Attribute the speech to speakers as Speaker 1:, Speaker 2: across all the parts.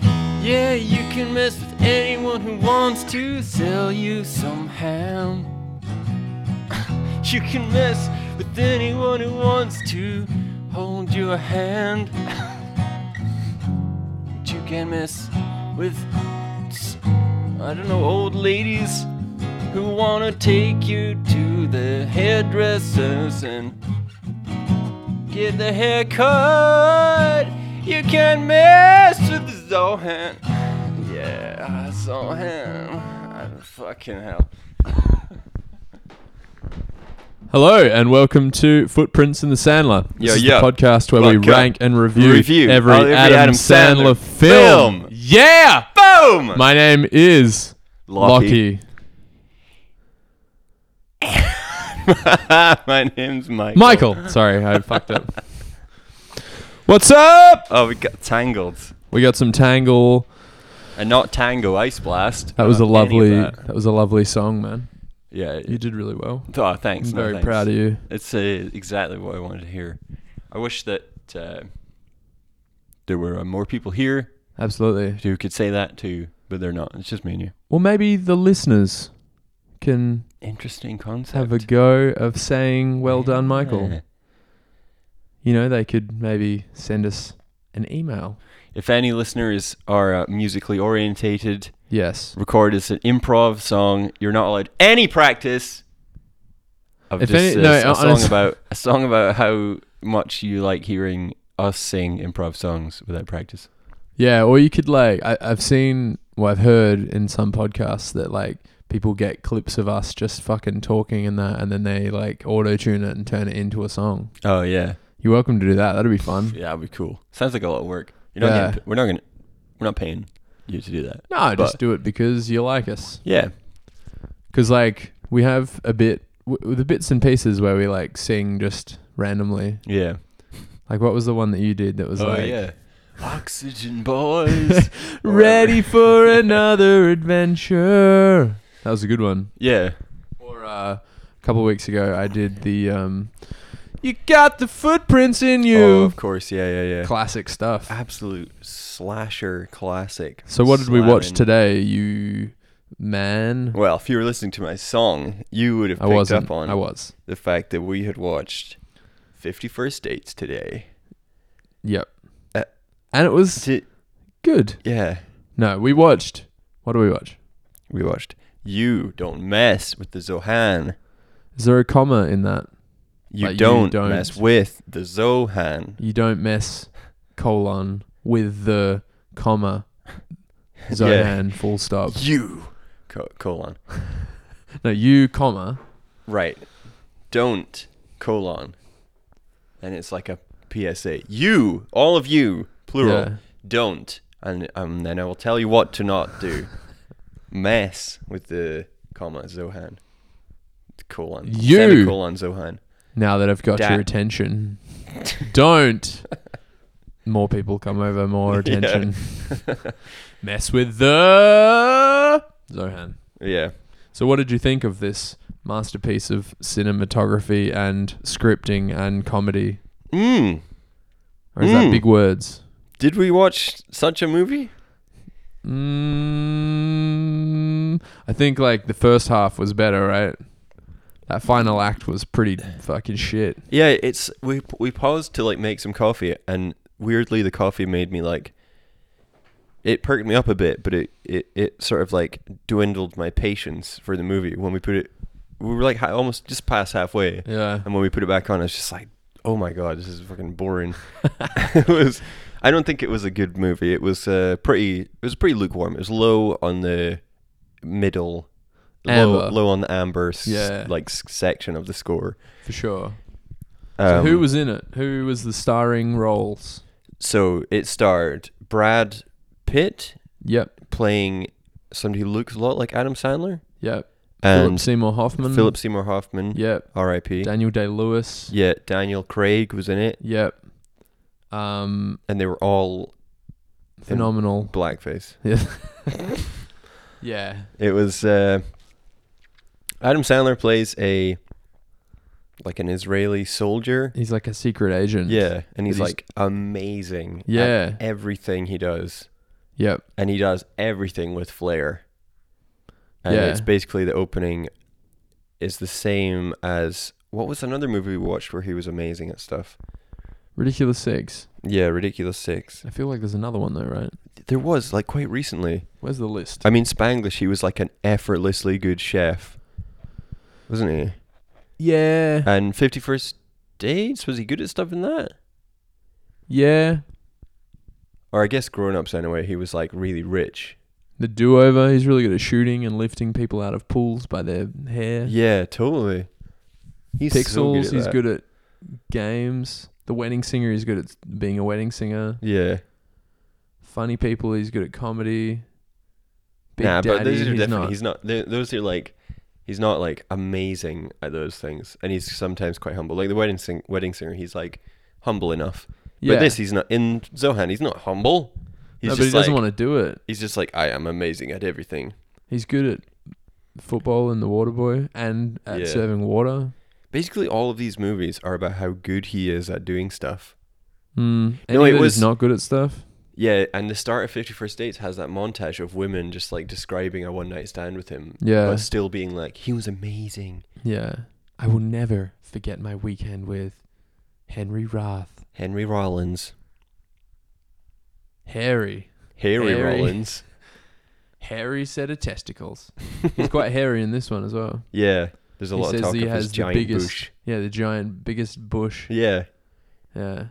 Speaker 1: Yeah, you can mess with anyone who wants to sell you somehow. you can mess with anyone who wants to hold your hand. but you can mess with, s- I don't know, old ladies who wanna take you to the hairdressers and Get the haircut. You can mess with Zohan. Yeah, Zohan. I- Fucking hell.
Speaker 2: Hello and welcome to Footprints in the Sandler. This
Speaker 1: Yeah,
Speaker 2: is
Speaker 1: yeah.
Speaker 2: the podcast where we
Speaker 1: Podcast.
Speaker 2: rank and review,
Speaker 1: Review.
Speaker 2: every,
Speaker 1: Oh, every
Speaker 2: Adam,
Speaker 1: Adam
Speaker 2: Sandler,
Speaker 1: Sandler
Speaker 2: film.
Speaker 1: film.
Speaker 2: Yeah!
Speaker 1: Boom!
Speaker 2: My name is Lockie.
Speaker 1: My name's Michael.
Speaker 2: Michael. Sorry, I fucked up. What's up?
Speaker 1: Oh, we got tangled.
Speaker 2: We got some Tangle.
Speaker 1: And not Tango Ice Blast.
Speaker 2: That was a
Speaker 1: Not Uh, any of
Speaker 2: lovely
Speaker 1: that.
Speaker 2: that. was a lovely song, man.
Speaker 1: Yeah.
Speaker 2: You did really well.
Speaker 1: Oh, thanks.
Speaker 2: I'm
Speaker 1: no,
Speaker 2: very
Speaker 1: thanks.
Speaker 2: proud of you.
Speaker 1: It's uh, exactly what I wanted to hear. I wish that uh, there were uh, more people here
Speaker 2: Absolutely.
Speaker 1: who could say that too, but they're not. It's just me and you.
Speaker 2: Well, maybe the listeners can
Speaker 1: Interesting concept.
Speaker 2: have a go of saying well done, Michael.
Speaker 1: Yeah.
Speaker 2: You know, they could maybe send us an email.
Speaker 1: If any listeners are uh, musically orientated,
Speaker 2: Yes.
Speaker 1: record as an improv song. You're not allowed any practice of
Speaker 2: If
Speaker 1: just
Speaker 2: any-
Speaker 1: uh,
Speaker 2: no,
Speaker 1: a song
Speaker 2: honest-
Speaker 1: about a song about how much you like hearing us sing improv songs without practice.
Speaker 2: Yeah, or you could like I, I've seen well I've heard in some podcasts that like people get clips of us just fucking talking and that and then they like auto tune it and turn it into a song.
Speaker 1: Oh yeah,
Speaker 2: You're welcome to do that. That'd be fun.
Speaker 1: yeah, that'd be cool. Sounds like a lot of work. You're not
Speaker 2: Yeah.
Speaker 1: getting, we're not gonna we're not paying you to do that.
Speaker 2: No, just
Speaker 1: But-
Speaker 2: do it because you like us.
Speaker 1: Yeah,
Speaker 2: Because like we have a bit w- with the bits and pieces where we like sing just randomly.
Speaker 1: yeah.
Speaker 2: Like what was the one that you did that was
Speaker 1: Oh
Speaker 2: like
Speaker 1: yeah. Oxygen boys. or whatever.
Speaker 2: ready for another adventure? That was a good one.
Speaker 1: Yeah.
Speaker 2: Or uh, a couple of weeks ago, I did the um, "You got the footprints in you"
Speaker 1: Oh, of course. Yeah, yeah, yeah.
Speaker 2: classic stuff.
Speaker 1: absolute slasher classic.
Speaker 2: So what did we watch
Speaker 1: Slamming.
Speaker 2: today, you man?
Speaker 1: Well, if you were listening to my song, you would have
Speaker 2: I
Speaker 1: picked
Speaker 2: wasn't.
Speaker 1: up on
Speaker 2: I was.
Speaker 1: the fact that we had watched Fifty First Dates today.
Speaker 2: Yep.
Speaker 1: Uh,
Speaker 2: and it was
Speaker 1: Did,
Speaker 2: good.
Speaker 1: yeah,
Speaker 2: No, we watched. What do we watch?
Speaker 1: we watched. You don't mess with the Zohan.
Speaker 2: Is there a comma in that?
Speaker 1: You,
Speaker 2: But you
Speaker 1: don't,
Speaker 2: don't.
Speaker 1: mess with the Zohan.
Speaker 2: You don't mess colon with the comma. Zohan full stop.
Speaker 1: You co- colon
Speaker 2: No, you comma.
Speaker 1: right. Don't colon. And it's like a PSA. You, all of you, plural.
Speaker 2: Yeah.
Speaker 1: don't and um, then I will tell you what to not do. Mess with the comma Zohan. The colon.
Speaker 2: You.
Speaker 1: Semicolon Zohan.
Speaker 2: Now that I've got
Speaker 1: Da-
Speaker 2: your attention, don't. More people come over, more
Speaker 1: Yeah.
Speaker 2: attention. Mess with the Zohan.
Speaker 1: Yeah.
Speaker 2: So, what did you think of this masterpiece of cinematography and scripting and comedy?
Speaker 1: Mm.
Speaker 2: Or is
Speaker 1: Mm.
Speaker 2: that big words?
Speaker 1: Did we watch such a movie?
Speaker 2: Mm, I think like the first half was better, right? That final act was pretty fucking shit.
Speaker 1: Yeah, it's we we paused to like make some coffee and weirdly the coffee made me like it perked me up a bit, but it, it, it sort of like dwindled my patience for the movie when we put it we were like ha- almost just past halfway.
Speaker 2: Yeah.
Speaker 1: And when we put it back on, I was just like, "Oh my god, this is fucking boring." it was. I don't think it was a good movie. It was uh, pretty. It was pretty lukewarm. It was low on the middle, low,
Speaker 2: Amber.
Speaker 1: low on the amber, s-
Speaker 2: Yeah.
Speaker 1: like s- section of the score.
Speaker 2: For sure.
Speaker 1: Um,
Speaker 2: so, who was in it? Who was the starring roles?
Speaker 1: So it starred Brad Pitt
Speaker 2: Yep.
Speaker 1: playing somebody who looks a lot like Adam Sandler
Speaker 2: Yep. Philip
Speaker 1: and
Speaker 2: Seymour Hoffman.
Speaker 1: Philip, Seymour Hoffman,
Speaker 2: Yep.
Speaker 1: R.I.P.
Speaker 2: Daniel Day Lewis.
Speaker 1: yeah, Daniel Craig was in it,
Speaker 2: Yep. Um,
Speaker 1: and they were all
Speaker 2: phenomenal.
Speaker 1: blackface.
Speaker 2: Yeah. yeah.
Speaker 1: It was uh, Adam Sandler plays a like an Israeli soldier.
Speaker 2: He's like a secret agent.
Speaker 1: Yeah, and he's
Speaker 2: But he's-
Speaker 1: like amazing. at
Speaker 2: Yeah.
Speaker 1: everything he does.
Speaker 2: Yep.
Speaker 1: and he does everything with flair. And
Speaker 2: Yeah.
Speaker 1: it's basically the opening is the same as what was another movie we watched where he was amazing at stuff.
Speaker 2: Ridiculous Six.
Speaker 1: Yeah, Ridiculous Six.
Speaker 2: I feel like there's another one though, right?
Speaker 1: There was like quite recently.
Speaker 2: Where's the list?
Speaker 1: I mean, Spanglish. He was like an effortlessly good chef, wasn't he?
Speaker 2: yeah.
Speaker 1: And Fifty First Dates was he good at stuff in that?
Speaker 2: yeah.
Speaker 1: Or I guess Grown Ups anyway. He was like really rich.
Speaker 2: The do over. He's really good at shooting and lifting people out of pools by their hair.
Speaker 1: Yeah, totally. He's
Speaker 2: Pixels.
Speaker 1: so good at
Speaker 2: he's
Speaker 1: that.
Speaker 2: good at games. The wedding singer. He's good at being a wedding singer.
Speaker 1: Yeah.
Speaker 2: Funny people. He's good at comedy. Big
Speaker 1: nah,
Speaker 2: Daddy.
Speaker 1: but those are
Speaker 2: he's
Speaker 1: definitely
Speaker 2: not.
Speaker 1: he's not. th those are like he's not like amazing at those things, and he's sometimes quite humble. Like the wedding sing, wedding singer, he's like humble enough.
Speaker 2: yeah.
Speaker 1: But this, he's not in Zohan. He's not humble. He's
Speaker 2: no,
Speaker 1: just
Speaker 2: but he doesn't
Speaker 1: like
Speaker 2: want to do it.
Speaker 1: he's just like I am amazing at everything.
Speaker 2: He's good at football and the water boy and at
Speaker 1: Yeah.
Speaker 2: serving water.
Speaker 1: Basically, all of these movies are about how good he is at doing stuff.
Speaker 2: Mm.
Speaker 1: No,
Speaker 2: Any
Speaker 1: it
Speaker 2: that
Speaker 1: was-
Speaker 2: he's not good at stuff.
Speaker 1: Yeah, and the start of Fifty First Dates has that montage of women just like describing a one night stand with him,
Speaker 2: Yeah.
Speaker 1: but still being like he was amazing,
Speaker 2: Yeah. I will never forget my weekend with Henry Roth.
Speaker 1: Henry Rollins,
Speaker 2: Hairy.
Speaker 1: Harry
Speaker 2: Harry.
Speaker 1: Rollins.
Speaker 2: Hairy set of testicles. He's quite hairy in this one as well.
Speaker 1: Yeah, there's a
Speaker 2: He
Speaker 1: lot of
Speaker 2: says
Speaker 1: talk
Speaker 2: he
Speaker 1: of
Speaker 2: has
Speaker 1: his
Speaker 2: the
Speaker 1: giant
Speaker 2: biggest-
Speaker 1: bush.
Speaker 2: Yeah, the giant, biggest bush.
Speaker 1: Yeah,
Speaker 2: Yeah.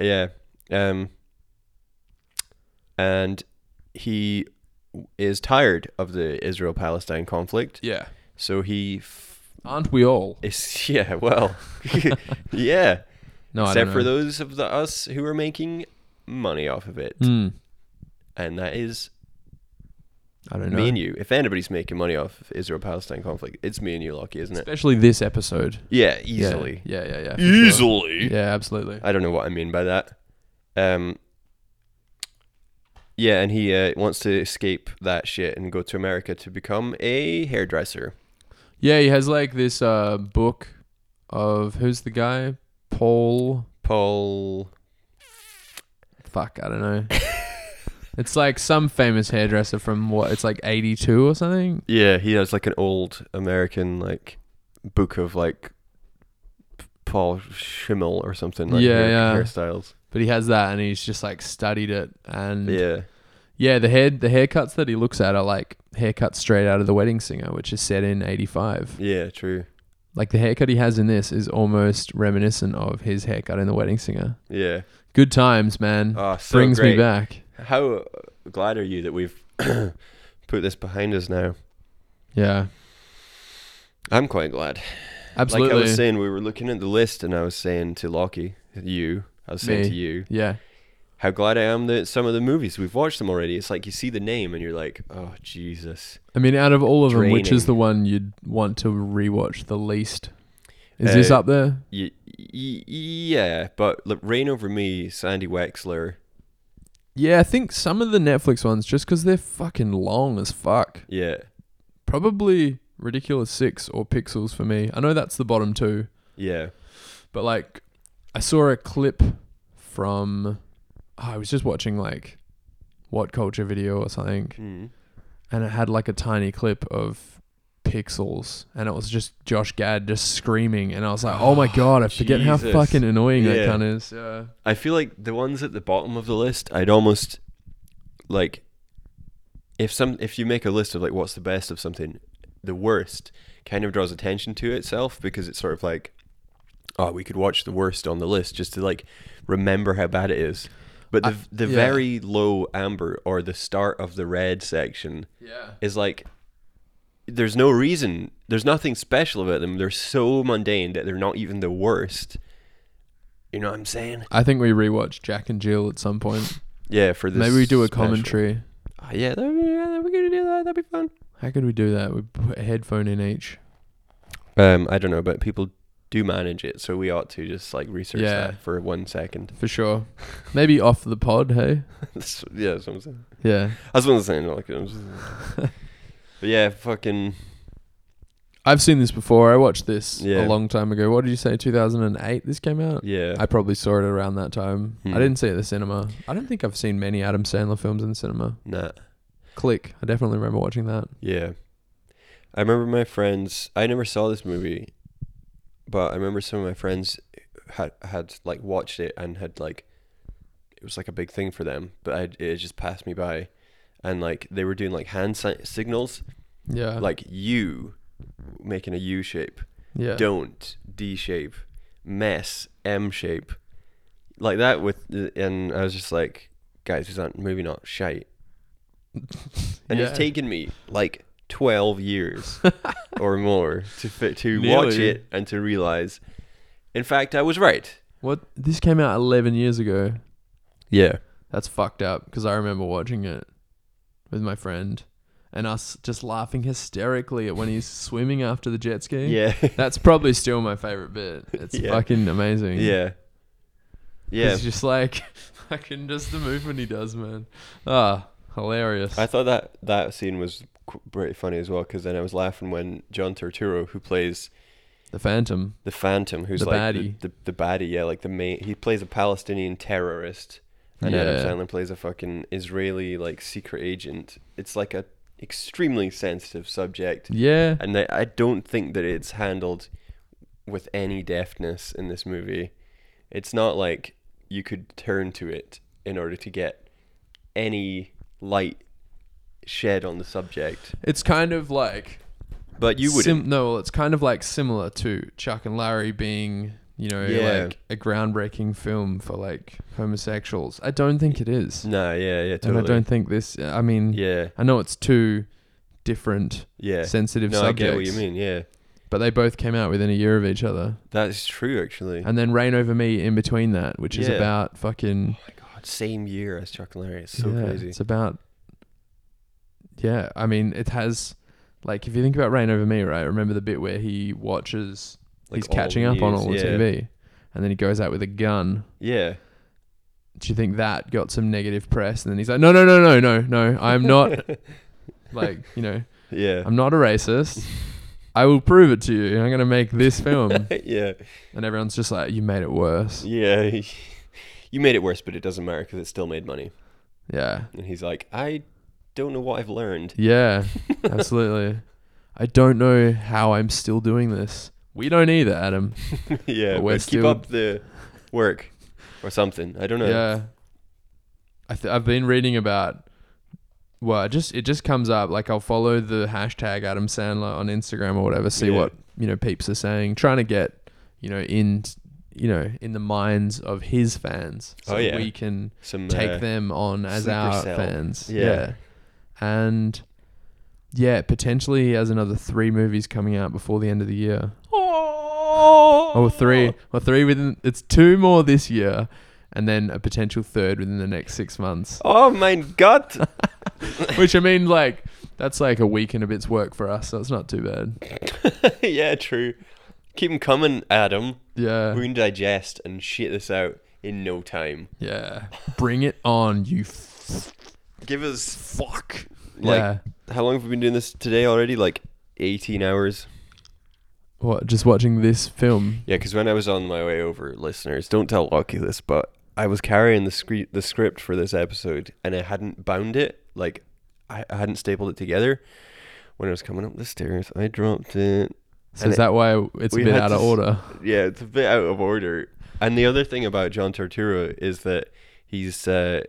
Speaker 1: yeah. Um, and he is tired of the Israel-Palestine conflict,
Speaker 2: Yeah.
Speaker 1: so he f-
Speaker 2: Aren't we all?
Speaker 1: is yeah. Well, yeah.
Speaker 2: No, I
Speaker 1: Except
Speaker 2: don't
Speaker 1: for
Speaker 2: know.
Speaker 1: those of the us who are making money off of it,
Speaker 2: Mm.
Speaker 1: and that is
Speaker 2: I don't know.
Speaker 1: me and you. If anybody's making money off of Israel-Palestine conflict, it's me and you, Lockie, isn't it?
Speaker 2: Especially this episode.
Speaker 1: Yeah,
Speaker 2: Yeah.
Speaker 1: easily,
Speaker 2: Yeah, yeah, yeah. for sure.
Speaker 1: easily.
Speaker 2: Yeah, absolutely.
Speaker 1: I don't know what I mean by that. Um, yeah, and he uh, wants to escape that shit and go to America to become a hairdresser.
Speaker 2: Yeah, he has like this uh, book of who's the guy? Paul.
Speaker 1: Paul.
Speaker 2: Fuck, I don't know. it's like some famous hairdresser from what? It's like 82 or something.
Speaker 1: Yeah, he has like an old American like book of like P- Paul Schimmel or something like
Speaker 2: Yeah,
Speaker 1: hair-
Speaker 2: yeah.
Speaker 1: hairstyles.
Speaker 2: But he has that and he's just like studied it. And yeah,
Speaker 1: Yeah,
Speaker 2: the hair the haircuts that he looks at are like haircuts straight out of The Wedding Singer, which is set in 85.
Speaker 1: yeah, true.
Speaker 2: Like the haircut he has in this is almost reminiscent of his haircut in The Wedding Singer.
Speaker 1: Yeah.
Speaker 2: Good times, man.
Speaker 1: Oh, so
Speaker 2: Mm. Brings
Speaker 1: great.
Speaker 2: me back.
Speaker 1: How glad are you that we've put this behind us now?
Speaker 2: Yeah.
Speaker 1: I'm quite glad.
Speaker 2: Absolutely.
Speaker 1: Like I was saying, we were looking at the list, and I was saying to Lockie, you, I was saying
Speaker 2: Me.
Speaker 1: to you,
Speaker 2: yeah.
Speaker 1: how glad I am that some of the movies we've watched them already. It's like you see the name, and you're like, oh Jesus.
Speaker 2: I mean, out of all of them, which
Speaker 1: Draining.
Speaker 2: is the one you'd want to rewatch the least? Is this
Speaker 1: Uh,
Speaker 2: up there?
Speaker 1: Y- y- yeah, but look, Rain Over Me, Sandy Wexler.
Speaker 2: Yeah, I think some of the Netflix ones, just 'cause they're fucking long as fuck.
Speaker 1: Yeah,
Speaker 2: Probably Ridiculous Six or Pixels for me. I know that's the bottom two,
Speaker 1: yeah,
Speaker 2: but like, I saw a clip from. oh, I was just watching like What Culture video or something,
Speaker 1: mm.
Speaker 2: and it had like a tiny clip of Pixels, and it was just Josh Gad just screaming, and I was like, oh my god, I forget how
Speaker 1: Jesus.
Speaker 2: fucking annoying
Speaker 1: Yeah.
Speaker 2: that cunt is. Yeah.
Speaker 1: I feel like the ones at the bottom of the list, I'd almost like if some if you make a list of like what's the best of something, the worst kind of draws attention to itself because it's sort of like oh, we could watch the worst on the list just to like remember how bad it is. But the
Speaker 2: I-
Speaker 1: the
Speaker 2: yeah.
Speaker 1: very low amber or the start of the red section
Speaker 2: Yeah.
Speaker 1: is like there's no reason there's nothing special about them. They're so mundane that they're not even the worst. You know what I'm saying?
Speaker 2: I think we rewatched Jack and Jill at some point.
Speaker 1: Yeah, for this.
Speaker 2: Maybe we do a
Speaker 1: special.
Speaker 2: commentary.
Speaker 1: Oh, yeah, that, yeah, we're gonna do that. That'd be fun.
Speaker 2: How could we do that? We put a headphone in each.
Speaker 1: Um, I don't know, but people do manage it, so we ought to just like research
Speaker 2: Yeah.
Speaker 1: that for one second.
Speaker 2: For sure. Maybe off the pod, hey?
Speaker 1: That's- yeah, that's what I'm saying.
Speaker 2: Yeah.
Speaker 1: That's what I'm saying. Like, I'm just- but yeah, fucking.
Speaker 2: I've seen this before. I watched this
Speaker 1: Yeah.
Speaker 2: a long time ago. What did you say? 2008. This came out.
Speaker 1: Yeah.
Speaker 2: I probably saw it around that time.
Speaker 1: Hmm.
Speaker 2: I didn't see it at the cinema. I don't think I've seen many Adam Sandler films in the cinema.
Speaker 1: nah.
Speaker 2: Click. I definitely remember watching that.
Speaker 1: Yeah. I remember my friends, I never saw this movie, but I remember some of my friends had had like watched it and had like it was like a big thing for them, but I it just passed me by and like they were doing like hand si- signals
Speaker 2: Yeah.
Speaker 1: like U making a U shape,
Speaker 2: yeah.
Speaker 1: don't D shape, mess M shape. Like that with and I was just like guys, this aren't movie not shite. And
Speaker 2: Yeah.
Speaker 1: it's taken me like 12 years or more to fi- to watch
Speaker 2: Really?
Speaker 1: it and to realize. In fact, I was right.
Speaker 2: What? This came out 11 years ago.
Speaker 1: Yeah.
Speaker 2: That's fucked up because I remember watching it with my friend and us just laughing hysterically at when he's swimming after the jet ski.
Speaker 1: Yeah.
Speaker 2: That's probably still my favorite bit. It's
Speaker 1: Yeah.
Speaker 2: fucking amazing.
Speaker 1: yeah. Yeah.
Speaker 2: It's just like fucking just the movement he does, man. Ah, hilarious.
Speaker 1: I thought that that scene was qu- pretty funny as well because then I was laughing when John Turturro, who plays
Speaker 2: the Phantom.
Speaker 1: the Phantom, who's
Speaker 2: The
Speaker 1: like the-
Speaker 2: baddie.
Speaker 1: The, the, baddie, yeah, like the main, he plays a Palestinian terrorist, and Adam
Speaker 2: Yeah.
Speaker 1: Sandler plays a fucking Israeli like secret agent. It's like a extremely sensitive subject.
Speaker 2: Yeah.
Speaker 1: and I, I don't think that it's handled with any deftness in this movie. It's not like you could turn to it in order to get any light shed on the subject,
Speaker 2: It's kind of like
Speaker 1: but you wouldn't.
Speaker 2: Sim- no, well, it's kind of like similar to Chuck and Larry being, you know,
Speaker 1: Yeah.
Speaker 2: like a groundbreaking film for like homosexuals. I don't think it is.
Speaker 1: no, yeah, yeah,
Speaker 2: And
Speaker 1: totally.
Speaker 2: I don't think this. I mean,
Speaker 1: yeah,
Speaker 2: I know it's two different
Speaker 1: yeah.
Speaker 2: sensitive
Speaker 1: No,
Speaker 2: subjects,
Speaker 1: I get what you mean. Yeah,
Speaker 2: but they both came out within a year of each other.
Speaker 1: that's true. Actually,
Speaker 2: And then Rain Over Me in between that, which is
Speaker 1: Yeah.
Speaker 2: about fucking
Speaker 1: oh my god, same year as Chuck and Larry. It's so
Speaker 2: yeah,
Speaker 1: crazy.
Speaker 2: It's about yeah. I mean, it has like if you think about Rain Over Me, right? Remember the bit where he watches,
Speaker 1: Like,
Speaker 2: he's
Speaker 1: all the
Speaker 2: catching up on
Speaker 1: news,
Speaker 2: all the
Speaker 1: yeah.
Speaker 2: TV, and then he goes out with a gun.
Speaker 1: Yeah,
Speaker 2: Do you think that got some negative press? And then he's like, no, no, no, no, no, no. I'm not like you know.
Speaker 1: yeah,
Speaker 2: I'm not a racist. I will prove it to you. I'm going to make this film.
Speaker 1: yeah,
Speaker 2: and everyone's just like, you made it worse.
Speaker 1: yeah. you made it worse, but it doesn't matter because it still made money.
Speaker 2: Yeah.
Speaker 1: And he's like, I don't know what I've learned.
Speaker 2: Yeah. Absolutely. I don't know how I'm still doing this. We don't either, Adam.
Speaker 1: yeah,
Speaker 2: But
Speaker 1: but
Speaker 2: we're
Speaker 1: keep
Speaker 2: still-
Speaker 1: up the work or something. I don't know.
Speaker 2: Yeah. I th- I've been reading about. Well, it just it just comes up like I'll follow the hashtag Adam Sandler on Instagram or whatever, see
Speaker 1: Yeah.
Speaker 2: what you know peeps are saying, trying to get you know in you know in the minds of his fans, so
Speaker 1: Oh,
Speaker 2: that
Speaker 1: yeah.
Speaker 2: we can
Speaker 1: Some
Speaker 2: take
Speaker 1: uh,
Speaker 2: them on as
Speaker 1: sleeper
Speaker 2: our
Speaker 1: cell.
Speaker 2: fans. Yeah.
Speaker 1: Yeah.
Speaker 2: And yeah, potentially he has another three movies coming out before the end of the year. Or Oh, three. Or three within it's two more this year and then a potential third within the next six months.
Speaker 1: Oh my god!
Speaker 2: Which I mean like that's like a week and a bit's work for us, so it's not too bad.
Speaker 1: yeah, true. Keep them coming, Adam. We
Speaker 2: Yeah.
Speaker 1: can digest and shit this out in no time.
Speaker 2: Yeah. Bring it on, you f-
Speaker 1: Give us
Speaker 2: fuck.
Speaker 1: like
Speaker 2: yeah.
Speaker 1: how long have we been doing this today already? Like eighteen hours.
Speaker 2: What, just watching this film?
Speaker 1: Yeah, because when I was on my way over, listeners, don't tell Lockie this, but I was carrying the scre- the script for this episode, and I hadn't bound it, like I, I hadn't stapled it together. When I was coming up the stairs, I dropped it.
Speaker 2: So
Speaker 1: And
Speaker 2: is
Speaker 1: it-
Speaker 2: that why it's a
Speaker 1: we
Speaker 2: bit
Speaker 1: had
Speaker 2: out
Speaker 1: to
Speaker 2: of
Speaker 1: s-
Speaker 2: order?
Speaker 1: Yeah, it's a bit out of order. And the other thing about John Turturro is that he's uh,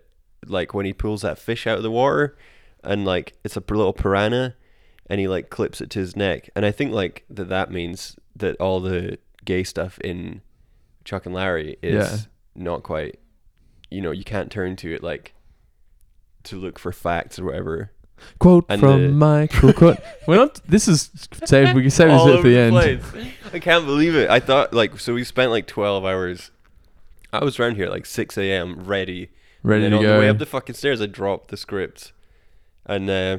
Speaker 1: like when he pulls that fish out of the water, and like it's a little piranha, and he like clips it to his neck, and I think like that that means that all the gay stuff in Chuck and Larry is
Speaker 2: Yeah.
Speaker 1: not quite, you know, you can't turn to it like to look for facts or whatever.
Speaker 2: Quote
Speaker 1: And
Speaker 2: from
Speaker 1: the-
Speaker 2: Michael. Quote. We're not. This is save. We can save
Speaker 1: all
Speaker 2: this at
Speaker 1: over
Speaker 2: the end.
Speaker 1: place. I can't believe it. I thought like so we spent like twelve hours. I was around here at, like six a.m. ready,
Speaker 2: Ready
Speaker 1: and
Speaker 2: to
Speaker 1: then On the way
Speaker 2: go.
Speaker 1: up the fucking stairs, I dropped the script, and uh,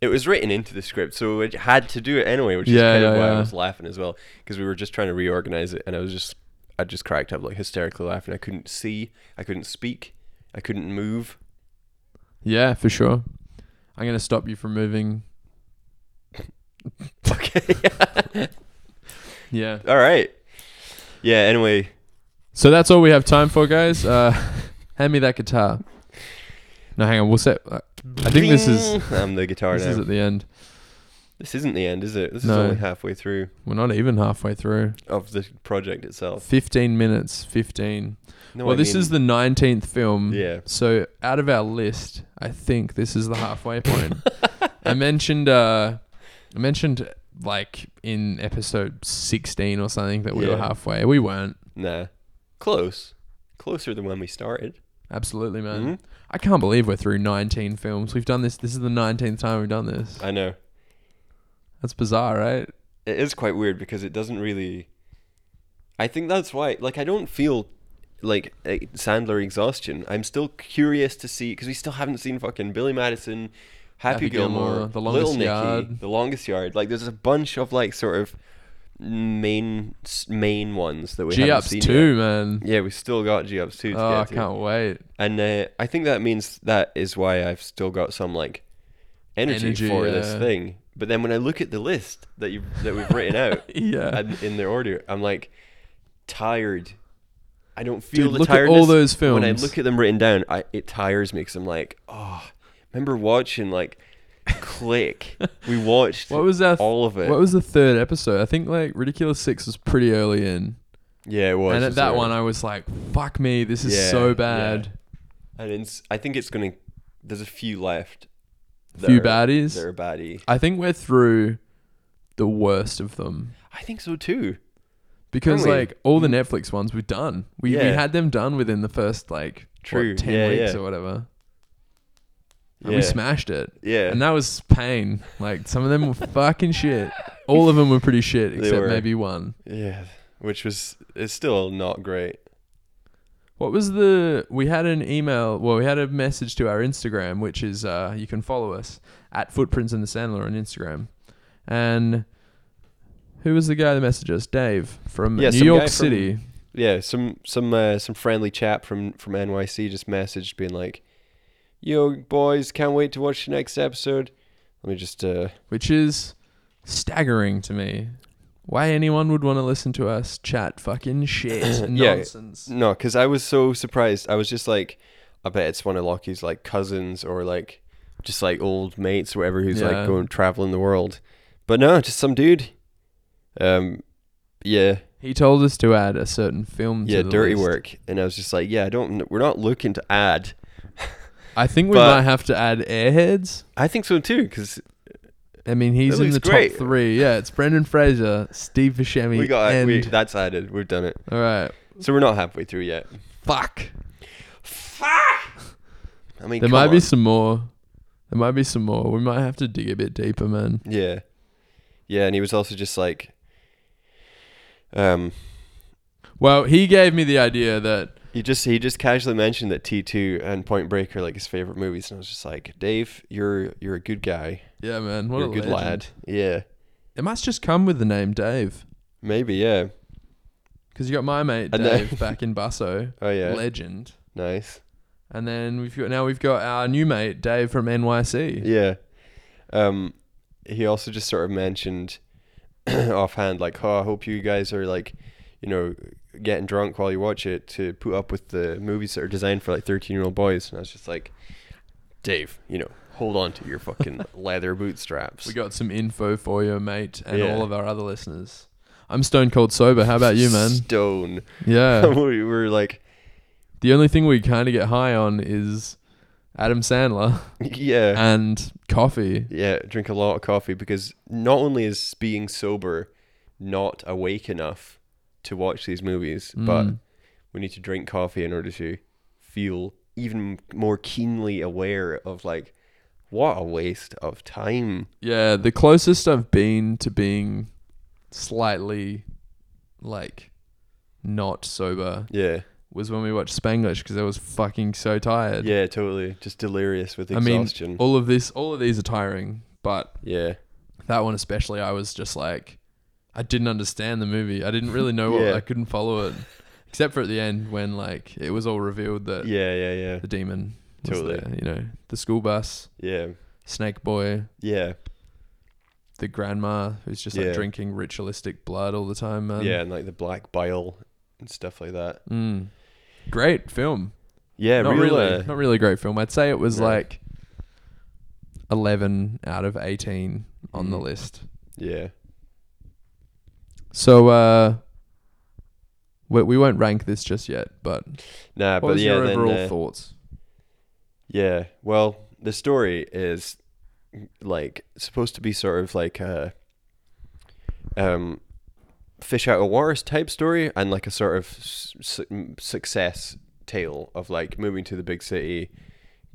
Speaker 1: it was written into the script, so I had to do it anyway, which
Speaker 2: Yeah,
Speaker 1: is kind of
Speaker 2: yeah,
Speaker 1: why
Speaker 2: yeah.
Speaker 1: I was laughing as well because we were just trying to reorganize it, and I was just I just cracked up like hysterically laughing. I couldn't see, I couldn't speak, I couldn't move.
Speaker 2: yeah, for sure. I'm gonna stop you from moving.
Speaker 1: okay.
Speaker 2: Yeah.
Speaker 1: All right. Yeah. Anyway,
Speaker 2: So that's all we have time for, guys. Uh, hand me that guitar. No, hang on. We'll set. uh, I think this is
Speaker 1: I'm the guitar
Speaker 2: this
Speaker 1: now.
Speaker 2: is at the end.
Speaker 1: this isn't the end, is it? This is
Speaker 2: No.
Speaker 1: only halfway through
Speaker 2: We're not even halfway through.
Speaker 1: of the project itself.
Speaker 2: Fifteen minutes. Fifteen.
Speaker 1: Oh. No,
Speaker 2: well,
Speaker 1: I
Speaker 2: this is
Speaker 1: mean-
Speaker 2: the nineteenth film.
Speaker 1: Yeah.
Speaker 2: So out of our list, I think this is the halfway point. I mentioned uh I mentioned like in episode 16 or something that we were
Speaker 1: Yeah.
Speaker 2: halfway. We weren't.
Speaker 1: nah close, closer than when we started.
Speaker 2: Absolutely,
Speaker 1: Mhm.
Speaker 2: man. I can't believe we're through 19 films. We've done this. This is the 19th time we've done this.
Speaker 1: I know
Speaker 2: That's bizarre, right?
Speaker 1: it is quite weird because it doesn't really. I think that's why. Like, I don't feel like eh, Sandler exhaustion. I'm still curious to see because we still haven't seen fucking Billy Madison, Happy,
Speaker 2: Happy
Speaker 1: Gilmore,
Speaker 2: Gilmore, The
Speaker 1: Little
Speaker 2: Longest
Speaker 1: Nicky,
Speaker 2: Yard.
Speaker 1: The Longest Yard. Like, there's a bunch of like sort of main s- main ones that we
Speaker 2: G
Speaker 1: haven't
Speaker 2: ups
Speaker 1: seen.
Speaker 2: too,
Speaker 1: yet.
Speaker 2: man.
Speaker 1: Yeah, we still got G ups two. To
Speaker 2: Oh, I
Speaker 1: get to.
Speaker 2: can't wait.
Speaker 1: And uh, I think that means that is why I've still got some like energy,
Speaker 2: Energy,
Speaker 1: for this
Speaker 2: yeah.
Speaker 1: thing. But then when I look at the list that you that we've written out
Speaker 2: Yeah.
Speaker 1: and in their order, I'm like tired. I don't feel
Speaker 2: Dude,
Speaker 1: the
Speaker 2: look at
Speaker 1: tiredness.
Speaker 2: all those
Speaker 1: When I
Speaker 2: films.
Speaker 1: look at them written down, I, it tires me because I'm like, oh, remember watching like Click? we watched
Speaker 2: What was that?
Speaker 1: all of it.
Speaker 2: What was the third episode? I think like Ridiculous Six was pretty early in,
Speaker 1: yeah, it was.
Speaker 2: and
Speaker 1: it's
Speaker 2: at that
Speaker 1: a-
Speaker 2: one I was like, "Fuck me, this is
Speaker 1: Yeah, yeah.
Speaker 2: so bad."
Speaker 1: and it's, I think it's gonna. There's a few left. that
Speaker 2: Few
Speaker 1: are-
Speaker 2: baddies.
Speaker 1: That are baddie.
Speaker 2: I think we're through the worst of them
Speaker 1: I think so too.
Speaker 2: because
Speaker 1: Aren't we?
Speaker 2: like all the Netflix ones we've done. We we
Speaker 1: Yeah.
Speaker 2: had them done within the first like what,
Speaker 1: True.
Speaker 2: ten
Speaker 1: Yeah,
Speaker 2: weeks
Speaker 1: yeah.
Speaker 2: or whatever, and
Speaker 1: Yeah.
Speaker 2: we smashed it.
Speaker 1: Yeah.
Speaker 2: And that was pain. Like some of them were fucking shit. All of them were pretty shit, except
Speaker 1: were.
Speaker 2: maybe one.
Speaker 1: yeah. Which was it's still not great.
Speaker 2: What was the? We had an email. Well, we had a message to our Instagram, which is uh, you can follow us at Footprints in the Sandler on Instagram. And who was the guy that messaged us? Dave from
Speaker 1: Yeah,
Speaker 2: New
Speaker 1: some guy
Speaker 2: York
Speaker 1: from-
Speaker 2: City.
Speaker 1: Yeah, some some uh, some friendly chap from from NYC just messaged being like, "Yo boys, can't wait to watch the next episode." Let me just uh
Speaker 2: which is staggering to me. Why anyone would want to listen to us chat fucking shit and
Speaker 1: Yeah.
Speaker 2: nonsense?
Speaker 1: no, cuz I was so surprised. I was just like, I bet it's one of Lockie's like cousins or like just like old mates or whatever who's
Speaker 2: Yeah.
Speaker 1: like going traveling the world. But no, just some dude. Um yeah,
Speaker 2: He told us to add a certain film. to
Speaker 1: yeah,
Speaker 2: the
Speaker 1: dirty
Speaker 2: list.
Speaker 1: work. And I was just like, yeah, I don't we're not looking to add
Speaker 2: I think we
Speaker 1: But-
Speaker 2: might have to add Airheads.
Speaker 1: I think so too, because
Speaker 2: I mean, he's
Speaker 1: That
Speaker 2: in the
Speaker 1: looks great.
Speaker 2: top three. Yeah, it's Brendan Fraser, Steve Buscemi,
Speaker 1: we got
Speaker 2: and
Speaker 1: we, that's added. We've done it,
Speaker 2: all right,
Speaker 1: so we're not halfway through yet.
Speaker 2: fuck.
Speaker 1: I mean,
Speaker 2: There
Speaker 1: come
Speaker 2: might
Speaker 1: on.
Speaker 2: be some more. There might be some more. We might have to dig a bit deeper, man.
Speaker 1: yeah, yeah, and he was also just like, um,
Speaker 2: Well, he gave me the idea that
Speaker 1: he just he just casually mentioned that T two and Point Break are like his favorite movies, and I was just like, Dave, you're you're a good guy,
Speaker 2: yeah, man, what
Speaker 1: you're a
Speaker 2: a
Speaker 1: good
Speaker 2: legend.
Speaker 1: lad, yeah,
Speaker 2: It must just come with the name Dave.
Speaker 1: maybe, yeah,
Speaker 2: Because you got my mate
Speaker 1: I know.
Speaker 2: Dave back in Busso,
Speaker 1: oh yeah,
Speaker 2: legend,
Speaker 1: nice,
Speaker 2: and then we've got now we've got our new mate Dave from NYC.
Speaker 1: yeah, um, he also just sort of mentioned offhand like, oh, I hope you guys are like, you know. Getting drunk while you watch it to put up with the movies that are designed for like thirteen-year-old boys, and I was just like, Dave, you know, hold on to your fucking leather bootstraps.
Speaker 2: We got some info for you, mate, and
Speaker 1: Yeah.
Speaker 2: all of our other listeners. I'm stone cold sober. How about you, man?
Speaker 1: Stone.
Speaker 2: Yeah.
Speaker 1: we were like,
Speaker 2: the only thing we kind of get high on is Adam Sandler Uh,
Speaker 1: yeah,
Speaker 2: and coffee.
Speaker 1: yeah, drink a lot of coffee because not only is being sober not awake enough to watch these movies, but
Speaker 2: Mm.
Speaker 1: we need to drink coffee in order to feel even more keenly aware of like what a waste of time.
Speaker 2: Yeah, the closest I've been to being slightly like not sober
Speaker 1: Yeah,
Speaker 2: was when we watched Spanglish because I was fucking so tired.
Speaker 1: yeah, totally. Just delirious with
Speaker 2: I mean, oh,
Speaker 1: exhaustion.
Speaker 2: all of this, all of these are tiring, but
Speaker 1: yeah,
Speaker 2: that one especially, I was just like, I didn't understand the movie. I didn't really know what
Speaker 1: Yeah.
Speaker 2: I couldn't follow it, except for at the end when like it was all revealed that
Speaker 1: yeah, yeah, yeah,
Speaker 2: the demon was
Speaker 1: Totally.
Speaker 2: there. You know, the school bus,
Speaker 1: yeah,
Speaker 2: Snake Boy,
Speaker 1: yeah.
Speaker 2: the grandma who's just
Speaker 1: Yeah.
Speaker 2: like drinking ritualistic blood all the time, man.
Speaker 1: yeah, and like the black bile and stuff like that.
Speaker 2: Mm. Great film.
Speaker 1: Yeah,
Speaker 2: not
Speaker 1: real,
Speaker 2: really,
Speaker 1: uh,
Speaker 2: not really great film. I'd say it was
Speaker 1: No.
Speaker 2: like eleven out of eighteen on the
Speaker 1: Mhm.
Speaker 2: list.
Speaker 1: yeah,
Speaker 2: So uh, we we won't rank this just yet. But
Speaker 1: nah,
Speaker 2: what
Speaker 1: but
Speaker 2: was
Speaker 1: yeah,
Speaker 2: your
Speaker 1: then,
Speaker 2: overall
Speaker 1: uh,
Speaker 2: thoughts?
Speaker 1: Yeah. Well, the story is like supposed to be sort of like a um fish out of water type story and like a sort of su- success tale of like moving to the big city,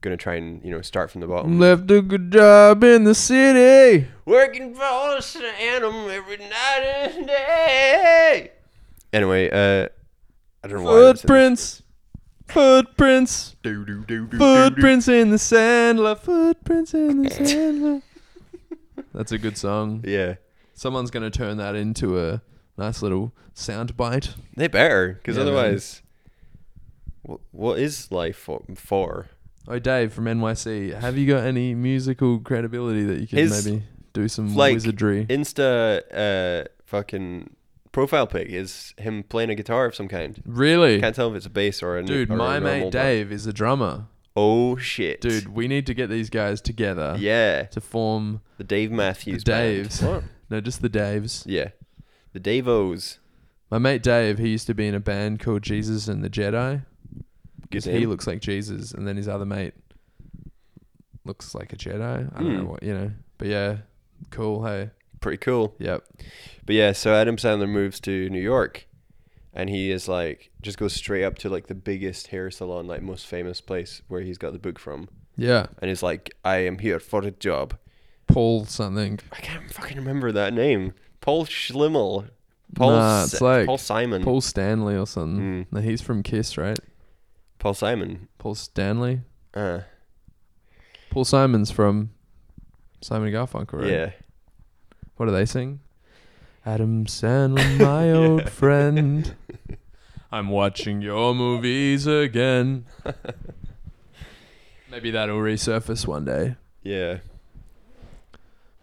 Speaker 1: gonna try and you know start from the bottom.
Speaker 2: Left a good job in the city.
Speaker 1: Working for us and Anthem every night and day. Anyway, uh, I don't know why. that's in this.
Speaker 2: Footprints. Footprints. Footprints in the sand. La footprints in the sand. la. That's a good song.
Speaker 1: Yeah,
Speaker 2: Someone's gonna turn that into a nice little sound bite.
Speaker 1: they better because
Speaker 2: Yeah, man.
Speaker 1: otherwise, what, what is life for? for?
Speaker 2: Oh, Dave from NYC, have you got any musical credibility that you could
Speaker 1: His,
Speaker 2: maybe do some
Speaker 1: like,
Speaker 2: wizardry?
Speaker 1: Insta uh, fucking profile pic is him playing a guitar of some kind.
Speaker 2: really,
Speaker 1: Can't tell if it's a bass or a
Speaker 2: dude,
Speaker 1: or a
Speaker 2: my
Speaker 1: normal
Speaker 2: mate
Speaker 1: bra-
Speaker 2: Dave is a drummer.
Speaker 1: Oh shit,
Speaker 2: Dude, we need to get these guys together
Speaker 1: Yeah,
Speaker 2: to form
Speaker 1: the Dave Matthews.
Speaker 2: the Daves.
Speaker 1: Band. What?
Speaker 2: no, just the Daves.
Speaker 1: Yeah, the Davos.
Speaker 2: My mate Dave, he used to be in a band called Jesus and the Jedi.
Speaker 1: Good
Speaker 2: Because he
Speaker 1: name.
Speaker 2: looks like Jesus, and then his other mate looks like a Jedi. I don't know
Speaker 1: Hmm.
Speaker 2: what you know, but yeah, cool. Hey,
Speaker 1: Pretty cool.
Speaker 2: yep.
Speaker 1: But yeah, so Adam Sandler moves to New York and he is like just goes straight up to like the biggest hair salon, like most famous place where he's got the book from.
Speaker 2: Yeah,
Speaker 1: And he's like, I am here for a job.
Speaker 2: Paul something.
Speaker 1: I can't fucking remember that name. Paul Schlimmel. Paul
Speaker 2: Nah,
Speaker 1: Si-
Speaker 2: it's like
Speaker 1: Paul Simon. Paul,
Speaker 2: Paul Stanley or
Speaker 1: Mm.
Speaker 2: something. No, he's from Kiss, right?
Speaker 1: Simon.
Speaker 2: Paul Stanley.
Speaker 1: Uh,
Speaker 2: Paul Simon's from Simon and Garfunkel, right?
Speaker 1: yeah.
Speaker 2: What do they sing? Adam Sandler, my old friend. I'm watching your movies again. Maybe that'll resurface one day.
Speaker 1: Yeah.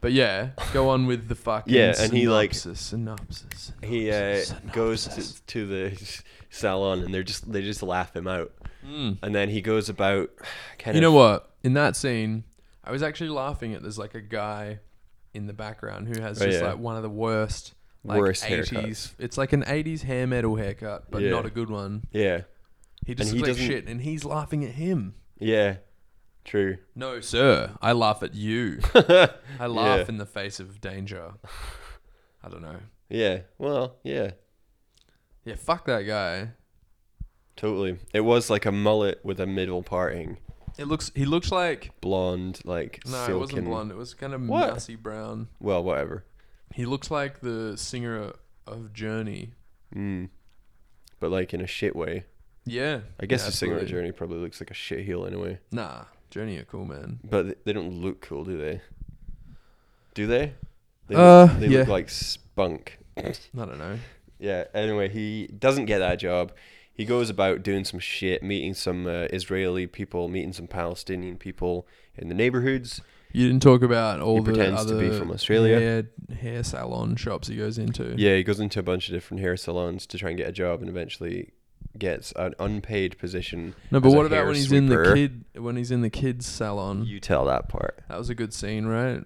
Speaker 2: But yeah, go on with the fucking
Speaker 1: Yeah, and he, like-
Speaker 2: synopsis, synopsis.
Speaker 1: He uh,
Speaker 2: synopsis,
Speaker 1: goes
Speaker 2: synopsis.
Speaker 1: to, to the salon and they're just they just laugh him out.
Speaker 2: Mm.
Speaker 1: And then he goes about kind
Speaker 2: You
Speaker 1: of
Speaker 2: know what? In that scene, I was actually laughing at there's like a guy in the background who has
Speaker 1: Oh,
Speaker 2: just
Speaker 1: yeah.
Speaker 2: like one of the worst like
Speaker 1: Worst
Speaker 2: 80s.
Speaker 1: haircuts.
Speaker 2: It's like an 80s hair metal haircut, but
Speaker 1: Yeah.
Speaker 2: not a good one.
Speaker 1: Yeah.
Speaker 2: He just
Speaker 1: And he
Speaker 2: looks like
Speaker 1: doesn't-
Speaker 2: shit and he's laughing at him.
Speaker 1: Yeah. True.
Speaker 2: No, sir. I laugh at you. I laugh in the face of danger. I don't know.
Speaker 1: Yeah. Well, yeah.
Speaker 2: Yeah, fuck that guy.
Speaker 1: Totally. It was like a mullet with a middle parting.
Speaker 2: It looks he looked like
Speaker 1: Blonde, like
Speaker 2: no,
Speaker 1: silken.
Speaker 2: it wasn't blonde. It was kind of
Speaker 1: What?
Speaker 2: messy brown.
Speaker 1: Well, whatever.
Speaker 2: He looked like the singer of Journey.
Speaker 1: Mm. But like in a shit way.
Speaker 2: Yeah.
Speaker 1: I guess
Speaker 2: yeah,
Speaker 1: the singer of
Speaker 2: absolutely.
Speaker 1: Journey probably looks like a shit heel anyway.
Speaker 2: Nah, Journey are cool, man.
Speaker 1: But th- they don't look cool, do they? Do they? They,
Speaker 2: Uh,
Speaker 1: look, they
Speaker 2: yeah.
Speaker 1: look like spunk.
Speaker 2: I don't know.
Speaker 1: yeah. Anyway, he doesn't get that job. He goes about doing some shit, meeting some uh, Israeli people, meeting some Palestinian people in the neighborhoods.
Speaker 2: You didn't talk about all
Speaker 1: He
Speaker 2: the
Speaker 1: pretends to
Speaker 2: other
Speaker 1: be from Australia.
Speaker 2: Hair, hair salon shops he goes into.
Speaker 1: Yeah, he goes into a bunch of different hair salons to try and get a job, and eventually gets an unpaid position.
Speaker 2: No, but
Speaker 1: as a
Speaker 2: what about
Speaker 1: hair
Speaker 2: when he's in the
Speaker 1: sweeper.
Speaker 2: kid when he's in the kids salon?
Speaker 1: You tell that part.
Speaker 2: That was a good scene, right?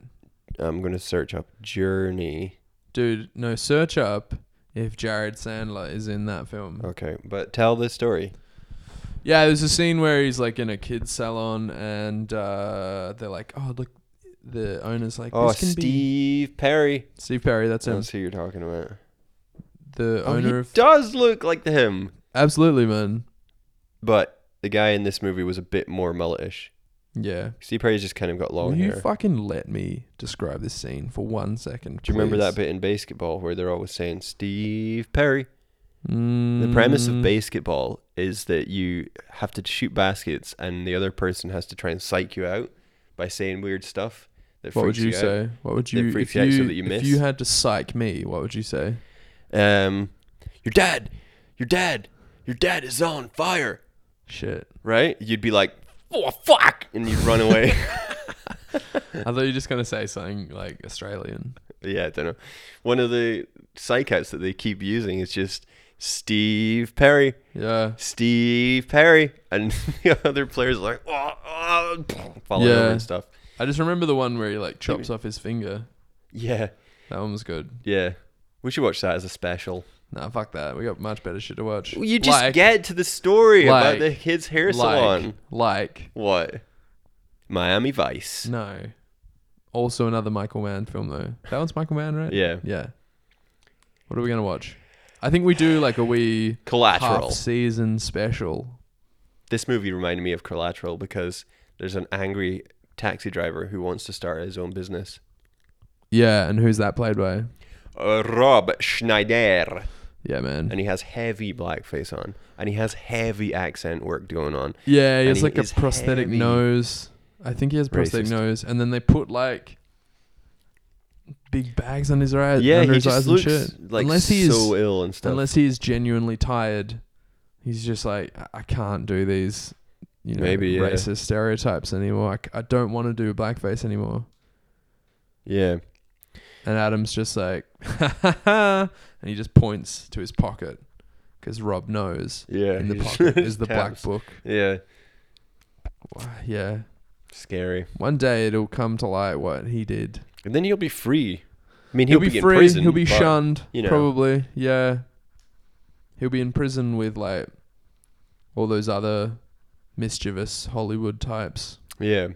Speaker 1: I'm gonna search up Journey.
Speaker 2: Dude, no, search up if Jared Sandler is in that film.
Speaker 1: Okay, but tell the story.
Speaker 2: Yeah, there's a scene where he's like in a kids salon and uh, they're like, oh, look, the owner's like,
Speaker 1: oh,
Speaker 2: this can be
Speaker 1: Steve Perry.
Speaker 2: Steve Perry. That's him.
Speaker 1: That's who you're talking about.
Speaker 2: The
Speaker 1: Oh, he
Speaker 2: owner of.
Speaker 1: does look like him,
Speaker 2: Absolutely, man.
Speaker 1: but the guy in this movie was a bit more mulletish.
Speaker 2: Yeah.
Speaker 1: Steve Perry's just kind of got long
Speaker 2: Will you
Speaker 1: hair.
Speaker 2: fucking let me describe this scene for one second?
Speaker 1: Do you remember that
Speaker 2: please?
Speaker 1: bit in basketball where they're always saying Steve Perry? The
Speaker 2: Mm,
Speaker 1: premise of basketball is that you have to shoot baskets and the other person has to try and psych you out by saying weird stuff that
Speaker 2: What would
Speaker 1: freaks
Speaker 2: you
Speaker 1: out.
Speaker 2: say? What would you
Speaker 1: freaks
Speaker 2: if
Speaker 1: you out so
Speaker 2: you,
Speaker 1: that you
Speaker 2: if
Speaker 1: miss?
Speaker 2: you had to psych me? What would you say?
Speaker 1: Um your dad, your dad, your dad is on fire,
Speaker 2: Shit.
Speaker 1: right? You'd be like, "Oh fuck," and you'd run away.
Speaker 2: I thought you were just gonna say something like Australian.
Speaker 1: Yeah, I don't know. One of the psych outs that they keep using is just Steve Perry,
Speaker 2: Yeah.
Speaker 1: Steve Perry, and the other players are like oh, oh, falling
Speaker 2: Yeah.
Speaker 1: over and stuff.
Speaker 2: I just remember the one where he like chops off his finger.
Speaker 1: Yeah,
Speaker 2: That one was good.
Speaker 1: yeah. We should watch that as a special.
Speaker 2: Nah, fuck that. We got much better shit to watch.
Speaker 1: You just
Speaker 2: Like-
Speaker 1: get to the story
Speaker 2: like-
Speaker 1: about the kids' hair
Speaker 2: like,
Speaker 1: salon.
Speaker 2: like
Speaker 1: What? Miami Vice.
Speaker 2: no. Also another Michael Mann film though. That one's Michael Mann, right?
Speaker 1: Yeah.
Speaker 2: Yeah. What are we gonna watch? I think we do like a wee half
Speaker 1: Collateral.
Speaker 2: season special.
Speaker 1: This movie reminded me of Collateral because there's an angry taxi driver who wants to start his own business.
Speaker 2: Yeah, and who's that played by?
Speaker 1: Uh, Rob Schneider.
Speaker 2: Yeah, man.
Speaker 1: And he has heavy blackface on. And he has heavy accent work going on.
Speaker 2: Yeah,
Speaker 1: and
Speaker 2: he has
Speaker 1: he
Speaker 2: like a
Speaker 1: is
Speaker 2: prosthetic
Speaker 1: heavy.
Speaker 2: nose. I think he has a prosthetic
Speaker 1: Racist.
Speaker 2: nose, and then they put like big bags on his eyes.
Speaker 1: Yeah,
Speaker 2: under
Speaker 1: he
Speaker 2: his
Speaker 1: just
Speaker 2: eyes
Speaker 1: looks
Speaker 2: and Uh, shit.
Speaker 1: like
Speaker 2: unless he is,
Speaker 1: so ill and stuff.
Speaker 2: unless he is genuinely tired, he's just like I, I can't do these, you know,
Speaker 1: Maybe, yeah.
Speaker 2: racist stereotypes anymore. I c- I, don't want to do blackface anymore.
Speaker 1: yeah.
Speaker 2: And Adam's just like, and he just points to his pocket because Rob knows
Speaker 1: Yeah.
Speaker 2: in the
Speaker 1: he just
Speaker 2: pocket is the black
Speaker 1: taps.
Speaker 2: book.
Speaker 1: Yeah.
Speaker 2: Why, Yeah.
Speaker 1: Scary.
Speaker 2: One day it'll come to light what he did.
Speaker 1: And then he'll be free. I mean,
Speaker 2: He'll,
Speaker 1: he'll,
Speaker 2: be,
Speaker 1: in
Speaker 2: free.
Speaker 1: prison,
Speaker 2: he'll be
Speaker 1: but-
Speaker 2: shunned.
Speaker 1: you know.
Speaker 2: Probably. Yeah. He'll be in prison with like all those other mischievous Hollywood types.
Speaker 1: Yeah.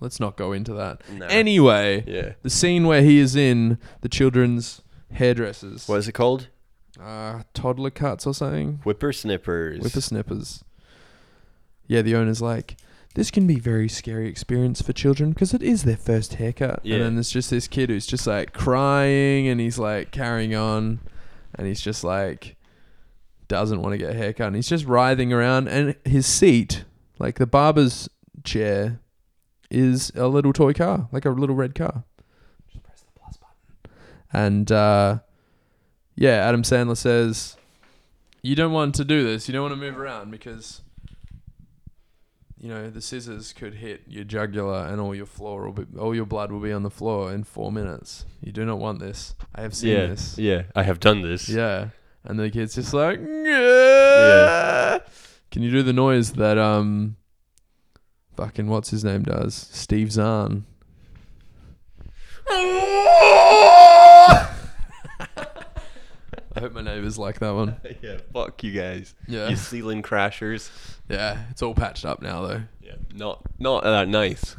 Speaker 2: Let's not go into that.
Speaker 1: No.
Speaker 2: Anyway,
Speaker 1: yeah.
Speaker 2: the scene where he is in the children's hairdressers,
Speaker 1: What is it called?
Speaker 2: uh, toddler cuts or something,
Speaker 1: Whippersnippers.
Speaker 2: with the snippers. Yeah, the owner's like, this can be very scary experience for children because it is their first haircut.
Speaker 1: Yeah.
Speaker 2: And then there's just this kid who's just like crying and he's like carrying on and he's just like doesn't want to get a haircut and he's just writhing around and his seat, like the barber's chair, is a little toy car, like a little red car. Just press the plus button. And uh, yeah, Adam Sandler says you don't want to do this. You don't want to move around because you know the scissors could hit your jugular and all your floor will be, all your blood will be on the floor in four minutes. You do not want this. I have seen
Speaker 1: yeah.
Speaker 2: this.
Speaker 1: Yeah. I have done this.
Speaker 2: Yeah. And the kid's just like, yeah. Can you do the noise that um, fucking what's his name does? Steve Zahn. I hope my neighbors like that one.
Speaker 1: yeah. Fuck you guys.
Speaker 2: Yeah.
Speaker 1: You ceiling crashers.
Speaker 2: Yeah, it's all patched up now though.
Speaker 1: Yeah. Not not that nice.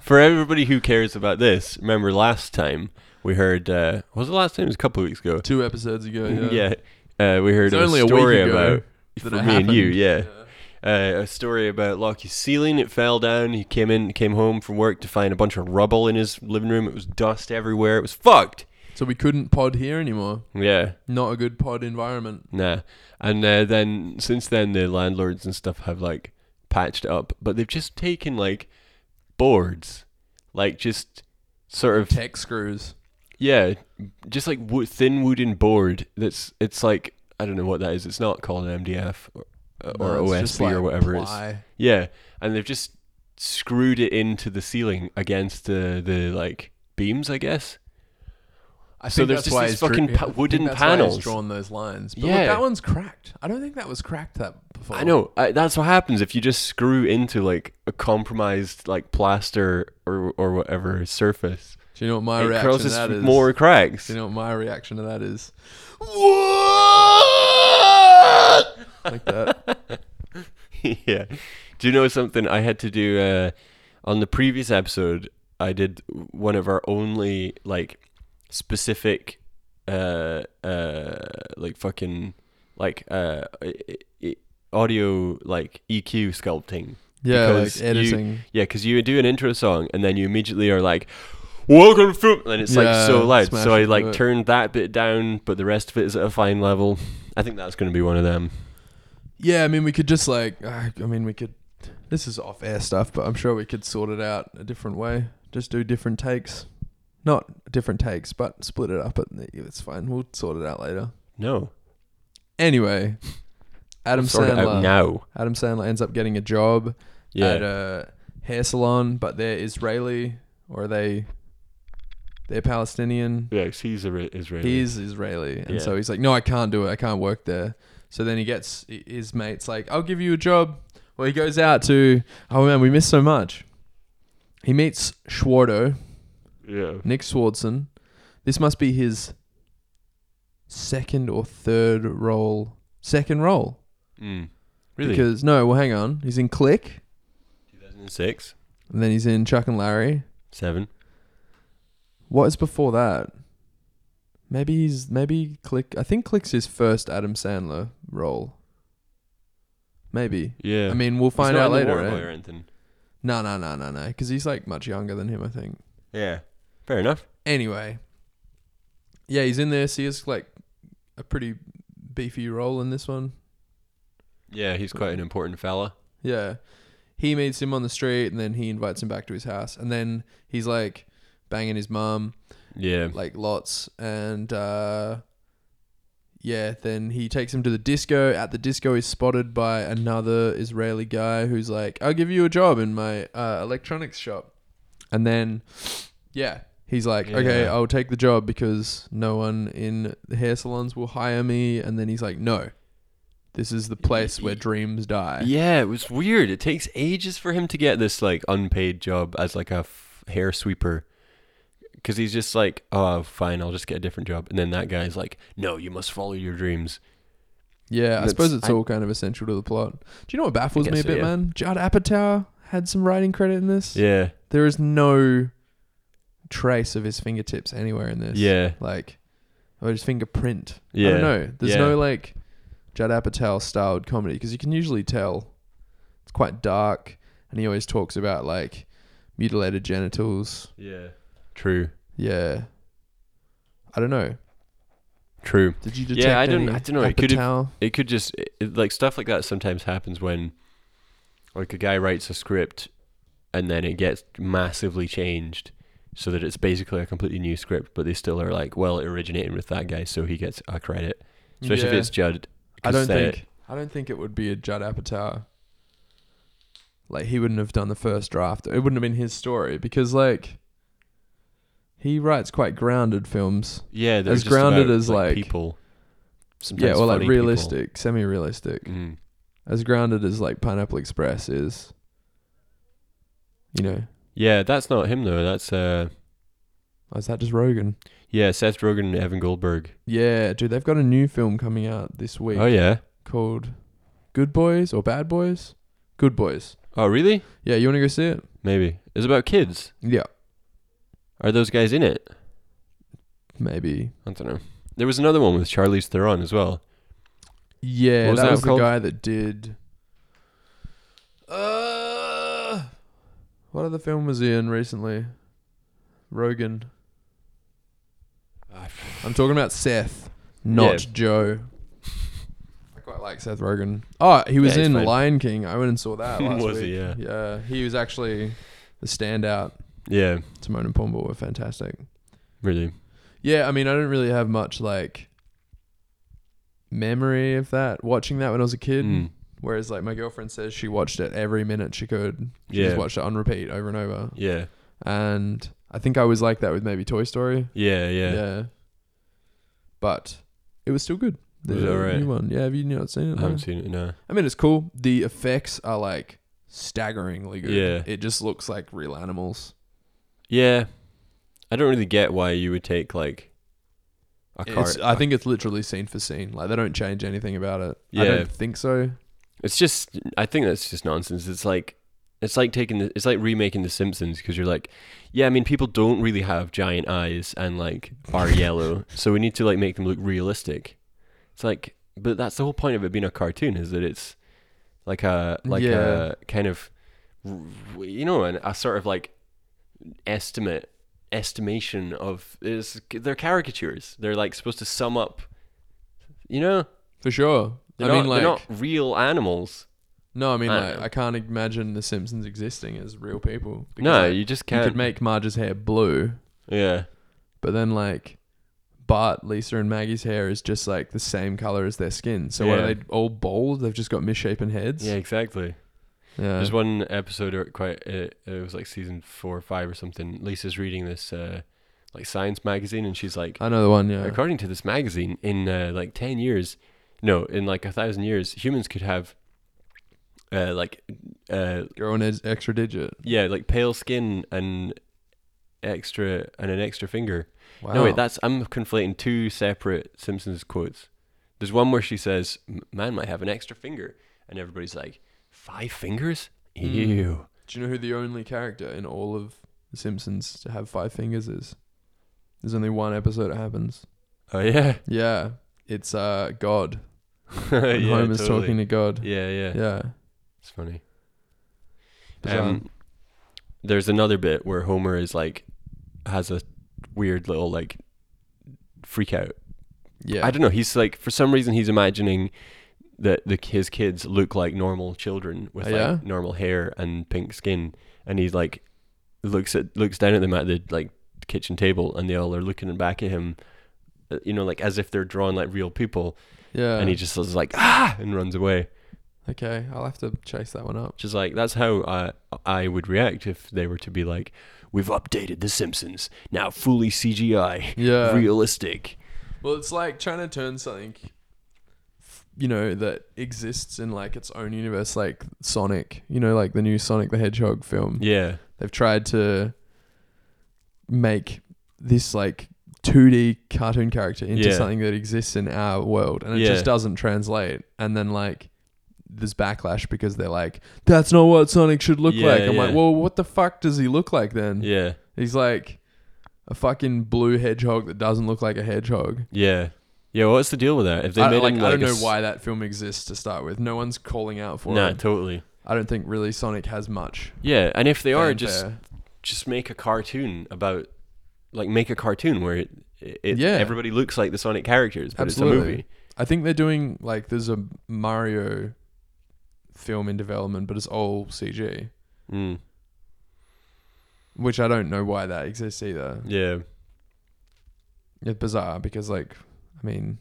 Speaker 1: For everybody who cares about this, remember last time we heard uh what was the last time? It was a couple of weeks ago.
Speaker 2: Two episodes ago. Yeah.
Speaker 1: Yeah. Uh, we heard
Speaker 2: It's only a
Speaker 1: a
Speaker 2: week
Speaker 1: story
Speaker 2: ago
Speaker 1: about
Speaker 2: that
Speaker 1: for
Speaker 2: it
Speaker 1: me and you,
Speaker 2: happened.
Speaker 1: yeah. Uh, a story about Lockie's ceiling. It fell down. He came in, came home from work to find a bunch of rubble in his living room. It was dust everywhere. It was fucked.
Speaker 2: So we couldn't pod here anymore.
Speaker 1: Yeah.
Speaker 2: Not a good pod environment.
Speaker 1: Nah. And uh, then since then, the landlords and stuff have like patched it up, but they've just taken like boards, like just sort of
Speaker 2: Tech screws.
Speaker 1: yeah, just like wo- thin wooden board. That's it's like I don't know what that is. It's not called an MDF or, or
Speaker 2: No, it's just
Speaker 1: OSB or
Speaker 2: like
Speaker 1: whatever it's.
Speaker 2: ply.
Speaker 1: Yeah, and they've just screwed it into the ceiling against the the like beams, I guess.
Speaker 2: I
Speaker 1: So
Speaker 2: think
Speaker 1: there's
Speaker 2: that's
Speaker 1: just
Speaker 2: why
Speaker 1: these
Speaker 2: he's
Speaker 1: fucking
Speaker 2: yeah,
Speaker 1: pa-
Speaker 2: I think
Speaker 1: wooden
Speaker 2: that's why he's
Speaker 1: panels.
Speaker 2: drawn those lines. But look,
Speaker 1: Yeah.
Speaker 2: that one's cracked. I don't think that was cracked that before.
Speaker 1: I know I, that's what happens if you just screw into like a compromised like plaster or or whatever surface.
Speaker 2: Do you know what my
Speaker 1: it
Speaker 2: reaction to
Speaker 1: causes
Speaker 2: that is?
Speaker 1: more cracks.
Speaker 2: Do you know what my reaction to that is? Like that.
Speaker 1: yeah. Do you know something I had to do uh, on the previous episode? I did one of our only like specific uh uh like fucking like uh i- i- audio like EQ sculpting.
Speaker 2: yeah,
Speaker 1: Because
Speaker 2: like
Speaker 1: you-
Speaker 2: editing.
Speaker 1: Yeah, cuz you do an intro song and then you immediately are like welcome to Fruit," and it's like so
Speaker 2: Yeah,
Speaker 1: loud.
Speaker 2: smash
Speaker 1: So I
Speaker 2: into
Speaker 1: like
Speaker 2: it.
Speaker 1: turned that bit down, but the rest of it is at a fine level. I think that's going to be one of them.
Speaker 2: Yeah, I mean, we could just like, uh, I mean, we could. This is off air stuff, but I'm sure we could sort it out a different way. Just do different takes, not different takes, but split it up. But it's fine. We'll sort it out later.
Speaker 1: No.
Speaker 2: Anyway, Adam
Speaker 1: Sort it out
Speaker 2: Sandler.
Speaker 1: now.
Speaker 2: Adam Sandler ends up getting a job
Speaker 1: Yeah.
Speaker 2: at a hair salon, but they're Israeli or are they they're Palestinian.
Speaker 3: Yeah, 'cause he's a Israeli.
Speaker 2: He's Israeli, and
Speaker 3: Yeah.
Speaker 2: so he's like, "No, I can't do it. I can't work there." So then he gets i- his mates like, "I'll give you a job." Well, he goes out to oh man, we missed so much. He meets Schwardo,
Speaker 3: yeah.
Speaker 2: Nick Swardson. This must be his second or third role. Second role,
Speaker 1: Mm.
Speaker 2: because no, well, hang on, he's in Click,
Speaker 1: 2006,
Speaker 2: and then he's in Chuck and Larry.
Speaker 1: seven.
Speaker 2: What is before that? Maybe he's maybe Click. I think Click's his first Adam Sandler role. Maybe.
Speaker 3: Yeah.
Speaker 2: I mean, we'll
Speaker 1: He's
Speaker 2: find
Speaker 1: not
Speaker 2: out
Speaker 1: in The
Speaker 2: later.
Speaker 1: Waterboy
Speaker 2: Right?
Speaker 1: or anything.
Speaker 2: No, no, no, no, no, because he's like much younger than him, I think.
Speaker 1: Yeah, fair enough.
Speaker 2: Anyway, yeah, he's in this. He has like a pretty beefy role in this one.
Speaker 1: Yeah, he's quite an important fella.
Speaker 2: Yeah. He meets him on the street, and then he invites him back to his house, and then he's like banging his mum,
Speaker 1: Yeah,
Speaker 2: like lots and uh yeah then he takes him to the disco at the disco he's spotted by another israeli guy who's like i'll give you a job in my uh, electronics shop and then yeah he's like okay
Speaker 1: Yeah.
Speaker 2: i'll take the job because no one in the hair salons will hire me and then he's like no this is the place where dreams die
Speaker 1: yeah, it was weird. It takes ages for him to get this like unpaid job as like a f- hair sweeper, because he's just like, oh, fine, I'll just get a different job. And then that guy's like, no, you must follow your dreams.
Speaker 2: Yeah, I
Speaker 1: That's-
Speaker 2: suppose it's
Speaker 1: I-
Speaker 2: all kind of essential to the plot. Do you know what baffles me a
Speaker 1: guess so,
Speaker 2: bit,
Speaker 1: yeah.
Speaker 2: man? Judd Apatow had some writing credit in this.
Speaker 1: Yeah,
Speaker 2: there is no trace of his fingertips anywhere in this.
Speaker 1: yeah,
Speaker 2: Like, or his fingerprint. I
Speaker 1: Yeah.
Speaker 2: don't know. There's
Speaker 1: Yeah.
Speaker 2: no like Judd Apatow styled comedy because you can usually tell it's quite dark, and he always talks about like mutilated genitals.
Speaker 1: yeah. True,
Speaker 2: Yeah. I don't know.
Speaker 1: true.
Speaker 2: Did you detect
Speaker 1: Yeah, I don't-
Speaker 2: any
Speaker 1: I don't know. It could've-
Speaker 2: Apatow?
Speaker 1: it could just it, it- like stuff like that sometimes happens when like a guy writes a script and then it gets massively changed so that it's basically a completely new script but they still are like well it originated with that guy so he gets a credit especially if
Speaker 2: Yeah.
Speaker 1: it's judd
Speaker 2: I don't
Speaker 1: 'cause they-
Speaker 2: think I don't think it would be a Judd Apatow. Like he wouldn't have done the first draft. It wouldn't have been his story because like he writes quite grounded films.
Speaker 1: yeah they're
Speaker 2: as
Speaker 1: just
Speaker 2: grounded
Speaker 1: about,
Speaker 2: as, like-
Speaker 1: people sometimes
Speaker 2: yeah, or like
Speaker 1: funny people.
Speaker 2: realistic, semi-realistic.
Speaker 1: Mm.
Speaker 2: As grounded as like Pineapple Express is. You know,
Speaker 1: yeah that's not him though that's uh
Speaker 2: oh, is that just Rogan?
Speaker 1: yeah seth rogen and evan goldberg
Speaker 2: Yeah, dude, they've got a new film coming out this week
Speaker 1: oh yeah
Speaker 2: called Good Boys or Bad Boys? Good Boys.
Speaker 1: oh really
Speaker 2: Yeah, you want to go see it?
Speaker 1: maybe it's about kids
Speaker 2: Yeah,
Speaker 1: are those guys in it
Speaker 2: maybe.
Speaker 1: I don't know. There was another one with Charlize Theron as well.
Speaker 2: Yeah,
Speaker 1: What was
Speaker 2: that,
Speaker 1: that
Speaker 2: was
Speaker 1: called?
Speaker 2: the guy that did. Uh, what other film was he in recently? Rogan. I'm talking about Seth, not
Speaker 1: Yeah.
Speaker 2: Joe. I quite like Seth Rogen. Oh, he was
Speaker 1: Yeah, he's
Speaker 2: in
Speaker 1: fine.
Speaker 2: Lion King. I went and saw that last
Speaker 1: Was
Speaker 2: week.
Speaker 1: he? Yeah.
Speaker 2: yeah, he was actually the standout.
Speaker 1: Yeah,
Speaker 2: Timon and Pumbaa were fantastic.
Speaker 1: really.
Speaker 2: Yeah, I mean, I don't really have much like memory of that watching that when I was a kid.
Speaker 1: Mm.
Speaker 2: Whereas like my girlfriend says she watched it every minute she could. She
Speaker 1: Yeah.
Speaker 2: just watched it on repeat over and over.
Speaker 1: Yeah,
Speaker 2: And I think I was like that with maybe Toy Story.
Speaker 1: yeah, yeah.
Speaker 2: But it was still good.
Speaker 1: Was it
Speaker 2: a
Speaker 1: alright?
Speaker 2: new one. Yeah, have you not seen it?
Speaker 1: I
Speaker 2: No?
Speaker 1: haven't seen it. No.
Speaker 2: I mean it's cool. The effects are like staggeringly good.
Speaker 1: Yeah.
Speaker 2: It just looks like real animals.
Speaker 1: Yeah, I don't really get why you would take like a car.
Speaker 2: It's, I think it's literally scene for scene. Like they don't change anything about it. I
Speaker 1: Yeah.
Speaker 2: don't think so.
Speaker 1: It's just. I think that's just nonsense. It's like. It's like taking the, it's like remaking The Simpsons because you're like, yeah, I mean, people don't really have giant eyes and like are yellow, so we need to like make them look realistic. It's like, but that's the whole point of it being a cartoon is that it's like a like
Speaker 2: Yeah.
Speaker 1: a kind of, r- you know, an, a sort of like estimate estimation of is they're caricatures. They're like supposed to sum up, you know.
Speaker 2: For sure.
Speaker 1: They're
Speaker 2: I
Speaker 1: not,
Speaker 2: mean like
Speaker 1: they're not real animals.
Speaker 2: No, I mean,
Speaker 1: I
Speaker 2: like,
Speaker 1: dunno.
Speaker 2: I can't imagine The Simpsons existing as real people. because,
Speaker 1: No,
Speaker 2: like,
Speaker 1: you just
Speaker 2: you
Speaker 1: can't.
Speaker 2: could make Marge's hair blue,
Speaker 1: yeah,
Speaker 2: but then like Bart, Lisa, and Maggie's hair is just like the same color as their skin. So what
Speaker 1: Yeah.
Speaker 2: are they all bald? They've just got misshapen heads.
Speaker 1: yeah, exactly.
Speaker 2: Yeah.
Speaker 1: There's one episode or quite it, it was like season four or five or something. Lisa's reading this uh, like science magazine and she's like,
Speaker 2: I know the one. Yeah.
Speaker 1: according to this magazine, in uh, like ten years, no, in like a thousand years, humans could have uh, like uh,
Speaker 2: Grow an ex- extra digit.
Speaker 1: yeah, like pale skin and extra and an extra finger.
Speaker 2: Wow.
Speaker 1: No, wait, that's I'm conflating two separate Simpsons quotes. There's one where she says, "M- "Man might have an extra finger," and everybody's like, five fingers?
Speaker 2: Hmm.
Speaker 1: Ew."
Speaker 2: Do you know who the only character in all of The Simpsons to have five fingers is? There's only one episode it happens.
Speaker 1: Oh yeah,
Speaker 2: Yeah. It's uh God.
Speaker 1: yeah.
Speaker 2: And Homer's
Speaker 1: totally.
Speaker 2: talking to God.
Speaker 1: Yeah, yeah,
Speaker 2: Yeah.
Speaker 1: It's funny.
Speaker 2: Bizarre.
Speaker 1: Um, there's another bit where Homer is like, has a weird little like freak out.
Speaker 2: yeah.
Speaker 1: I don't know. He's like, for some reason, he's imagining that the his kids look like normal children with like
Speaker 2: Oh, Yeah?
Speaker 1: normal hair and pink skin, and he's like, looks at looks down at them at the like kitchen table, and they all are looking back at him, uh, you know, like as if they're drawn like real people,
Speaker 2: yeah.
Speaker 1: and he just is like ah and runs away.
Speaker 2: okay. I'll have to chase that one up.
Speaker 1: Just like that's how I I would react if they were to be like, we've updated The Simpsons now fully CGI,
Speaker 2: Yeah.
Speaker 1: realistic.
Speaker 2: Well, it's like trying to turn something, f- you know, that exists in like its own universe, like Sonic. You know, like the new Sonic the Hedgehog film.
Speaker 1: Yeah,
Speaker 2: They've tried to make this like 2D cartoon character into
Speaker 1: Yeah.
Speaker 2: something that exists in our world, and it
Speaker 1: Yeah.
Speaker 2: just doesn't translate. And then like. There's backlash because they're like, that's not what Sonic should look
Speaker 1: Yeah,
Speaker 2: like. I'm like,
Speaker 1: yeah.
Speaker 2: well, what the fuck does he look like then?
Speaker 1: yeah,
Speaker 2: He's like a fucking blue hedgehog that doesn't look like a hedgehog.
Speaker 1: yeah, yeah. What's the deal with that? If they
Speaker 2: I,
Speaker 1: made
Speaker 2: like,
Speaker 1: him
Speaker 2: I
Speaker 1: like
Speaker 2: don't
Speaker 1: a
Speaker 2: know
Speaker 1: s-
Speaker 2: why that film exists to start with. No one's calling out for
Speaker 1: Nah,
Speaker 2: it.
Speaker 1: totally.
Speaker 2: I don't think really Sonic has much.
Speaker 1: Yeah, and if they are just
Speaker 2: fanfare.
Speaker 1: just make a cartoon about like make a cartoon where it, it
Speaker 2: Yeah.
Speaker 1: everybody looks like the Sonic characters, but it's a
Speaker 2: Absolutely.
Speaker 1: movie.
Speaker 2: I think they're doing like there's a Mario film in development, but it's all CG,
Speaker 1: Mm,
Speaker 2: which I don't know why that exists either.
Speaker 1: yeah.
Speaker 2: It's bizarre because like I mean,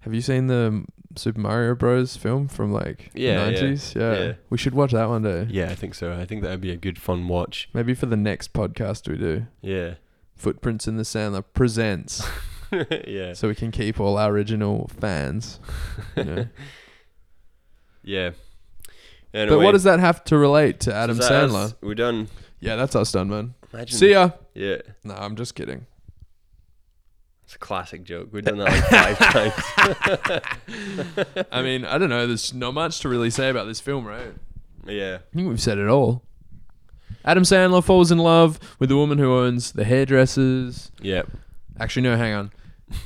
Speaker 2: have you seen the Super Mario Bros film from like
Speaker 1: Yeah, yeah,
Speaker 2: the 90s?
Speaker 1: yeah.
Speaker 2: We should watch that one day.
Speaker 1: Yeah, I think so. I think that'd be a good fun watch.
Speaker 2: Maybe for the next podcast we do.
Speaker 1: Yeah.
Speaker 2: Footprints in the Sand that presents
Speaker 1: yeah.
Speaker 2: so we can keep all our original fans. you know.
Speaker 1: Yeah.
Speaker 2: But what does that have to relate to Adam Sandler?
Speaker 4: We're done.
Speaker 2: Yeah, that's us done, man.
Speaker 4: Imagine.
Speaker 2: See ya.
Speaker 4: Yeah.
Speaker 2: No, I'm just kidding.
Speaker 4: It's a classic joke. We've done that like five times.
Speaker 2: I mean, I don't know. There's not much to really say about this film, right?
Speaker 4: Yeah.
Speaker 2: I think we've said it all. Adam Sandler falls in love with the woman who owns the hairdressers.
Speaker 1: Yeah.
Speaker 2: Actually, no, hang on.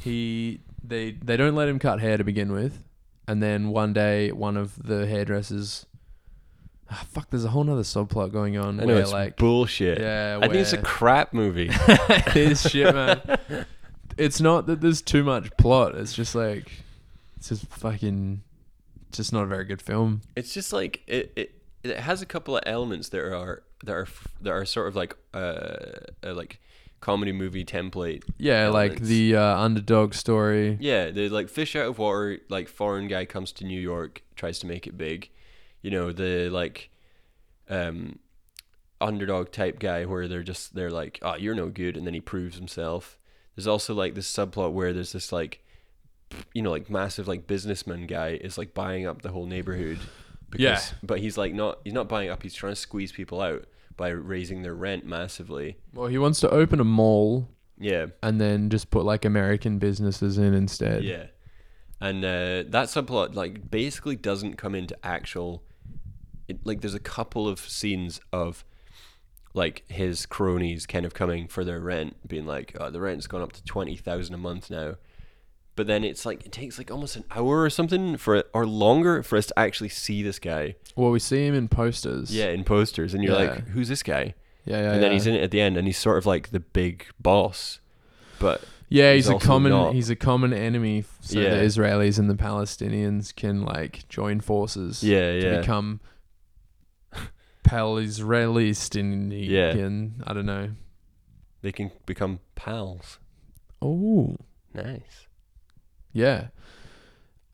Speaker 2: He they they don't let him cut hair to begin with, and then one day one of the hairdressers. Ah, fuck, there's a whole nother subplot going on.
Speaker 1: I know
Speaker 2: where,
Speaker 1: it's
Speaker 2: like,
Speaker 1: bullshit.
Speaker 2: yeah,
Speaker 1: I think it's a
Speaker 2: where-
Speaker 1: crap movie.
Speaker 2: this shit, man. It's not that there's too much plot. It's just like, it's just fucking, just not a very good film.
Speaker 1: it's just like it, it it has a couple of elements that are that are f- that are sort of like uh, uh like comedy movie template.
Speaker 2: Yeah, like
Speaker 1: elements.
Speaker 2: the uh, underdog story.
Speaker 1: Yeah, the like fish out of water, like foreign guy comes to New York, tries to make it big. You know, the like um underdog type guy where they're just they're like, "Oh, you're no good," and then he proves himself. There's also like this subplot where there's this like you know, like massive like businessman guy is like buying up the whole neighborhood because
Speaker 2: Yeah.
Speaker 1: but he's like not he's not buying up, he's trying to squeeze people out by raising their rent massively.
Speaker 2: Well, he wants to open a mall
Speaker 1: Yeah.
Speaker 2: and then just put like American businesses in instead.
Speaker 1: Yeah. And uh, that subplot like basically doesn't come into actual it, like there's a couple of scenes of like his cronies kind of coming for their rent being like oh, the rent's gone up to 20,000 a month now. But then it's like it takes like almost an hour or something for it, or longer for us to actually see this guy.
Speaker 2: Well, we see him in posters.
Speaker 1: Yeah, in posters and you're
Speaker 2: Yeah.
Speaker 1: like who's this guy?
Speaker 2: Yeah, yeah.
Speaker 1: and then
Speaker 2: yeah.
Speaker 1: he's in it at the end and he's sort of like the big boss. But
Speaker 2: Yeah,
Speaker 1: he's
Speaker 2: he's, a
Speaker 1: also
Speaker 2: common
Speaker 1: not.
Speaker 2: he's a common enemy, f- so
Speaker 1: Yeah.
Speaker 2: the Israelis and the Palestinians can like join forces.
Speaker 1: yeah,
Speaker 2: to
Speaker 1: yeah.
Speaker 2: become Palestinian. I don't know.
Speaker 1: they can become pals.
Speaker 2: Oh,
Speaker 1: Nice.
Speaker 2: yeah.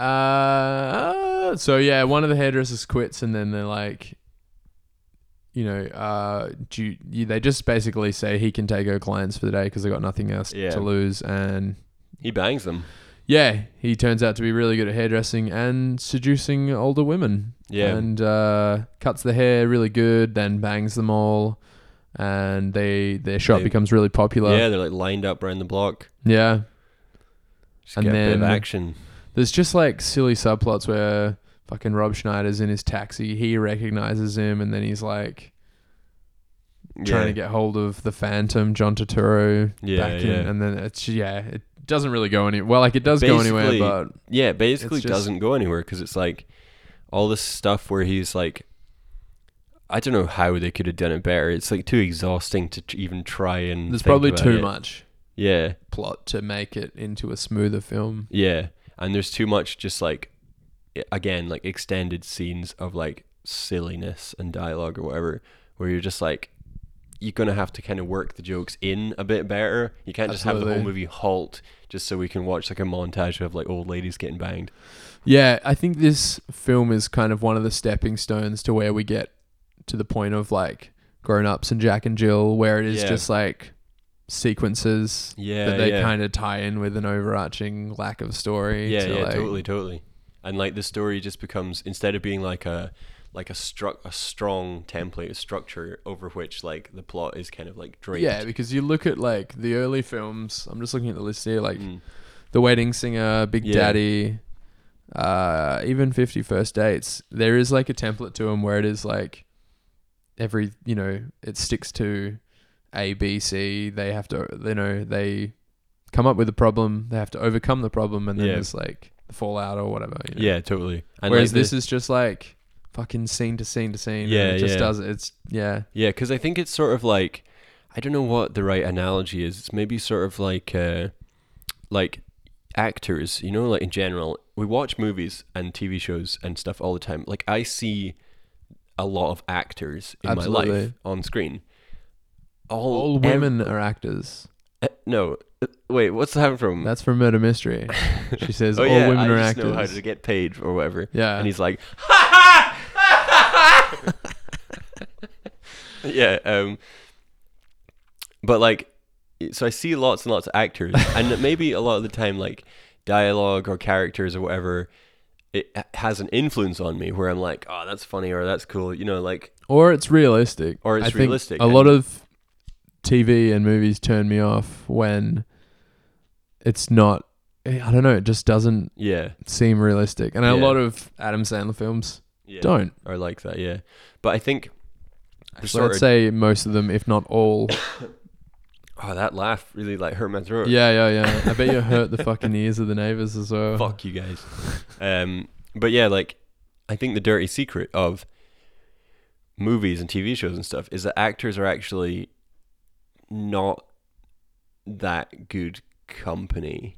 Speaker 2: Uh, so yeah, one of the hairdressers quits, and then they're like, you know, uh, do you, you- they just basically say he can take her clients for the day because they got nothing else
Speaker 1: Yeah.
Speaker 2: to lose, and
Speaker 1: He bangs them.
Speaker 2: yeah, he turns out to be really good at hairdressing and seducing older women.
Speaker 1: Yeah.
Speaker 2: and uh, cuts the hair really good, then bangs them all, and they their shop
Speaker 1: They-
Speaker 2: becomes really popular.
Speaker 1: yeah, they're like lined up around the block.
Speaker 2: yeah.
Speaker 1: Just
Speaker 2: And
Speaker 1: get a bit
Speaker 2: then-
Speaker 1: of action.
Speaker 2: There's just like silly subplots where fucking Rob Schneider's in his taxi, he recognizes him, and then he's like trying to
Speaker 1: Yeah.
Speaker 2: get hold of the Phantom, John Turturro,
Speaker 1: Yeah,
Speaker 2: back in,
Speaker 1: yeah.
Speaker 2: and then it's yeah, it doesn't really go any well, like it does go anywhere,
Speaker 1: Basically-
Speaker 2: but
Speaker 1: Yeah, basically
Speaker 2: It's just-
Speaker 1: doesn't go anywhere because it's like all this stuff where he's like, I don't know how they could have done it better. It's like too exhausting to tr- even try and.
Speaker 2: there's
Speaker 1: think
Speaker 2: probably
Speaker 1: about
Speaker 2: too
Speaker 1: it.
Speaker 2: much
Speaker 1: Yeah,
Speaker 2: plot to make it into a smoother film.
Speaker 1: yeah, and there's too much just like, i- again, like extended scenes of like silliness and dialogue or whatever, where you're just like, you're gonna have to kind of work the jokes in a bit better. You can't just have the whole
Speaker 2: Absolutely.
Speaker 1: movie halt just so we can watch like a montage of like old ladies getting banged.
Speaker 2: Yeah, I think this film is kind of one of the stepping stones to where we get to the point of like grown ups and Jack and Jill, where it is
Speaker 1: Yeah.
Speaker 2: just like sequences
Speaker 1: Yeah,
Speaker 2: that they
Speaker 1: yeah.
Speaker 2: kind of tie in with an overarching lack of story.
Speaker 1: yeah
Speaker 2: to,
Speaker 1: yeah
Speaker 2: like-
Speaker 1: totally totally and like the story just becomes instead of being like a like a struck a strong template a structure over which like the plot is kind of like draped
Speaker 2: Yeah, because you look at like the early films. I'm just looking at the list here,
Speaker 1: Mm.
Speaker 2: like The Wedding Singer, Big
Speaker 1: Yeah.
Speaker 2: Daddy, uh, even Fifty First Dates. There is like a template to them where it is like every you know it sticks to A B C. They have to you know they come up with a problem. They have to overcome the problem, and then
Speaker 1: Yeah.
Speaker 2: there's like the fallout or whatever. You know?
Speaker 1: yeah totally and
Speaker 2: Whereas
Speaker 1: like the-
Speaker 2: this is just like fucking scene to scene to scene. and
Speaker 1: Yeah,
Speaker 2: it just
Speaker 1: yeah.
Speaker 2: does it. It's yeah.
Speaker 1: yeah because i think it's sort of like i don't know what the right analogy is it's maybe sort of like uh like actors you know like in general we watch movies and tv shows and stuff all the time like i see a lot of actors in my life
Speaker 2: Absolutely.
Speaker 1: on screen all,
Speaker 2: All
Speaker 1: ev-
Speaker 2: women are actors.
Speaker 1: Uh, no, Uh, wait, what's that from?
Speaker 2: That's from Murder Mystery. She says
Speaker 1: oh
Speaker 2: all
Speaker 1: yeah,
Speaker 2: women
Speaker 1: I
Speaker 2: are
Speaker 1: just know how
Speaker 2: actors.
Speaker 1: to get paid or whatever.
Speaker 2: Yeah.
Speaker 1: and he's like, yeah. Um, but like, so I see lots and lots of actors, and maybe a lot of the time, like dialogue or characters or whatever, it h- has an influence on me where I'm like, oh, that's funny or that's cool, you know, like
Speaker 2: or it's realistic.
Speaker 1: Or it's
Speaker 2: I think
Speaker 1: realistic,
Speaker 2: A
Speaker 1: and-
Speaker 2: lot of TV and movies turn me off when it's not. eh, I don't know. It just doesn't
Speaker 1: yeah,
Speaker 2: seem realistic, and a
Speaker 1: Yeah.
Speaker 2: lot of Adam Sandler films
Speaker 1: yeah,
Speaker 2: don't.
Speaker 1: or like that, yeah. But I think. the
Speaker 2: So
Speaker 1: sort
Speaker 2: I'd
Speaker 1: of-
Speaker 2: say most of them, if not all.
Speaker 1: Oh, that laugh really like hurt my throat.
Speaker 2: yeah, yeah, yeah. I bet you hurt the fucking ears of the neighbors as well.
Speaker 1: Fuck you guys. Um, but yeah, like I think the dirty secret of movies and TV shows and stuff is that actors are actually not that good company.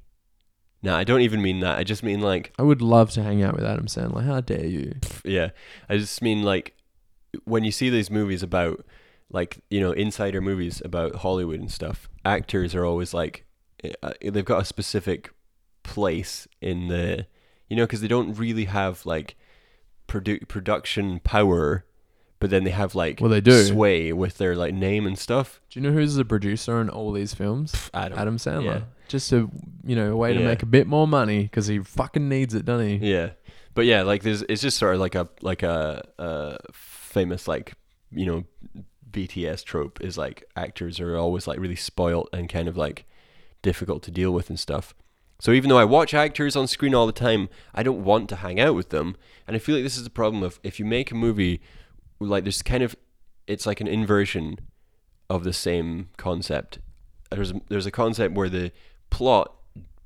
Speaker 1: Now, I don't even mean that. I just mean like
Speaker 2: I would love to hang out with Adam Sandler. How dare you?
Speaker 1: yeah. I just mean like when you see these movies about like you know insider movies about Hollywood and stuff, actors are always like uh, they've got a specific place in the you know because they don't really have like produ- production power, but then they have like
Speaker 2: Well, they do.
Speaker 1: sway with their like name and stuff.
Speaker 2: Do you know who's the producer on all these films?
Speaker 1: Adam.
Speaker 2: Adam Sandler.
Speaker 1: Yeah.
Speaker 2: Just a you know a way to
Speaker 1: Yeah.
Speaker 2: make a bit more money because he fucking needs it, doesn't he?
Speaker 1: Yeah, but yeah, like there's it's just sort of like a like a, a famous like you know BTS trope is like actors are always like really spoilt and kind of like difficult to deal with and stuff. So even though I watch actors on screen all the time, I don't want to hang out with them, and I feel like this is the problem of if you make a movie like there's kind of it's like an inversion of the same concept. There's a, there's a concept where the plot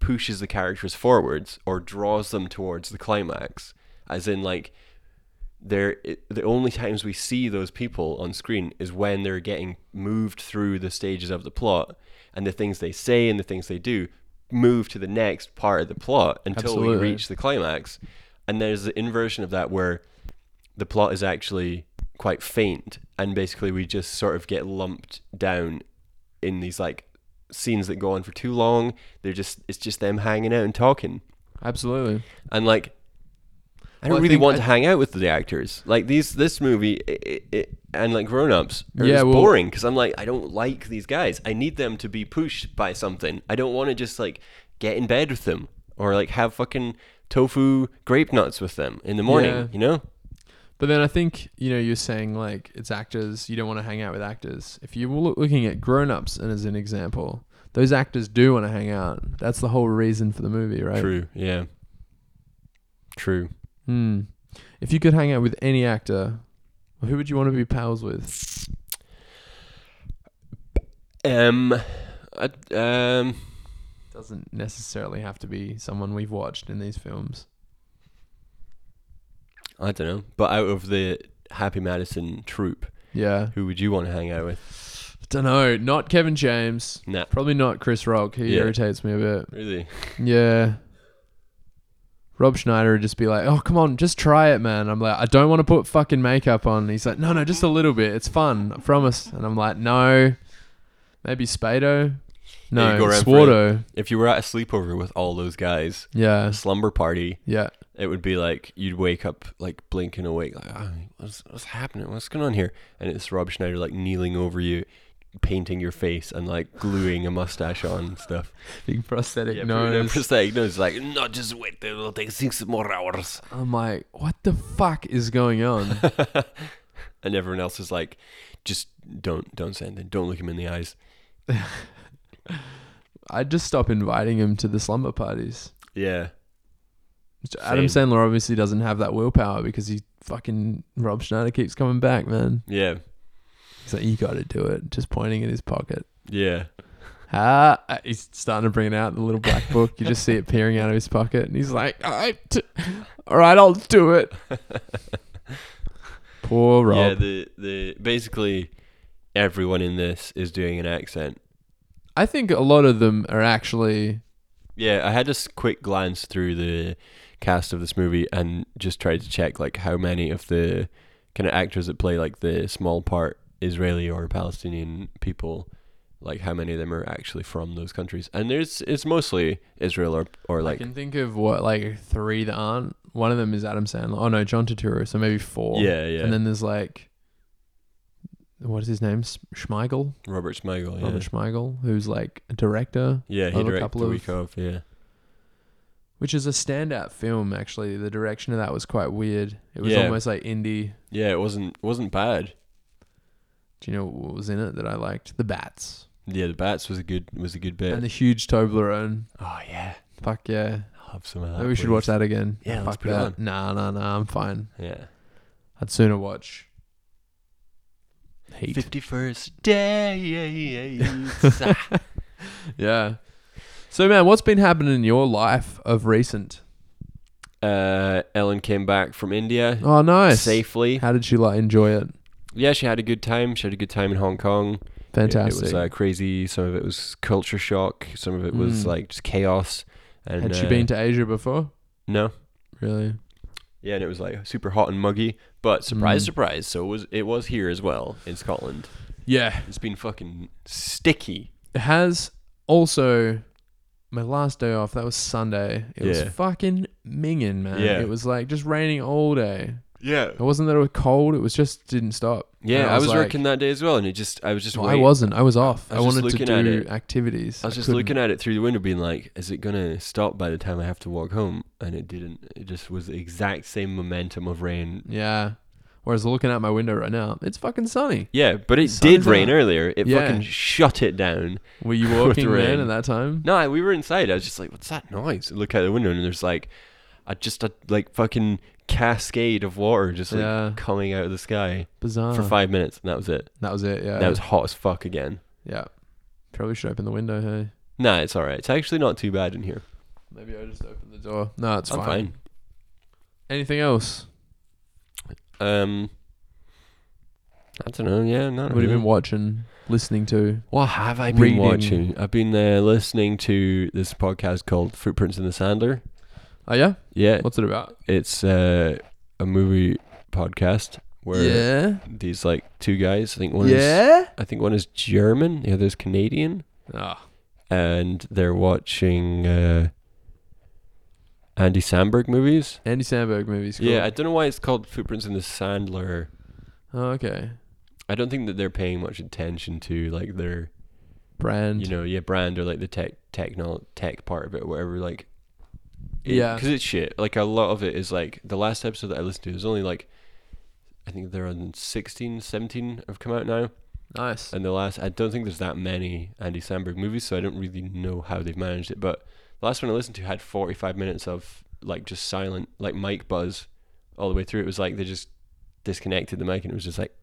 Speaker 1: pushes the characters forwards or draws them towards the climax, as in like there the only times we see those people on screen is when they're getting moved through the stages of the plot, and the things they say and the things they do move to the next part of the plot until we
Speaker 2: Absolutely.
Speaker 1: reach the climax. And there's the inversion of that where the plot is actually quite faint and basically we just sort of get lumped down in these like scenes that go on for too long they're just it's just them hanging out and talking
Speaker 2: Absolutely.
Speaker 1: and like i don't
Speaker 2: Well, I
Speaker 1: really
Speaker 2: think
Speaker 1: want
Speaker 2: I-
Speaker 1: to hang out with the actors like these this movie it, it, and like grown ups are
Speaker 2: Yeah,
Speaker 1: just
Speaker 2: well-
Speaker 1: boring because I'm like, I don't like these guys. I need them to be pushed by something. I don't want to just like get in bed with them or like have fucking tofu grape nuts with them in the morning,
Speaker 2: Yeah.
Speaker 1: you know?
Speaker 2: But then I think you know you're saying like it's actors. You don't want to hang out with actors. If you're loo- looking at grown-ups and as an example, those actors do want to hang out. That's the whole reason for the movie, right?
Speaker 1: True, yeah. True.
Speaker 2: Hmm. If you could hang out with any actor, who would you want to be pals with?
Speaker 1: Um, I, um,
Speaker 2: Doesn't necessarily have to be someone we've watched in these films.
Speaker 1: I don't know. But out of the Happy Madison troupe,
Speaker 2: Yeah.
Speaker 1: who would you want to hang out with?
Speaker 2: Don't know. Not Kevin James.
Speaker 1: Nah.
Speaker 2: Probably not Chris Rock. He
Speaker 1: Yeah.
Speaker 2: irritates me a bit.
Speaker 1: Really?
Speaker 2: Yeah. Rob Schneider would just be like, "Oh, come on, just try it, man." I'm like, "I don't want to put fucking makeup on." He's like, "No, no, just a little bit. It's fun. I promise." And I'm like, "No, maybe Spado, no,
Speaker 1: Yeah, you go around for
Speaker 2: Swardo,
Speaker 1: If you were at a sleepover with all those guys,
Speaker 2: yeah,
Speaker 1: a slumber party,
Speaker 2: yeah,
Speaker 1: it would be like you'd wake up like blinking awake, like oh, what's what's happening? What's going on here? And it's Rob Schneider like kneeling over you, painting your face and like gluing a mustache on and stuff.
Speaker 2: big prosthetic
Speaker 1: Yeah,
Speaker 2: nose."
Speaker 1: prosthetic nose. Like no, just wait, it will take six more hours.
Speaker 2: I'm like, "What the fuck is going on?"
Speaker 1: and everyone else is like, just don't don't send it. Don't look him in the eyes.
Speaker 2: I'd just stop inviting him to the slumber parties.
Speaker 1: Yeah,
Speaker 2: Adam Sandler obviously doesn't have that willpower because he fucking Rob Schneider keeps coming back, man.
Speaker 1: yeah,
Speaker 2: He's like, "You got to do it," just pointing in his pocket.
Speaker 1: yeah.
Speaker 2: Ah, uh, he's starting to bring out the little black book. You just see it peering out of his pocket, and he's like, "All right, t- all right, I'll do it." Poor
Speaker 1: Yeah,
Speaker 2: Rob.
Speaker 1: the the basically everyone in this is doing an accent.
Speaker 2: I think a lot of them are actually
Speaker 1: Yeah, I had a s- quick glance through the cast of this movie and just tried to check like how many of the kind of actors that play like the small part Israeli or Palestinian people, like how many of them are actually from those countries. And there's it's mostly Israel or or
Speaker 2: like,
Speaker 1: like
Speaker 2: I can think of what like three that aren't. One of them is Adam Sandler. Oh no, John Turturro. So maybe four.
Speaker 1: yeah yeah
Speaker 2: And then there's like, what is his name? S- Schmeigel.
Speaker 1: Robert Smigel yeah
Speaker 2: Robert Schmeigel, who's like a director.
Speaker 1: yeah
Speaker 2: of a
Speaker 1: he directed
Speaker 2: couple
Speaker 1: the
Speaker 2: of-
Speaker 1: week of yeah
Speaker 2: Which is a standout film, actually. The direction of that was quite weird. It was
Speaker 1: Yeah.
Speaker 2: almost like indie.
Speaker 1: yeah it wasn't wasn't bad
Speaker 2: Do you know what was in it that I liked? The bats
Speaker 1: yeah the bats was a good was a good bit
Speaker 2: and the huge Toblerone.
Speaker 1: oh yeah
Speaker 2: Fuck yeah!
Speaker 1: I'll have some of that
Speaker 2: Maybe we should
Speaker 1: Ah, please.
Speaker 2: watch that again.
Speaker 1: Yeah, let's
Speaker 2: Fuck
Speaker 1: put it on.
Speaker 2: that. Nah, nah, nah. I'm fine.
Speaker 1: yeah
Speaker 2: I'd sooner watch Heat.
Speaker 1: fifty first day
Speaker 2: yeah. So man, what's been happening in your life of recent?
Speaker 1: uh, Ellen came back from India
Speaker 2: Oh, nice.
Speaker 1: safely.
Speaker 2: How did you like enjoy it?
Speaker 1: Yeah, she had a good time. She had a good time in Hong Kong. It-
Speaker 2: Fantastic.
Speaker 1: It, was uh, crazy. Some of it was culture shock. Some of it was
Speaker 2: Mm.
Speaker 1: like just chaos. And,
Speaker 2: Had she
Speaker 1: uh,
Speaker 2: been to Asia before?
Speaker 1: No.
Speaker 2: Really?
Speaker 1: Yeah, and it was like super hot and muggy. But surprise,
Speaker 2: Mm.
Speaker 1: surprise. So it was it was here as well in Scotland.
Speaker 2: Yeah.
Speaker 1: It's been fucking sticky.
Speaker 2: It has also my last day off. That was Sunday. It was
Speaker 1: Yeah.
Speaker 2: fucking minging, man.
Speaker 1: Yeah.
Speaker 2: It was like just raining all day.
Speaker 1: Yeah.
Speaker 2: It wasn't that it was cold. It was just didn't stop. Oh, And
Speaker 1: Yeah, I was,
Speaker 2: like-
Speaker 1: working that day as well, and it just I was just
Speaker 2: Well, I
Speaker 1: waiting.
Speaker 2: wasn't. I was off. I,
Speaker 1: I was just
Speaker 2: wanted to
Speaker 1: looking at
Speaker 2: do
Speaker 1: it.
Speaker 2: activities.
Speaker 1: I was just looking at it through the window, being like, "Is it gonna stop by the time I have to walk home?" And it didn't. It just was the exact same momentum of rain.
Speaker 2: Yeah. Whereas looking out my window right now, it's fucking sunny.
Speaker 1: Yeah, but it
Speaker 2: Sun
Speaker 1: did
Speaker 2: is
Speaker 1: rain
Speaker 2: out.
Speaker 1: earlier. It
Speaker 2: Yeah.
Speaker 1: fucking shut it down.
Speaker 2: Were you
Speaker 1: With
Speaker 2: walking
Speaker 1: rain.
Speaker 2: man at that time?
Speaker 1: No, I- we were inside. I was just like, "What's that noise?" And look out the window, and there's like, a, just a like fucking cascade of water just like
Speaker 2: Yeah. Uh.
Speaker 1: coming out of the sky
Speaker 2: Bizarre.
Speaker 1: for five minutes, and that was it.
Speaker 2: That was it. Yeah.
Speaker 1: Now it's hot as fuck again.
Speaker 2: yeah. Probably should open the window. Hey.
Speaker 1: Nah, it's all right. It's actually not too bad in here.
Speaker 2: Maybe I just open the door. No, it's
Speaker 1: I'm
Speaker 2: fine.
Speaker 1: fine.
Speaker 2: Anything else?
Speaker 1: Um, I don't know. Yeah, not
Speaker 2: What have
Speaker 1: really.
Speaker 2: you been watching, listening to?
Speaker 1: What have I been
Speaker 2: Reading.
Speaker 1: watching? I've been uh, listening to this podcast called Footprints in the Sander.
Speaker 2: Oh yeah.
Speaker 1: Yeah,
Speaker 2: What's it about?
Speaker 1: it's uh, a movie podcast where these like two guys. I think one is I think one is German, the other is Canadian,
Speaker 2: Ah,
Speaker 1: and they're watching uh, Andy Samberg movies.
Speaker 2: Andy Sandberg movies. Cool.
Speaker 1: Yeah, I don't know why it's called Footprints in the Sandler.
Speaker 2: Oh, okay.
Speaker 1: I don't think that they're paying much attention to like their
Speaker 2: brand.
Speaker 1: you know yeah brand or like the tech techno tech part of it or whatever like
Speaker 2: Yeah.
Speaker 1: because it's shit like a lot of it is like the last episode that I listened to is only like I think they're on 16 17 have come out now
Speaker 2: nice.
Speaker 1: and the last I don't think there's that many Andy Samberg movies, so I don't really know how they've managed it. But the last one I listened to had 45 minutes of like just silent, like mic buzz, all the way through. It was like they just disconnected the mic and it was just like.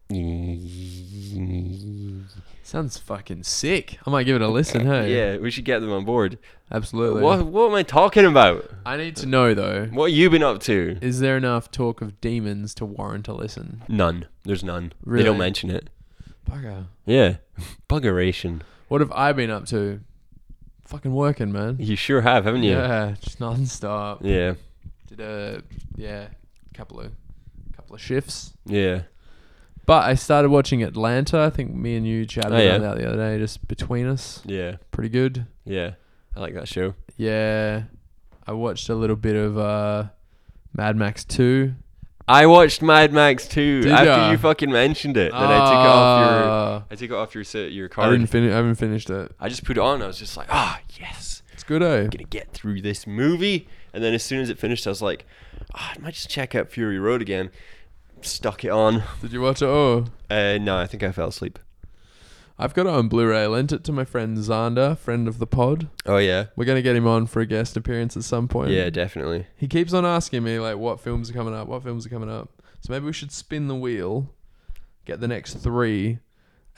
Speaker 2: Sounds fucking sick. I might give it a listen, hey?
Speaker 1: Yeah, we should get them on board.
Speaker 2: Absolutely.
Speaker 1: What What am I talking about?
Speaker 2: I need to know though,
Speaker 1: What have you been up to?
Speaker 2: is there enough talk of demons to warrant a listen?
Speaker 1: None. There's none. They
Speaker 2: Really?
Speaker 1: don't mention it.
Speaker 2: Bugger.
Speaker 1: Yeah, buggeration.
Speaker 2: What have I been up to? Fucking working, man.
Speaker 1: You sure have, haven't you?
Speaker 2: Yeah, just non-stop.
Speaker 1: Yeah.
Speaker 2: Did a yeah, couple of couple of shifts.
Speaker 1: Yeah.
Speaker 2: But I started watching Atlanta. I think me and you chatted
Speaker 1: Oh, yeah.
Speaker 2: about that the other day, just between us.
Speaker 1: Yeah.
Speaker 2: Pretty good.
Speaker 1: Yeah. I like that show.
Speaker 2: Yeah, I watched a little bit of uh, Mad Max Two.
Speaker 1: I watched Mad Max 2
Speaker 2: Did
Speaker 1: after
Speaker 2: ya?
Speaker 1: you fucking mentioned it. Then I took it off your
Speaker 2: Ah,
Speaker 1: I took it off your sit- your
Speaker 2: I didn't
Speaker 1: card.
Speaker 2: finish. I haven't finished it.
Speaker 1: I, just put it on. I was just like, ah, yes,
Speaker 2: It's good, eh?
Speaker 1: I'm gonna get through this movie. And then as soon as it finished, I was like, ah, I might just check out Fury Road again. Stuck it on.
Speaker 2: Did you watch it? Oh,
Speaker 1: Uh, no, I think I fell asleep.
Speaker 2: I've got it on Blu-ray. I lent it to my friend Xander, friend of the pod.
Speaker 1: Oh yeah,
Speaker 2: We're gonna get him on for a guest appearance at some point.
Speaker 1: yeah, definitely.
Speaker 2: He keeps on asking me like, what films are coming up? What films are coming up? So maybe we should spin the wheel, get the next three,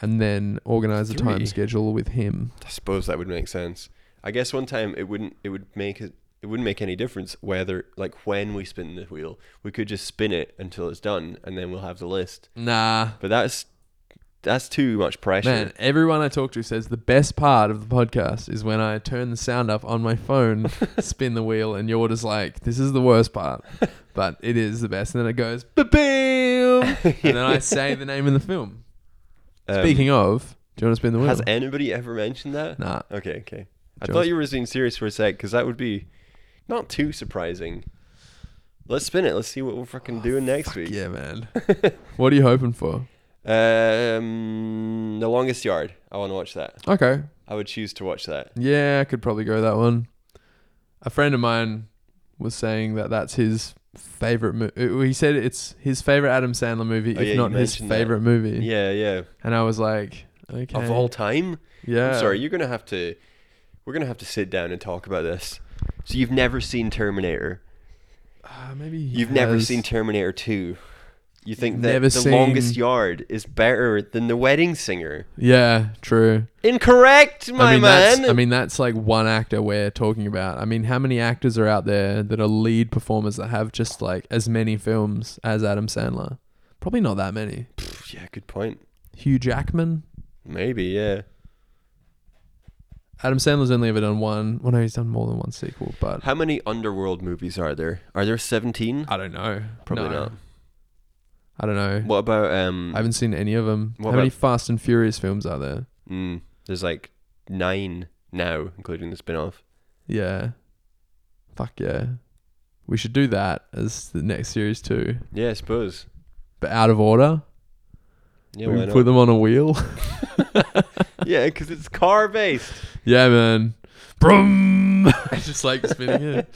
Speaker 2: and then organize a time
Speaker 1: Three?
Speaker 2: schedule with him.
Speaker 1: I suppose that would make sense. I guess one time it wouldn't. It would make it. It wouldn't make any difference whether, like, when we spin the wheel, we could just spin it until it's done, and then we'll have the list.
Speaker 2: Nah,
Speaker 1: But that's that's too much pressure.
Speaker 2: man. Everyone I talk to says the best part of the podcast is when I turn the sound up on my phone, spin the wheel, and you're just like, this is the worst part, but it is the best. And then it goes, ba-boom, and then I say the name of the film.
Speaker 1: Um,
Speaker 2: Speaking of, do you want to spin the wheel?
Speaker 1: has anybody ever mentioned that?
Speaker 2: nah.
Speaker 1: Okay, okay. I
Speaker 2: Joe's-
Speaker 1: thought you were being serious for a sec because that would be not too surprising. Let's spin it. Let's see what we're
Speaker 2: Oh,
Speaker 1: fucking doing next week.
Speaker 2: Ah, Yeah, man. what are you hoping for?
Speaker 1: Um, the longest yard. I want to watch that.
Speaker 2: Okay.
Speaker 1: I would choose to watch that.
Speaker 2: Yeah, I could probably go that one. A friend of mine was saying that that's his favorite movie. He said it's his favorite Adam Sandler movie,
Speaker 1: Oh,
Speaker 2: if
Speaker 1: yeah, you
Speaker 2: not his
Speaker 1: mentioned that.
Speaker 2: favorite movie.
Speaker 1: Yeah, yeah.
Speaker 2: And I was like, okay.
Speaker 1: Of all time.
Speaker 2: yeah.
Speaker 1: I'm sorry, you're gonna have to. We're gonna have to sit down and talk about this. So you've never seen Terminator.
Speaker 2: Ah, maybe he
Speaker 1: You've never
Speaker 2: has-
Speaker 1: seen Terminator Two. You think
Speaker 2: You've
Speaker 1: that
Speaker 2: never
Speaker 1: the longest
Speaker 2: seen-
Speaker 1: yard is better than the Wedding Singer?
Speaker 2: Yeah, true.
Speaker 1: Incorrect, my
Speaker 2: I mean,
Speaker 1: man.
Speaker 2: That's, I mean, that's like one actor we're talking about. I mean, how many actors are out there that are lead performers that have just like as many films as Adam Sandler? Probably not that many.
Speaker 1: yeah, good point.
Speaker 2: Hugh Jackman.
Speaker 1: Maybe, yeah.
Speaker 2: Adam Sandler's only ever done one. Well, no, he's done more than one sequel, but
Speaker 1: How many underworld movies are there? Are there 17?
Speaker 2: I don't know.
Speaker 1: Probably
Speaker 2: No.
Speaker 1: not.
Speaker 2: I don't know.
Speaker 1: What about um
Speaker 2: I haven't seen any of them.
Speaker 1: What
Speaker 2: How many Fast and Furious films are there?
Speaker 1: mm, there's like 9 now including the spin-off.
Speaker 2: Yeah. Fuck yeah. We should do that as the next series too.
Speaker 1: Yeah, I suppose.
Speaker 2: But out of order.
Speaker 1: Yeah,
Speaker 2: we
Speaker 1: why
Speaker 2: can
Speaker 1: not?
Speaker 2: put them on a wheel.
Speaker 1: yeah, cuz it's car based.
Speaker 2: yeah, man. Brum. I just like spinning it.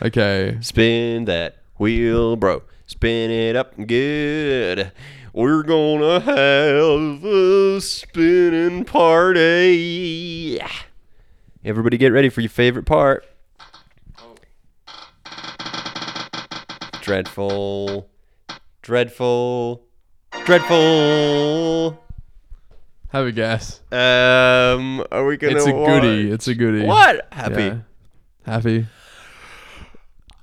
Speaker 2: Okay.
Speaker 1: Spin that wheel, bro. Spin it up good. We're gonna have a spinning party. Everybody get ready for your favorite part. Dreadful. Dreadful. Dreadful.
Speaker 2: Have a guess.
Speaker 1: Um, are we gonna?
Speaker 2: It's a goodie.
Speaker 1: watch-
Speaker 2: It's a goodie.
Speaker 1: What? Happy.
Speaker 2: Yeah. Happy.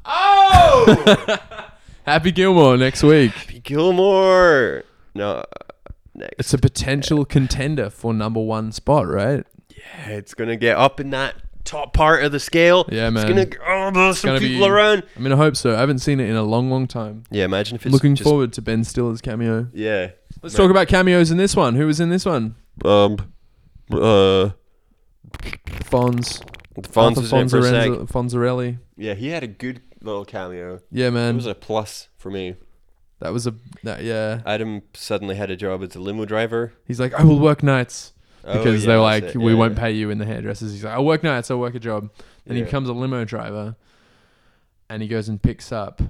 Speaker 1: Oh.
Speaker 2: Happy Gilmore next week.
Speaker 1: Gilmore. No, uh, next.
Speaker 2: It's a potential contender for number one spot, right?
Speaker 1: It's gonna get up in that top part of the scale.
Speaker 2: Yeah, man.
Speaker 1: It's gonna g- oh, there's some
Speaker 2: gonna
Speaker 1: people
Speaker 2: be-
Speaker 1: around.
Speaker 2: I mean, I hope so. I haven't seen it in a long, long time.
Speaker 1: Yeah, imagine if it's
Speaker 2: Looking
Speaker 1: just,
Speaker 2: forward to Ben Stiller's cameo.
Speaker 1: Yeah.
Speaker 2: Let's talk about cameos in this one. Who was in this one?
Speaker 1: Um. Uh.
Speaker 2: Fonz.
Speaker 1: Fonz
Speaker 2: Arthur
Speaker 1: was in it for a sec.
Speaker 2: Fonzarelli.
Speaker 1: Yeah, he had a good little cameo.
Speaker 2: Yeah,
Speaker 1: It
Speaker 2: man.
Speaker 1: was a plus for me.
Speaker 2: That was a that, yeah.
Speaker 1: Adam suddenly had a job as a limo driver
Speaker 2: He's like, I will work nights
Speaker 1: Oh,
Speaker 2: because
Speaker 1: yeah,
Speaker 2: they're
Speaker 1: that's
Speaker 2: like,
Speaker 1: it.
Speaker 2: we
Speaker 1: Yeah,
Speaker 2: won't
Speaker 1: yeah.
Speaker 2: pay you in the hairdressers. He's like, I'll work nights. I'll work a job. Then he
Speaker 1: Yeah.
Speaker 2: becomes a limo driver, and he goes and picks up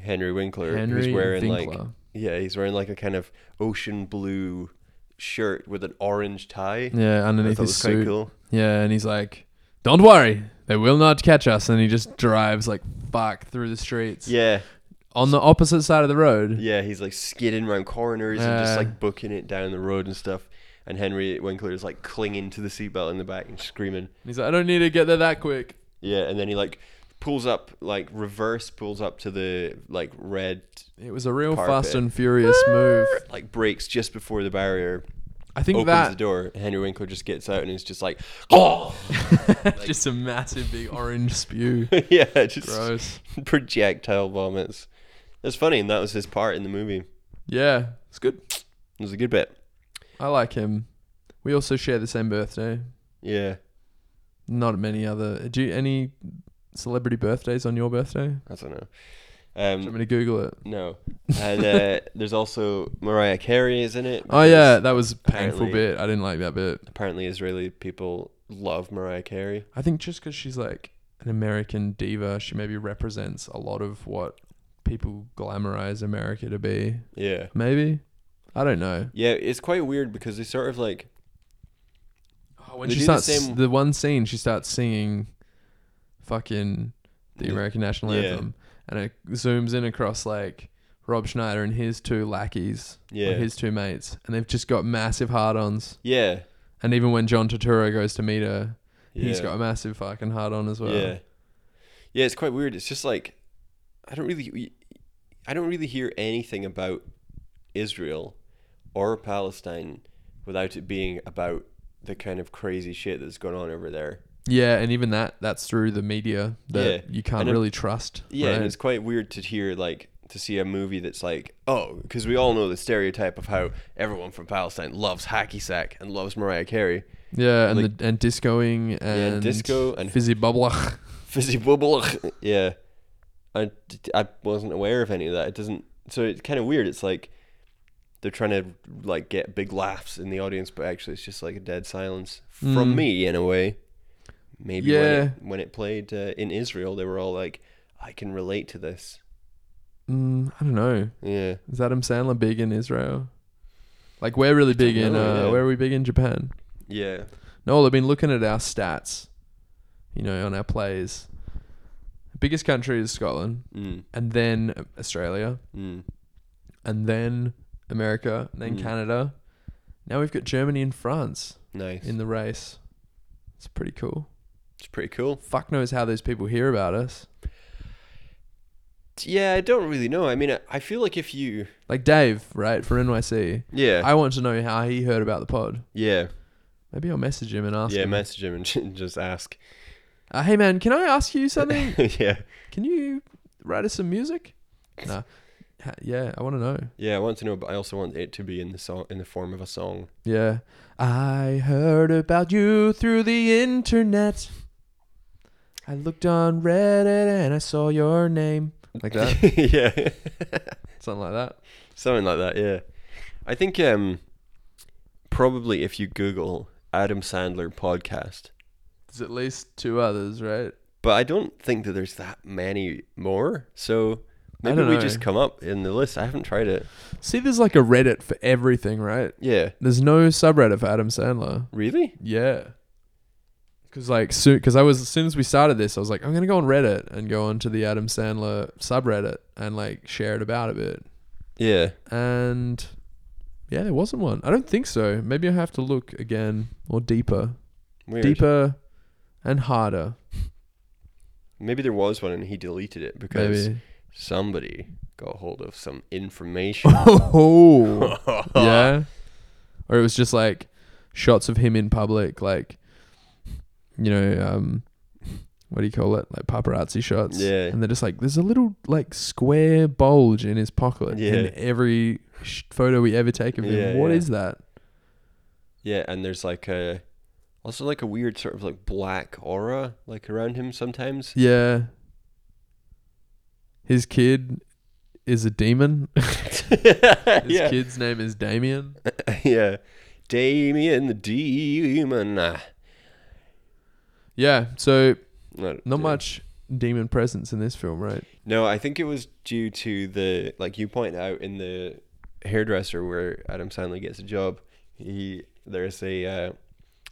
Speaker 1: Henry Winkler,
Speaker 2: Henry
Speaker 1: who's wearing like
Speaker 2: Winkler.
Speaker 1: yeah, he's wearing like a kind of ocean blue shirt with an orange tie.
Speaker 2: yeah,
Speaker 1: I
Speaker 2: underneath
Speaker 1: thought it
Speaker 2: his
Speaker 1: was quite
Speaker 2: suit.
Speaker 1: cool.
Speaker 2: Yeah, and he's like, "Don't worry, they will not catch us." And he just drives like fuck through the streets
Speaker 1: Yeah,
Speaker 2: on the opposite side of the road.
Speaker 1: yeah, he's like skidding around corners and
Speaker 2: Yeah.
Speaker 1: just like booking it down the road and stuff. And Henry Winkler is like clinging to the seatbelt in the back and screaming.
Speaker 2: And he's like, "I don't need to get there that quick."
Speaker 1: Yeah, and then he like pulls up, like reverse pulls up to the like red,
Speaker 2: It was a real
Speaker 1: Carpet.
Speaker 2: fast and furious move.
Speaker 1: like breaks just before the barrier.
Speaker 2: I think
Speaker 1: opens the
Speaker 2: that
Speaker 1: door. Henry Winkler just gets out and is just like, oh,
Speaker 2: just a massive big orange spew.
Speaker 1: yeah, just
Speaker 2: Gross.
Speaker 1: projectile vomits. It's funny, and that was his part in the movie. It
Speaker 2: Yeah, it's good.
Speaker 1: was a good bit.
Speaker 2: I like him. We also share the same birthday.
Speaker 1: Yeah,
Speaker 2: Not many other. Do you, any celebrity birthdays on your birthday?
Speaker 1: I don't know.
Speaker 2: Do you want
Speaker 1: Um,
Speaker 2: me to Google it?
Speaker 1: no, and uh, there's also Mariah Carey is in it.
Speaker 2: Oh
Speaker 1: because
Speaker 2: yeah, that was a painful
Speaker 1: apparently-
Speaker 2: bit. I didn't like that bit.
Speaker 1: apparently Israeli people love Mariah Carey.
Speaker 2: I think just because she's like an American diva, she maybe represents a lot of what people glamorize America to be.
Speaker 1: Yeah,
Speaker 2: Maybe. I don't know.
Speaker 1: yeah, it's quite weird because they sort of like
Speaker 2: Oh, when
Speaker 1: They
Speaker 2: she
Speaker 1: do the
Speaker 2: starts the,
Speaker 1: same-
Speaker 2: one scene, she starts singing fucking the
Speaker 1: Yeah.
Speaker 2: American national
Speaker 1: Yeah.
Speaker 2: anthem, and it zooms in across like Rob Schneider and his two lackeys, or
Speaker 1: yeah,
Speaker 2: his two mates, and they've just got massive hard-ons.
Speaker 1: yeah,
Speaker 2: And even when John Turturro goes to meet her,
Speaker 1: yeah.
Speaker 2: he's got a massive fucking hard-on as well.
Speaker 1: Yeah, yeah, it's quite weird. It's just like I don't really, I don't really hear anything about Israel or Palestine without it being about the kind of crazy shit that's going on over there.
Speaker 2: Yeah, and even that that's through the media that
Speaker 1: Yeah.
Speaker 2: you can't
Speaker 1: And it-
Speaker 2: really trust.
Speaker 1: Yeah, and
Speaker 2: right?
Speaker 1: it's quite weird to hear like to see a movie that's like oh because we all know the stereotype of how everyone from Palestine loves hacky sack and loves Mariah Carey,
Speaker 2: yeah, and
Speaker 1: like-
Speaker 2: the, and discoing and,
Speaker 1: disco and-
Speaker 2: fizzy bubbler.
Speaker 1: fizzy bubble. yeah, I I wasn't aware of any of that. It doesn't. So it's kind of weird. It's like they're trying to like get big laughs in the audience, but actually it's just like a dead silence from
Speaker 2: Mm.
Speaker 1: me in a way. Maybe when,
Speaker 2: Yeah.
Speaker 1: it, when it played uh, in Israel, they were all like, "I can relate to this."
Speaker 2: mm, I don't know.
Speaker 1: Yeah,
Speaker 2: Is Adam Sandler big in Israel? Like we're really big in
Speaker 1: know,
Speaker 2: uh,
Speaker 1: yeah.
Speaker 2: where are we big in Japan?
Speaker 1: yeah,
Speaker 2: No, I've been looking at our stats. You know, on our plays. Biggest country is Scotland,
Speaker 1: mm,
Speaker 2: and then Australia,
Speaker 1: mm.
Speaker 2: and then America, and then
Speaker 1: Mm.
Speaker 2: Canada. Now we've got Germany and France
Speaker 1: nice.
Speaker 2: in the race. It's pretty cool.
Speaker 1: It's pretty cool.
Speaker 2: fuck knows how those people hear about us.
Speaker 1: Yeah, I don't really know. I mean, I- I feel like if you,
Speaker 2: Like Dave, right, for NYC.
Speaker 1: yeah,
Speaker 2: I want to know how he heard about the pod.
Speaker 1: yeah,
Speaker 2: Maybe I'll message him and ask
Speaker 1: yeah,
Speaker 2: him.
Speaker 1: message him and just ask.
Speaker 2: Uh, hey man, can I ask you something?
Speaker 1: yeah,
Speaker 2: can you write us some music? Nah. Ha- Yeah, I want to know.
Speaker 1: yeah. I want to know, but I also want it to be in the song, in the form of a song.
Speaker 2: Yeah. I heard about you through the internet. I looked on Reddit and I saw your name. Like that.
Speaker 1: yeah,
Speaker 2: Something like that.
Speaker 1: something like that. Yeah, I think um, probably if you Google Adam Sandler podcast,
Speaker 2: There's at least two others, right?
Speaker 1: but I don't think that there's that many more. So maybe
Speaker 2: don't
Speaker 1: we
Speaker 2: know.
Speaker 1: just come up in the list. I haven't tried it.
Speaker 2: See, there's like a Reddit for everything, right?
Speaker 1: Yeah,
Speaker 2: There's no subreddit for Adam Sandler.
Speaker 1: really?
Speaker 2: Yeah. Cause like soon, cause I was as soon as we started this, I was like, I'm gonna go on Reddit and go onto the Adam Sandler subreddit and like share it about a bit.
Speaker 1: Yeah,
Speaker 2: And yeah, there wasn't one. I don't think so. Maybe I have to look again or deeper,
Speaker 1: weird.
Speaker 2: deeper and harder.
Speaker 1: Maybe there was one and he deleted it because.
Speaker 2: Maybe.
Speaker 1: somebody got hold of some information.
Speaker 2: Oh. yeah. Or it was just like shots of him in public, like you know, um, what do you call it? Like paparazzi shots.
Speaker 1: Yeah.
Speaker 2: And they're just like, there's a little like square bulge in his pocket
Speaker 1: Yeah.
Speaker 2: in every sh- photo we ever take of him. What
Speaker 1: Yeah,
Speaker 2: is
Speaker 1: yeah.
Speaker 2: that?
Speaker 1: yeah, and there's like a also like a weird sort of like black aura like around him sometimes.
Speaker 2: Yeah. His kid is a demon. His
Speaker 1: yeah.
Speaker 2: kid's name is Damien.
Speaker 1: yeah. Damien the demon. Ah,
Speaker 2: Yeah, so
Speaker 1: not
Speaker 2: not
Speaker 1: Damien.
Speaker 2: much demon presence in this film, right?
Speaker 1: No, I think it was due to the like you point out in the hairdresser where Adam Sandler gets a job. He there's a uh,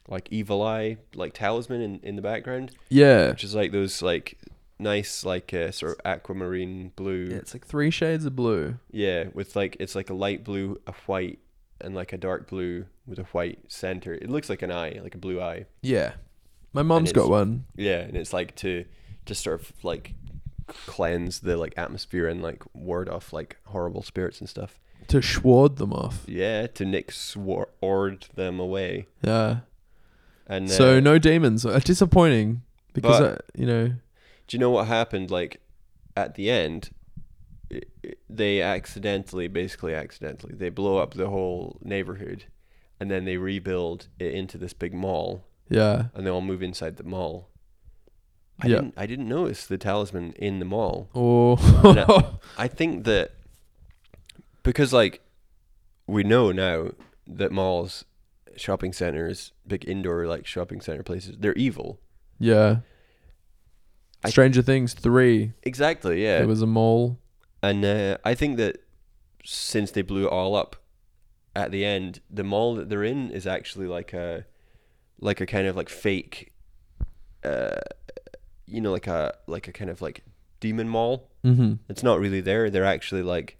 Speaker 1: like evil eye like talisman in, in the background,
Speaker 2: Yeah.
Speaker 1: which is like those like nice like uh, sort of aquamarine blue.
Speaker 2: Yeah, it's like three shades of blue.
Speaker 1: Yeah, with like it's like a light blue, a white, and like a dark blue with a white center. It looks like an eye, like a blue eye.
Speaker 2: Yeah. My mom's
Speaker 1: it's-
Speaker 2: got one.
Speaker 1: Yeah, and it's like to just sort of like cleanse the like atmosphere and like ward off like horrible spirits and stuff.
Speaker 2: To sward them off.
Speaker 1: Yeah, to Nick swar- ord them away.
Speaker 2: Yeah.
Speaker 1: And
Speaker 2: So
Speaker 1: uh,
Speaker 2: no demons. Uh, disappointing because
Speaker 1: But-
Speaker 2: I, you know.
Speaker 1: do you know what happened? Like at the end, i i- they accidentally, basically accidentally, they blow up the whole neighborhood, and then they rebuild it into this big mall,
Speaker 2: Yeah.
Speaker 1: and they all move inside the mall. I
Speaker 2: Yeah.
Speaker 1: didn't. I didn't notice the talisman in the mall.
Speaker 2: Or
Speaker 1: No. I think that because like we know now that malls, shopping centers, big indoor like shopping center places, they're evil.
Speaker 2: yeah.
Speaker 1: I-
Speaker 2: Stranger Things three.
Speaker 1: Exactly, yeah.
Speaker 2: There was a mole.
Speaker 1: and uh, I think that since they blew it all up at the end, the mall that they're in is actually like a like a kind of like fake uh you know like a like a kind of like demon mall.
Speaker 2: Mm-hmm.
Speaker 1: it's not really there. They're actually like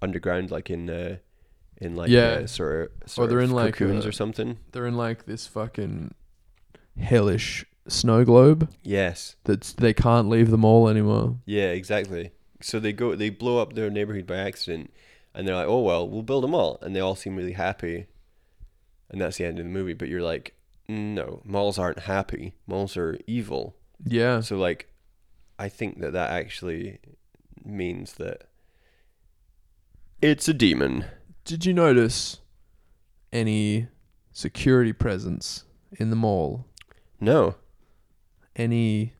Speaker 1: underground, like in uh, in like
Speaker 2: Yeah.
Speaker 1: uh, sort of sort
Speaker 2: they're
Speaker 1: of
Speaker 2: in, like,
Speaker 1: cocoons
Speaker 2: uh,
Speaker 1: or something.
Speaker 2: They're in like this fucking hellish snow globe
Speaker 1: Yes,
Speaker 2: that's they can't leave the mall anymore.
Speaker 1: yeah, exactly. So they go, they blow up their neighborhood by accident, and they're like, "Oh well, we'll build a mall," and they all seem really happy, and that's the end of the movie. But you're like, "No, malls aren't happy. Malls are evil."
Speaker 2: Yeah.
Speaker 1: So like, I think that that actually means that it's a demon.
Speaker 2: Did you notice any security presence in the mall?
Speaker 1: No,
Speaker 2: Any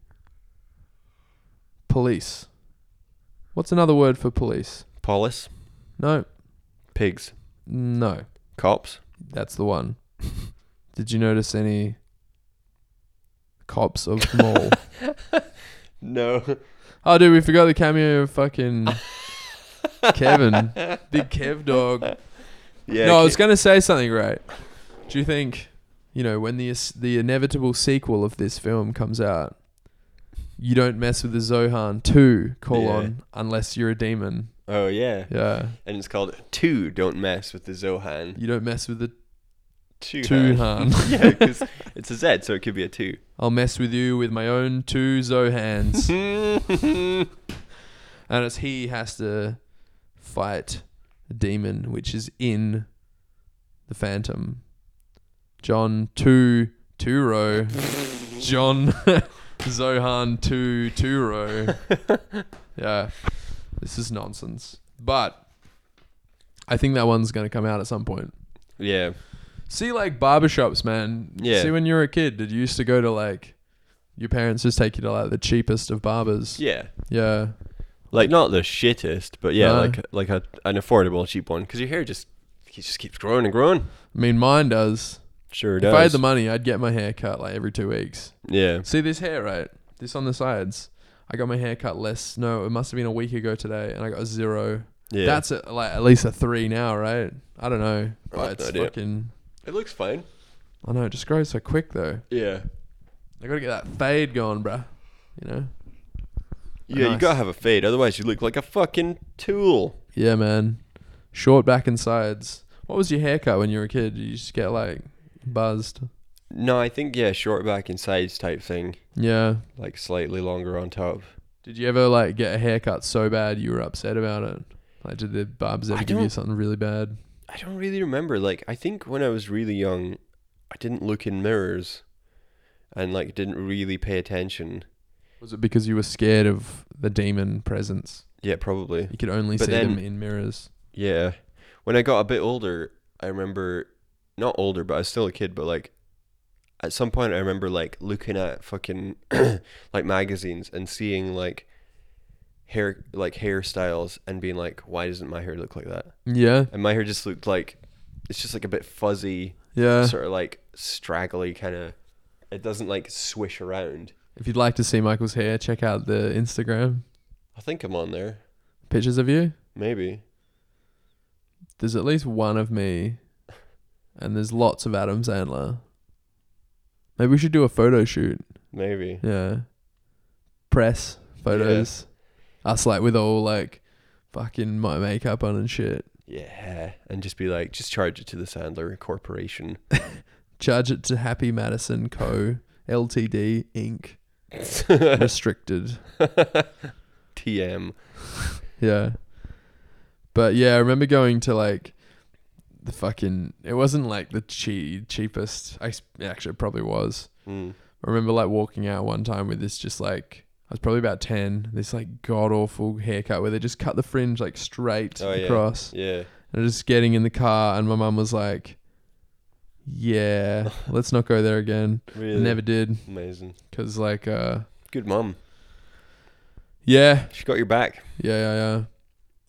Speaker 2: police? What's another word for police?
Speaker 1: Paulus,
Speaker 2: No,
Speaker 1: pigs,
Speaker 2: no,
Speaker 1: cops.
Speaker 2: that's the one. Did you notice any cops of the mall?
Speaker 1: No.
Speaker 2: oh, dude, we forgot the cameo of fucking Kevin, big Kev dog.
Speaker 1: Yeah.
Speaker 2: no, I
Speaker 1: Ke-
Speaker 2: was going to say something, right? Do you think, you know, when the s- the inevitable sequel of this film comes out, you don't mess with the Zohan 2 colon unless you're a demon.
Speaker 1: oh yeah,
Speaker 2: Yeah.
Speaker 1: and it's called Two. Don't mess with the Zohan.
Speaker 2: You don't mess with the
Speaker 1: Two.
Speaker 2: 2
Speaker 1: Han.
Speaker 2: Han.
Speaker 1: yeah, because it's a Z, so it could be a two.
Speaker 2: I'll mess with you with my own two Zohans. and it's he has to fight a demon which is in the Phantom. John two Turo. John Zohan two Turo. yeah, this is nonsense. But I think that one's going to come out at some point.
Speaker 1: Yeah.
Speaker 2: See, like barbershops, man.
Speaker 1: Yeah.
Speaker 2: See, when you were a kid, did you used to go to like your parents just take you to like the cheapest of barbers?
Speaker 1: Yeah.
Speaker 2: Yeah.
Speaker 1: Like not the shittest, but yeah,
Speaker 2: No.
Speaker 1: like like a, an affordable cheap one because your hair just it just keeps growing and growing.
Speaker 2: I mean, mine does.
Speaker 1: Sure
Speaker 2: If
Speaker 1: does.
Speaker 2: I had the money, I'd get my hair cut like every two weeks.
Speaker 1: yeah.
Speaker 2: See this hair, right? This on the sides. I got my hair cut less. No, it must have been a week ago today, and I got a zero.
Speaker 1: Yeah.
Speaker 2: That's a, like at least a three now, right? I don't know, but
Speaker 1: have no
Speaker 2: it's
Speaker 1: idea.
Speaker 2: fucking.
Speaker 1: it looks fine.
Speaker 2: I know it just grows so quick though.
Speaker 1: Yeah.
Speaker 2: I gotta get that fade going, bruh. You know?
Speaker 1: Yeah, you
Speaker 2: Nice.
Speaker 1: gotta have a fade, otherwise you look like a fucking tool.
Speaker 2: Yeah, man. Short back and sides. What was your haircut when you were a kid? Did you just get like buzzed?
Speaker 1: No, I think yeah, short back and sides type thing,
Speaker 2: Yeah.
Speaker 1: like slightly longer on top.
Speaker 2: Did you ever like get a haircut so bad you were upset about it? Like, did the barbs ever
Speaker 1: I
Speaker 2: give you
Speaker 1: don't-
Speaker 2: something really bad?
Speaker 1: I don't really remember. Like, I think when I was really young, I didn't look in mirrors and, like, didn't really pay attention.
Speaker 2: Was it because you were scared of the demon presence?
Speaker 1: Yeah, probably.
Speaker 2: You could only
Speaker 1: But
Speaker 2: see them
Speaker 1: then-
Speaker 2: in mirrors.
Speaker 1: Yeah. When I got a bit older, I remember, not older, but I was still a kid, but, like, at some point, I remember, like, looking at fucking, like, magazines and seeing, like, hair like hairstyles and being like, why doesn't my hair look like that?
Speaker 2: Yeah.
Speaker 1: And my hair just looked like it's just like a bit fuzzy,
Speaker 2: Yeah.
Speaker 1: sort of like straggly kind of. It doesn't like swish around.
Speaker 2: If you'd like to see Michael's hair, check out the Instagram
Speaker 1: I think I'm on there.
Speaker 2: pictures of you.
Speaker 1: Maybe.
Speaker 2: There's at least one of me, and there's lots of Adam Sandler. Maybe we should do a photo shoot.
Speaker 1: Maybe.
Speaker 2: Yeah. Press photos. Us like with all like fucking my makeup on and shit.
Speaker 1: Yeah. And just be like, just charge it to the Sandler Corporation.
Speaker 2: Charge it to Happy Madison Co. Ltd. Inc. Restricted.
Speaker 1: TM.
Speaker 2: Yeah. But yeah, I remember going to like the fucking. It wasn't like the cheap cheapest. I s- actually it probably was.
Speaker 1: Mm.
Speaker 2: I remember like walking out one time with this just like I was probably about ten. This like god awful haircut where they just cut the fringe like straight
Speaker 1: Oh, yeah.
Speaker 2: across.
Speaker 1: Yeah.
Speaker 2: And I was just getting in the car, and my mum was like, "Yeah, let's not go there again." I
Speaker 1: Really.
Speaker 2: Never did
Speaker 1: Amazing.
Speaker 2: because like uh
Speaker 1: Good mum.
Speaker 2: yeah
Speaker 1: She got your back.
Speaker 2: yeah yeah yeah.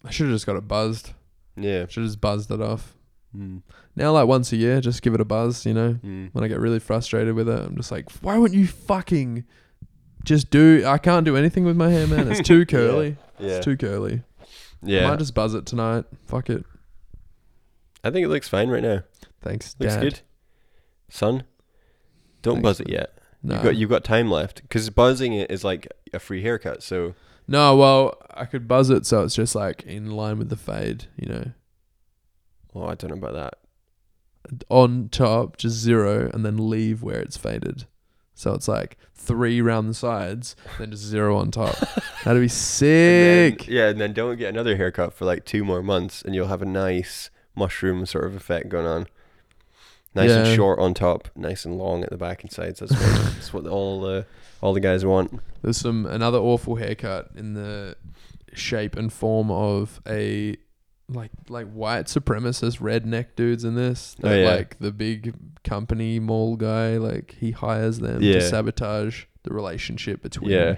Speaker 2: I should have just got it buzzed.
Speaker 1: Yeah.
Speaker 2: Should have just buzzed it off.
Speaker 1: Mm.
Speaker 2: Now, like once a year, just give it a buzz, you know.
Speaker 1: Mm.
Speaker 2: When I get really frustrated with it, I'm just like, why won't you fucking just do? I can't do anything with my hair, man. It's too curly.
Speaker 1: Yeah.
Speaker 2: It's too curly. I
Speaker 1: yeah.
Speaker 2: might just buzz it tonight. Fuck it.
Speaker 1: I think it looks fine right now.
Speaker 2: Thanks,
Speaker 1: Looks
Speaker 2: Dad.
Speaker 1: good. Son, don't
Speaker 2: Thanks,
Speaker 1: buzz it
Speaker 2: man.
Speaker 1: yet.
Speaker 2: No.
Speaker 1: You've got you've got time left because buzzing it is like a free haircut. So
Speaker 2: no, well, I could buzz it so it's just like in line with the fade, you know.
Speaker 1: oh, I don't know about that.
Speaker 2: On top, just zero, and then leave where it's faded. So it's like three round the sides, then just zero on top. That'd
Speaker 1: And
Speaker 2: be
Speaker 1: then-
Speaker 2: sick.
Speaker 1: yeah, and then don't get another haircut for like two more months, and you'll have a nice mushroom sort of effect going on. Nice
Speaker 2: Yeah.
Speaker 1: and short on top, nice and long at the back and sides. That's what, that's what all the all the guys want.
Speaker 2: There's some another awful haircut in the shape and form of a like like white supremacist redneck dudes in this.
Speaker 1: Oh,
Speaker 2: That,
Speaker 1: yeah.
Speaker 2: Like the big company mall guy, like he hires them
Speaker 1: Yeah.
Speaker 2: to sabotage the relationship between
Speaker 1: Yeah,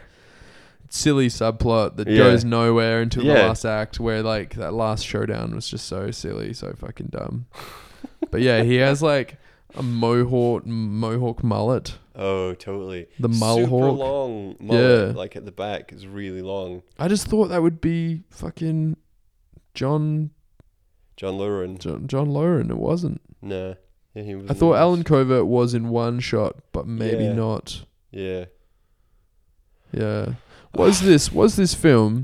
Speaker 2: silly subplot that
Speaker 1: Yeah.
Speaker 2: goes nowhere until the
Speaker 1: Yeah.
Speaker 2: last act where like that last showdown was just so silly, so fucking dumb. but yeah, he has like a mohawk mohawk mullet.
Speaker 1: Oh, totally.
Speaker 2: The
Speaker 1: Super
Speaker 2: mulhawk.
Speaker 1: long mullet,
Speaker 2: Yeah.
Speaker 1: like at the back, is really long.
Speaker 2: I just thought that would be fucking John
Speaker 1: John Lauren.
Speaker 2: John, John Lauren. It wasn't.
Speaker 1: Nah. Yeah, he was
Speaker 2: I thought Alan Covert was in one shot, but maybe
Speaker 1: Yeah.
Speaker 2: not.
Speaker 1: Yeah.
Speaker 2: Yeah. Was this was this film?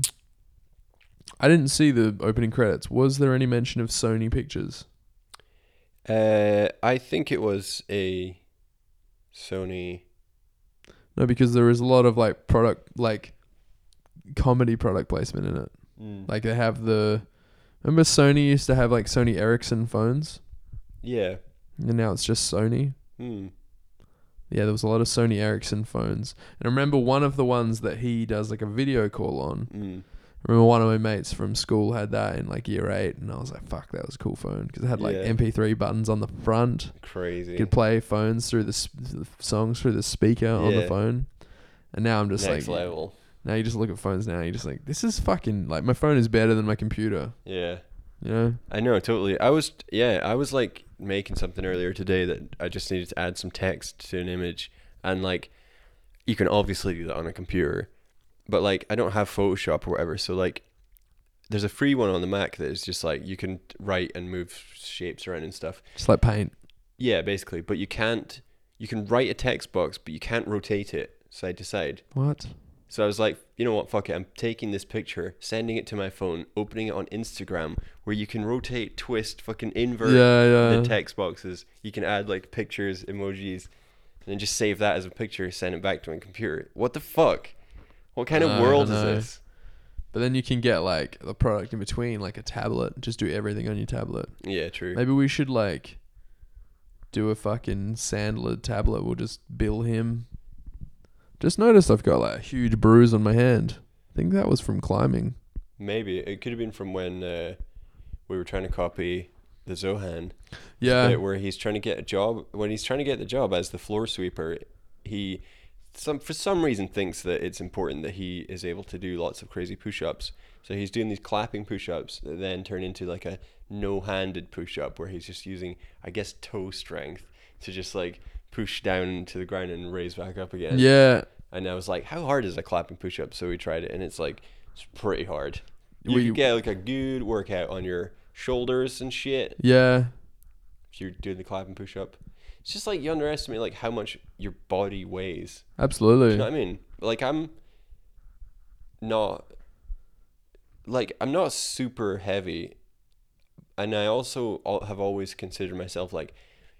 Speaker 2: I didn't see the opening credits. Was there any mention of Sony Pictures?
Speaker 1: Uh, I think it was a Sony.
Speaker 2: No, because there is a lot of like product like comedy product placement in it.
Speaker 1: mm,
Speaker 2: Like they have the remember Sony used to have like Sony Ericsson phones,
Speaker 1: yeah.
Speaker 2: and now it's just Sony.
Speaker 1: Mm.
Speaker 2: Yeah, there was a lot of Sony Ericsson phones. And I remember one of the ones that he does like a video call on.
Speaker 1: Mm.
Speaker 2: I remember one of my mates from school had that in like year eight, and I was like, fuck, that was a cool phone. Because it had like
Speaker 1: Yeah.
Speaker 2: MP3 buttons on the front.
Speaker 1: Crazy.
Speaker 2: You could play phones through the, sp- the songs through the speaker on the
Speaker 1: Yeah.
Speaker 2: phone. And now I'm just
Speaker 1: Next
Speaker 2: like,
Speaker 1: level.
Speaker 2: now you just look at phones now, you're just like, this is fucking, like, my phone is better than my computer,
Speaker 1: Yeah.
Speaker 2: you know?
Speaker 1: I know, totally. I was, yeah, I was like making something earlier today that I just needed to add some text to an image. And like, you can obviously do that on a computer, but like, I don't have Photoshop or whatever. So like, there's a free one on the Mac that is just like, you can write and move shapes around and stuff.
Speaker 2: Just like paint.
Speaker 1: Yeah, basically. But you can't, you can write a text box, but you can't rotate it side to side.
Speaker 2: What?
Speaker 1: So I was like, you know what, fuck it. I'm taking this picture, sending it to my phone, opening it on Instagram, where you can rotate, twist, fucking invert
Speaker 2: Yeah,
Speaker 1: the
Speaker 2: yeah.
Speaker 1: text boxes. You can add like pictures, emojis, and then just save that as a picture, send it back to my computer. What the fuck? What kind
Speaker 2: I
Speaker 1: of world is
Speaker 2: know.
Speaker 1: this?
Speaker 2: But then you can get like the product in between, like a tablet. Just do everything on your tablet.
Speaker 1: Yeah, true.
Speaker 2: Maybe we should like do a fucking Sandler tablet. We'll just bill him. Just noticed I've got like a huge bruise on my hand. I think that was from climbing.
Speaker 1: Maybe it could have been from when uh, we were trying to copy the Zohan.
Speaker 2: Yeah.
Speaker 1: bit where he's trying to get a job when he's trying to get the job as the floor sweeper he some for some reason thinks that it's important that he is able to do lots of crazy push-ups. So he's doing these clapping push-ups that then turn into like a no-handed push-up where he's just using, I guess, toe strength to just like push down to the ground and raise back up again.
Speaker 2: Yeah.
Speaker 1: And I was like, how hard is a clapping push-up? So we tried it, and it's like it's pretty hard. You
Speaker 2: We-
Speaker 1: could get like a good workout on your shoulders and shit
Speaker 2: Yeah.
Speaker 1: if you're doing the clapping push-up. It's just like you underestimate like how much your body weighs.
Speaker 2: Absolutely.
Speaker 1: You know what I mean? Like I'm not like I'm not super heavy and I also al- have always considered myself like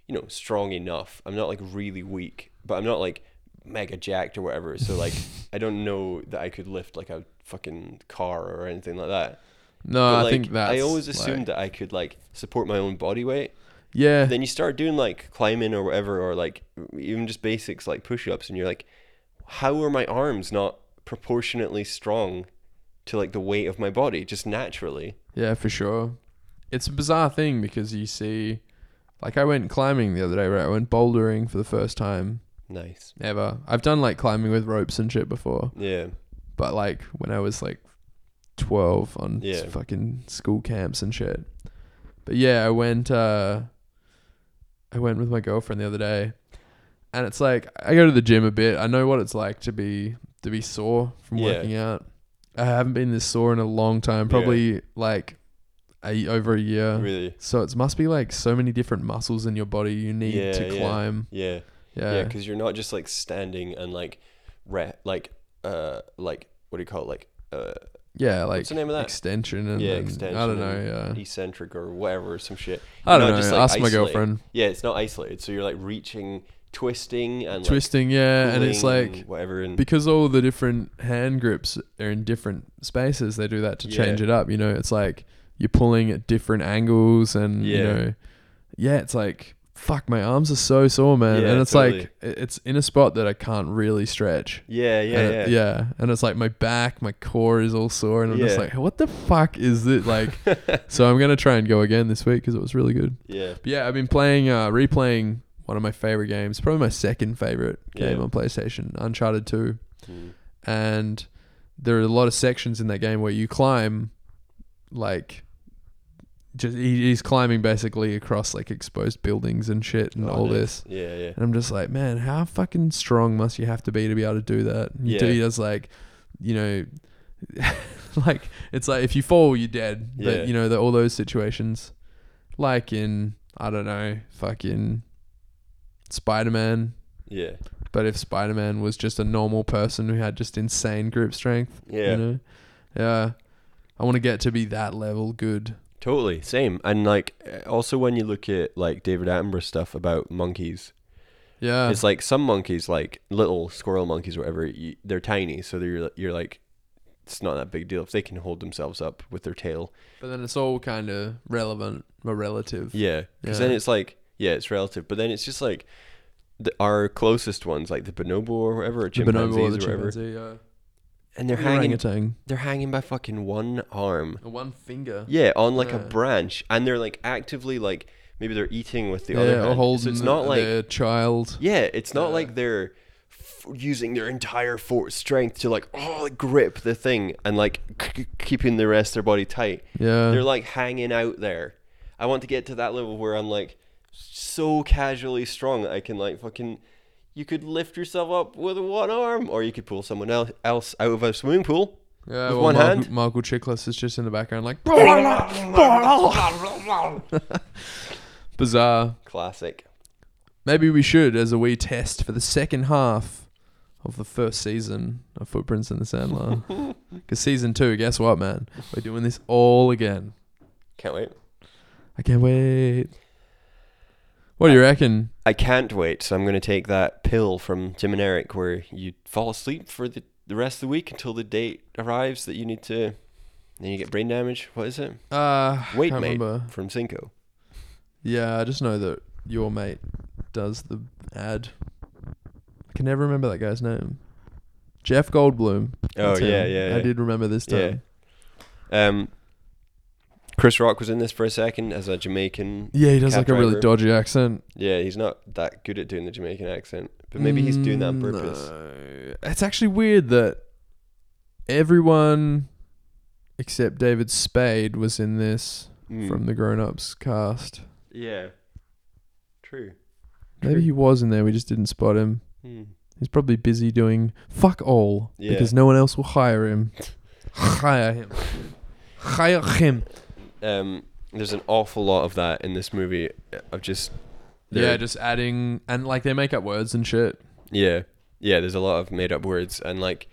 Speaker 1: you know strong enough. I'm not like really weak, but I'm not like mega jacked or whatever. So like I don't know that I could lift like a fucking car or anything like that.
Speaker 2: no,
Speaker 1: But,
Speaker 2: Uh, I
Speaker 1: like,
Speaker 2: think that's.
Speaker 1: I always
Speaker 2: like-
Speaker 1: assumed that I could like support my own body weight.
Speaker 2: yeah.
Speaker 1: Then you start doing like climbing or whatever, or like even just basics like push ups, and you're like, how are my arms not proportionately strong to like the weight of my body just naturally?
Speaker 2: Yeah, for sure. It's a bizarre thing because you see, like, I went climbing the other day, right? I went bouldering for the first time
Speaker 1: Nice.
Speaker 2: ever. I've done like climbing with ropes and shit before,
Speaker 1: Yeah.
Speaker 2: but like when I was like 12 on s-
Speaker 1: Yeah.
Speaker 2: fucking school camps and shit. But yeah, I went, uh, I went with my girlfriend the other day and it's like, I go to the gym a bit. I know what it's like to be, to be sore from
Speaker 1: Yeah.
Speaker 2: working out. I haven't been this sore in a long time, probably like a, over a year.
Speaker 1: Really.
Speaker 2: So it must be like so many different muscles in your body you need
Speaker 1: Yeah,
Speaker 2: to
Speaker 1: yeah.
Speaker 2: climb.
Speaker 1: Yeah.
Speaker 2: Yeah.
Speaker 1: Yeah. Because you're not just like standing and like, re- like, uh, like, what do you call it? Like, uh,
Speaker 2: Yeah, like
Speaker 1: What's the name of that?
Speaker 2: extension and
Speaker 1: yeah,
Speaker 2: and-
Speaker 1: extension.
Speaker 2: I don't
Speaker 1: and E
Speaker 2: know. Yeah,
Speaker 1: Eccentric or whatever, some shit.
Speaker 2: I
Speaker 1: You're
Speaker 2: don't
Speaker 1: not
Speaker 2: know.
Speaker 1: just,
Speaker 2: Ask
Speaker 1: like,
Speaker 2: my
Speaker 1: isolated.
Speaker 2: girlfriend.
Speaker 1: Yeah, it's not isolated. So you're like reaching, twisting, and like,
Speaker 2: Twisting, yeah, and it's
Speaker 1: pulling,
Speaker 2: like
Speaker 1: whatever. And
Speaker 2: because all the different hand grips are in different spaces, they do that to change
Speaker 1: Yeah.
Speaker 2: it up. You know, it's like you're pulling at different angles, and you
Speaker 1: Yeah.
Speaker 2: know, yeah, it's like fuck, my arms are so sore, man,
Speaker 1: Yeah,
Speaker 2: and it's
Speaker 1: totally.
Speaker 2: like it- it's in a spot that I can't really stretch.
Speaker 1: yeah, yeah,
Speaker 2: and
Speaker 1: yeah,
Speaker 2: it- And it's like my back, my core is all sore, and I'm just
Speaker 1: Yeah.
Speaker 2: like, what the fuck is it? Like, so I'm gonna try and go again this week because it was really good.
Speaker 1: yeah,
Speaker 2: But yeah, I've been playing, uh, replaying one of my favorite games, probably my second favorite game
Speaker 1: Yeah.
Speaker 2: on PlayStation, Uncharted Two,
Speaker 1: Mm.
Speaker 2: and there are a lot of sections in that game where you climb, like. Just he, he's climbing basically across like exposed buildings and shit and
Speaker 1: Oh,
Speaker 2: all
Speaker 1: nice.
Speaker 2: this.
Speaker 1: yeah, yeah.
Speaker 2: And I'm just like, man, how fucking strong must you have to be to be able to do that? And you do
Speaker 1: Yeah.
Speaker 2: it as like, you know, like it's like if you fall, you're dead.
Speaker 1: Yeah.
Speaker 2: But you know, the, all those situations, like in I don't know, fucking Spider Man.
Speaker 1: Yeah,
Speaker 2: But if Spider Man was just a normal person who had just insane grip strength,
Speaker 1: yeah,
Speaker 2: you know, yeah, I want to get to be that level good.
Speaker 1: totally same. And like, uh, also when you look at like David Attenborough stuff about monkeys,
Speaker 2: Yeah,
Speaker 1: it's like some monkeys, like little squirrel monkeys, or whatever, you, they're tiny, so they're you're like, it's not that big deal if they can hold themselves up with their tail.
Speaker 2: but then it's all kind of relevant or relative.
Speaker 1: Yeah, because
Speaker 2: Yeah.
Speaker 1: then it's like, yeah, it's relative, but then it's just like. The, our closest ones, like the bonobo or whatever, or
Speaker 2: The
Speaker 1: chimpanzees
Speaker 2: bonobo or the
Speaker 1: or whatever,
Speaker 2: chimpanzee, yeah.
Speaker 1: and they're hanging,
Speaker 2: orangutan.
Speaker 1: they're hanging by fucking one arm.
Speaker 2: One finger.
Speaker 1: Yeah, on like a
Speaker 2: Yeah.
Speaker 1: branch, and they're like actively like maybe they're eating with the
Speaker 2: Yeah,
Speaker 1: other
Speaker 2: or
Speaker 1: hand.
Speaker 2: holding
Speaker 1: so it's not like
Speaker 2: their child.
Speaker 1: yeah, it's not
Speaker 2: Yeah.
Speaker 1: like they're f- using their entire force strength to like oh like, grip the thing and like k- k- keeping the rest of their body tight.
Speaker 2: Yeah.
Speaker 1: They're like hanging out there. I want to get to that level where I'm like so casually strong that I can like fucking. You could lift yourself up with one arm, or you could pull someone el- else out of a swimming pool.
Speaker 2: yeah,
Speaker 1: with
Speaker 2: well,
Speaker 1: one
Speaker 2: Mar-
Speaker 1: hand.
Speaker 2: Michael Chiklis is just in the background, like bizarre.
Speaker 1: Classic.
Speaker 2: Maybe we should, as a wee test for the second half of the first season of Footprints in the Sandlot, because season two, guess what, man? We're doing this all again.
Speaker 1: Can't wait.
Speaker 2: I can't wait. What do you reckon?
Speaker 1: I can't wait, so I'm going to take that pill from Tim and Eric where you fall asleep for the, the rest of the week until the date arrives that you need to. Then you get brain damage. What is it?
Speaker 2: Uh,
Speaker 1: Wait,
Speaker 2: can't
Speaker 1: mate.
Speaker 2: remember.
Speaker 1: From Cinco.
Speaker 2: Yeah, I just know that your mate does the ad. I can never remember that guy's name. Jeff Goldblum.
Speaker 1: Oh,
Speaker 2: That's him.
Speaker 1: yeah, yeah,
Speaker 2: I
Speaker 1: yeah.
Speaker 2: did remember this
Speaker 1: Yeah.
Speaker 2: time.
Speaker 1: Um, Chris Rock was in this for a second as a Jamaican.
Speaker 2: Yeah, he does
Speaker 1: Cab
Speaker 2: like a
Speaker 1: driver.
Speaker 2: really dodgy accent.
Speaker 1: Yeah, he's not that good at doing the Jamaican accent, but maybe he's doing that on
Speaker 2: Mm,
Speaker 1: purpose.
Speaker 2: no. It's actually weird that everyone except David Spade was in this
Speaker 1: Mm.
Speaker 2: from the Grown Ups cast.
Speaker 1: yeah, true.
Speaker 2: Maybe he was in there. We just didn't spot him.
Speaker 1: Mm.
Speaker 2: He's probably busy doing fuck all
Speaker 1: Yeah.
Speaker 2: because no one else will hire him. hire him. Hire him.
Speaker 1: Um, there's an awful lot of that in this movie. I've just
Speaker 2: Yeah,
Speaker 1: there-
Speaker 2: just adding and like they make up words and shit.
Speaker 1: yeah, yeah. There's a lot of made up words and like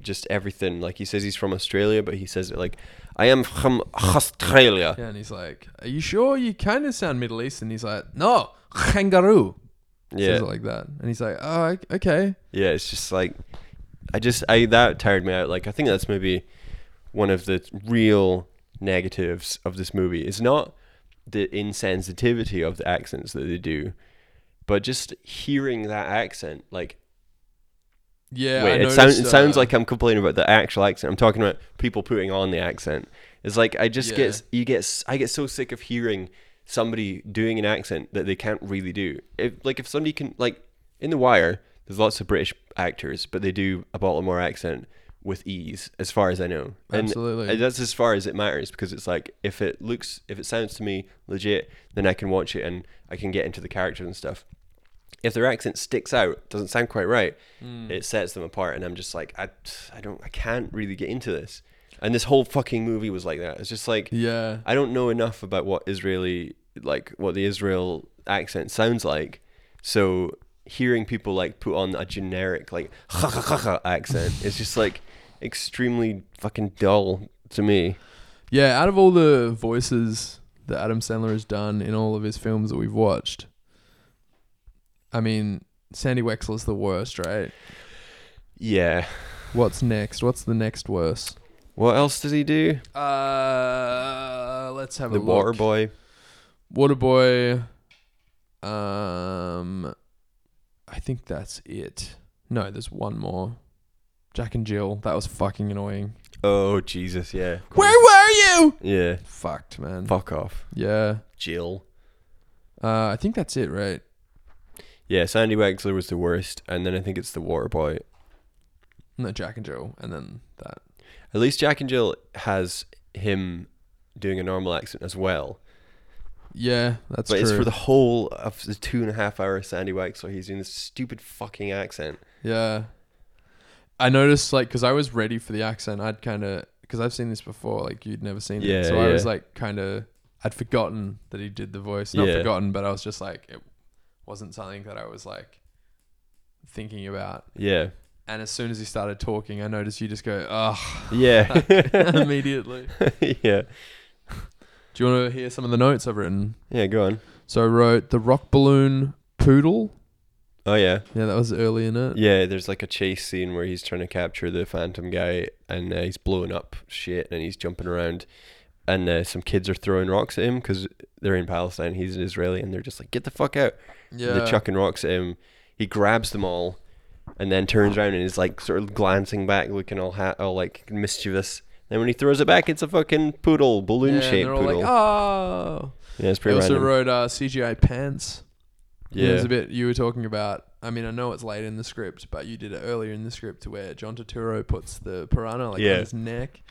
Speaker 1: just everything. Like he says he's from Australia, but he says it like I am from Australia.
Speaker 2: Yeah, and he's like, "Are you sure you kind of sound Middle Eastern?" He's like, "No, kangaroo."
Speaker 1: Yeah,
Speaker 2: Says it like that, and he's like, "Oh, o- okay."
Speaker 1: yeah. It's just like I just I that tired me out. Like I think that's maybe one of the real negatives of this movie. It's not the insensitivity of the accents that they do, but just hearing that accent, like
Speaker 2: Yeah,
Speaker 1: Wait,
Speaker 2: I
Speaker 1: it sounds it
Speaker 2: noticed,
Speaker 1: sounds
Speaker 2: uh,
Speaker 1: like I'm complaining about the actual accent. I'm talking about people putting on the accent. It's like I just
Speaker 2: Yeah.
Speaker 1: get you get s- I get so sick of hearing somebody doing an accent that they can't really do. If like if somebody can like in The Wire, there's lots of British actors, but they do a Baltimore accent with ease, as far as I know. And
Speaker 2: Absolutely.
Speaker 1: and that's as far as it matters because it's like if it looks if it sounds to me legit, then I can watch it and I can get into the character and stuff. If their accent sticks out, doesn't sound quite right,
Speaker 2: Hmm.
Speaker 1: it sets them apart and I'm just like I I don't I can't really get into this. And this whole fucking movie was like that. It's just like
Speaker 2: yeah,
Speaker 1: I don't know enough about what Israeli like what the Israel accent sounds like. So hearing people like put on a generic like accent is just like extremely fucking dull to me.
Speaker 2: yeah. Out of all the voices that Adam Sandler has done in all of his films that we've watched, I mean, Sandy Wexler's the worst, right?
Speaker 1: Yeah.
Speaker 2: What's next? What's the next worst?
Speaker 1: What else does he do?
Speaker 2: Uh, let's have
Speaker 1: the
Speaker 2: a look.
Speaker 1: water boy.
Speaker 2: Waterboy. Um, I think that's it. No, there's one more. Jack and Jill. That was fucking annoying.
Speaker 1: Oh Jesus, yeah. of course.
Speaker 2: Where were you?
Speaker 1: Yeah.
Speaker 2: Fucked, man.
Speaker 1: Fuck off.
Speaker 2: Yeah.
Speaker 1: Jill.
Speaker 2: Uh, I think that's it, right?
Speaker 1: Yeah, Sandy Wexler was the worst, and then I think it's the water boy.
Speaker 2: No, Jack and Jill, and then that.
Speaker 1: At least Jack and Jill has him doing a normal accent as well.
Speaker 2: Yeah, that's
Speaker 1: but
Speaker 2: true.
Speaker 1: it's for the whole of the two and a half hour Sandy Wexler. He's doing this stupid fucking accent.
Speaker 2: yeah. I noticed, like, because I was ready for the accent. I'd kind of, because I've seen this before. Like, you'd never seen
Speaker 1: Yeah,
Speaker 2: it, so I was
Speaker 1: yeah.
Speaker 2: like, kind of, I'd forgotten that he did the voice. Not
Speaker 1: Yeah.
Speaker 2: forgotten, but I was just like, it wasn't something that I was like thinking about.
Speaker 1: Yeah.
Speaker 2: And as soon as he started talking, I noticed you just go, ugh,
Speaker 1: Yeah.
Speaker 2: immediately.
Speaker 1: yeah.
Speaker 2: Do you want to hear some of the notes I've written?
Speaker 1: Yeah, go on.
Speaker 2: So I wrote the rock balloon poodle.
Speaker 1: Oh, yeah.
Speaker 2: Yeah, that was early in it.
Speaker 1: Yeah, there's like a chase scene where he's trying to capture the phantom guy and uh, he's blowing up shit and he's jumping around. And uh, some kids are throwing rocks at him because they're in Palestine. He's an Israeli and they're just like, get the fuck out.
Speaker 2: Yeah.
Speaker 1: They're chucking rocks at him. He grabs them all and then turns around and is like sort of glancing back, looking all, ha- all like mischievous. Then when he throws it back, it's a fucking poodle,
Speaker 2: Yeah,
Speaker 1: balloon
Speaker 2: and
Speaker 1: shaped
Speaker 2: they're all
Speaker 1: poodle.
Speaker 2: like, oh.
Speaker 1: yeah, it's
Speaker 2: I
Speaker 1: pretty
Speaker 2: also
Speaker 1: random.
Speaker 2: wrote uh, CGI pants. Yeah.
Speaker 1: yeah.
Speaker 2: There's a bit you were talking about. I mean, I know it's late in the script, but you did it earlier in the script where John Turturro puts the piranha like
Speaker 1: Yeah.
Speaker 2: on his neck.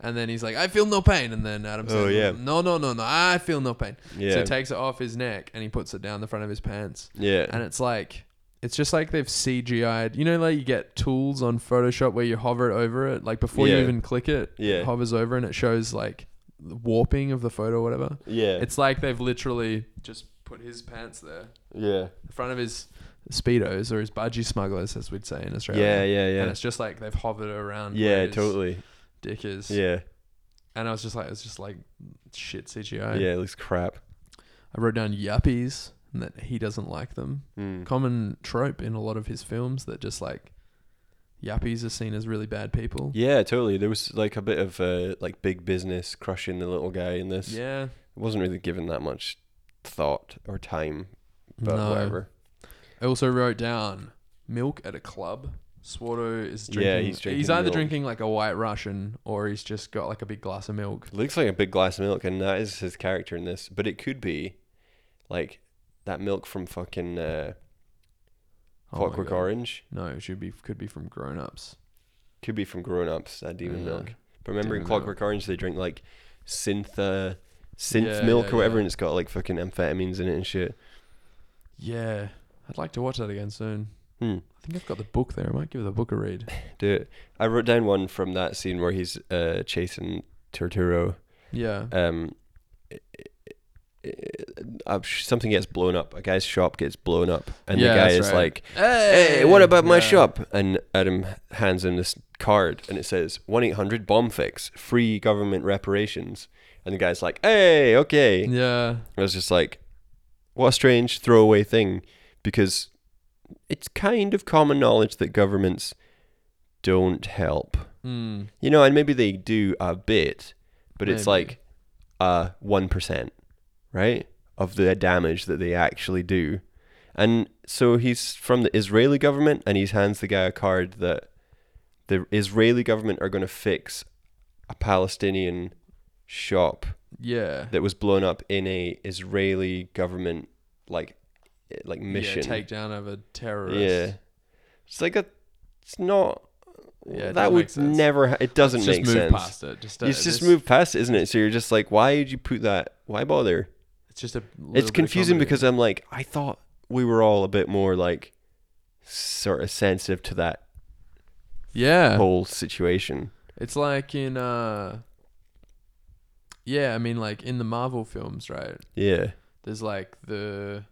Speaker 2: And then he's like, I feel no pain. And then Adam says,
Speaker 1: Oh, yeah.
Speaker 2: No, no, no, no. I feel no pain. So
Speaker 1: yeah.
Speaker 2: he takes it off his neck and he puts it down the front of his pants.
Speaker 1: yeah.
Speaker 2: and it's like it's just like they've CGI'd. You know, like you get tools on Photoshop where you hover it over it, like before you
Speaker 1: Yeah.
Speaker 2: even click it,
Speaker 1: Yeah.
Speaker 2: it hovers over and it shows like the warping of the photo, or whatever.
Speaker 1: yeah.
Speaker 2: It's like they've literally just put his pants there,
Speaker 1: yeah.
Speaker 2: in front of his speedos or his budgie smugglers, as we'd say in Australia.
Speaker 1: Yeah, yeah,
Speaker 2: And
Speaker 1: yeah.
Speaker 2: it's just like they've hovered around. where
Speaker 1: Yeah,
Speaker 2: his
Speaker 1: totally.
Speaker 2: Dick is.
Speaker 1: Yeah.
Speaker 2: And I was just like, it's just like shit CGI.
Speaker 1: Yeah, it looks crap.
Speaker 2: I wrote down yuppies and that he doesn't like them.
Speaker 1: Mm.
Speaker 2: common trope in a lot of his films that just like yuppies are seen as really bad people.
Speaker 1: Yeah, totally. There was like a bit of uh, like big business crushing the little guy in this.
Speaker 2: Yeah.
Speaker 1: It wasn't really given that much thought or time, but
Speaker 2: No.
Speaker 1: whatever.
Speaker 2: I also wrote down milk at a club. Swarto is
Speaker 1: Yeah,
Speaker 2: drinking.
Speaker 1: he's drinking
Speaker 2: either
Speaker 1: milk.
Speaker 2: drinking like a White Russian or he's just got like a big glass of milk.
Speaker 1: Looks like a big glass of milk, and that is his character in this. But it could be, like, that milk from fucking uh,
Speaker 2: Oh my
Speaker 1: Clockwork
Speaker 2: God.
Speaker 1: Orange.
Speaker 2: No, it should be could be from Uh, grown ups.
Speaker 1: Could be from Grown Ups. That demon
Speaker 2: Yeah.
Speaker 1: milk. But remember in
Speaker 2: Demon
Speaker 1: Clockwork Orange, they drink like synth, uh, synth
Speaker 2: Yeah,
Speaker 1: milk
Speaker 2: yeah,
Speaker 1: or whatever,
Speaker 2: yeah.
Speaker 1: and it's got like fucking amphetamines in it and shit.
Speaker 2: Yeah, I'd like to watch that again soon.
Speaker 1: Hmm.
Speaker 2: I think I've got the book there. I might give the book a read.
Speaker 1: Do it. I wrote down one from that scene where he's uh, chasing Torturo.
Speaker 2: Yeah.
Speaker 1: Um, i- i- i- uh, something gets blown up. A guy's shop gets blown up, and
Speaker 2: Yeah,
Speaker 1: the guy
Speaker 2: that's
Speaker 1: is
Speaker 2: right.
Speaker 1: like, hey, what about my
Speaker 2: Uh, Yeah.
Speaker 1: shop? And Adam hands him this card, and it says one eight hundred bomb fix, free government reparations. And the guy's like, hey, okay.
Speaker 2: Yeah.
Speaker 1: I was just like, what a strange throwaway thing, because it's kind of common knowledge that governments don't help.
Speaker 2: Mm.
Speaker 1: You know, and maybe they do a bit, but it's
Speaker 2: Maybe.
Speaker 1: like uh one percent, right? Of the damage that they actually do. And so he's from the Israeli government and he hands the guy a card that the Israeli government are gonna fix a Palestinian shop
Speaker 2: Yeah.
Speaker 1: that was blown up in a Israeli government like eh, like mission.
Speaker 2: Yeah, takedown of a terrorist.
Speaker 1: Yeah. It's like a it's not
Speaker 2: Yeah,
Speaker 1: that
Speaker 2: it doesn't make
Speaker 1: would
Speaker 2: sense.
Speaker 1: never ha- it doesn't
Speaker 2: Just
Speaker 1: make
Speaker 2: move
Speaker 1: sense.
Speaker 2: past it. Just uh,
Speaker 1: You just
Speaker 2: this-
Speaker 1: move past, it, isn't it? So you're just like, why did you put that? Why bother?
Speaker 2: It's just a.
Speaker 1: it's confusing because I'm like, I thought we were all a bit more like sort of sensitive to that
Speaker 2: yeah,
Speaker 1: whole situation.
Speaker 2: it's like in uh, yeah. I mean, like in the Marvel films, right?
Speaker 1: Yeah,
Speaker 2: There's like the,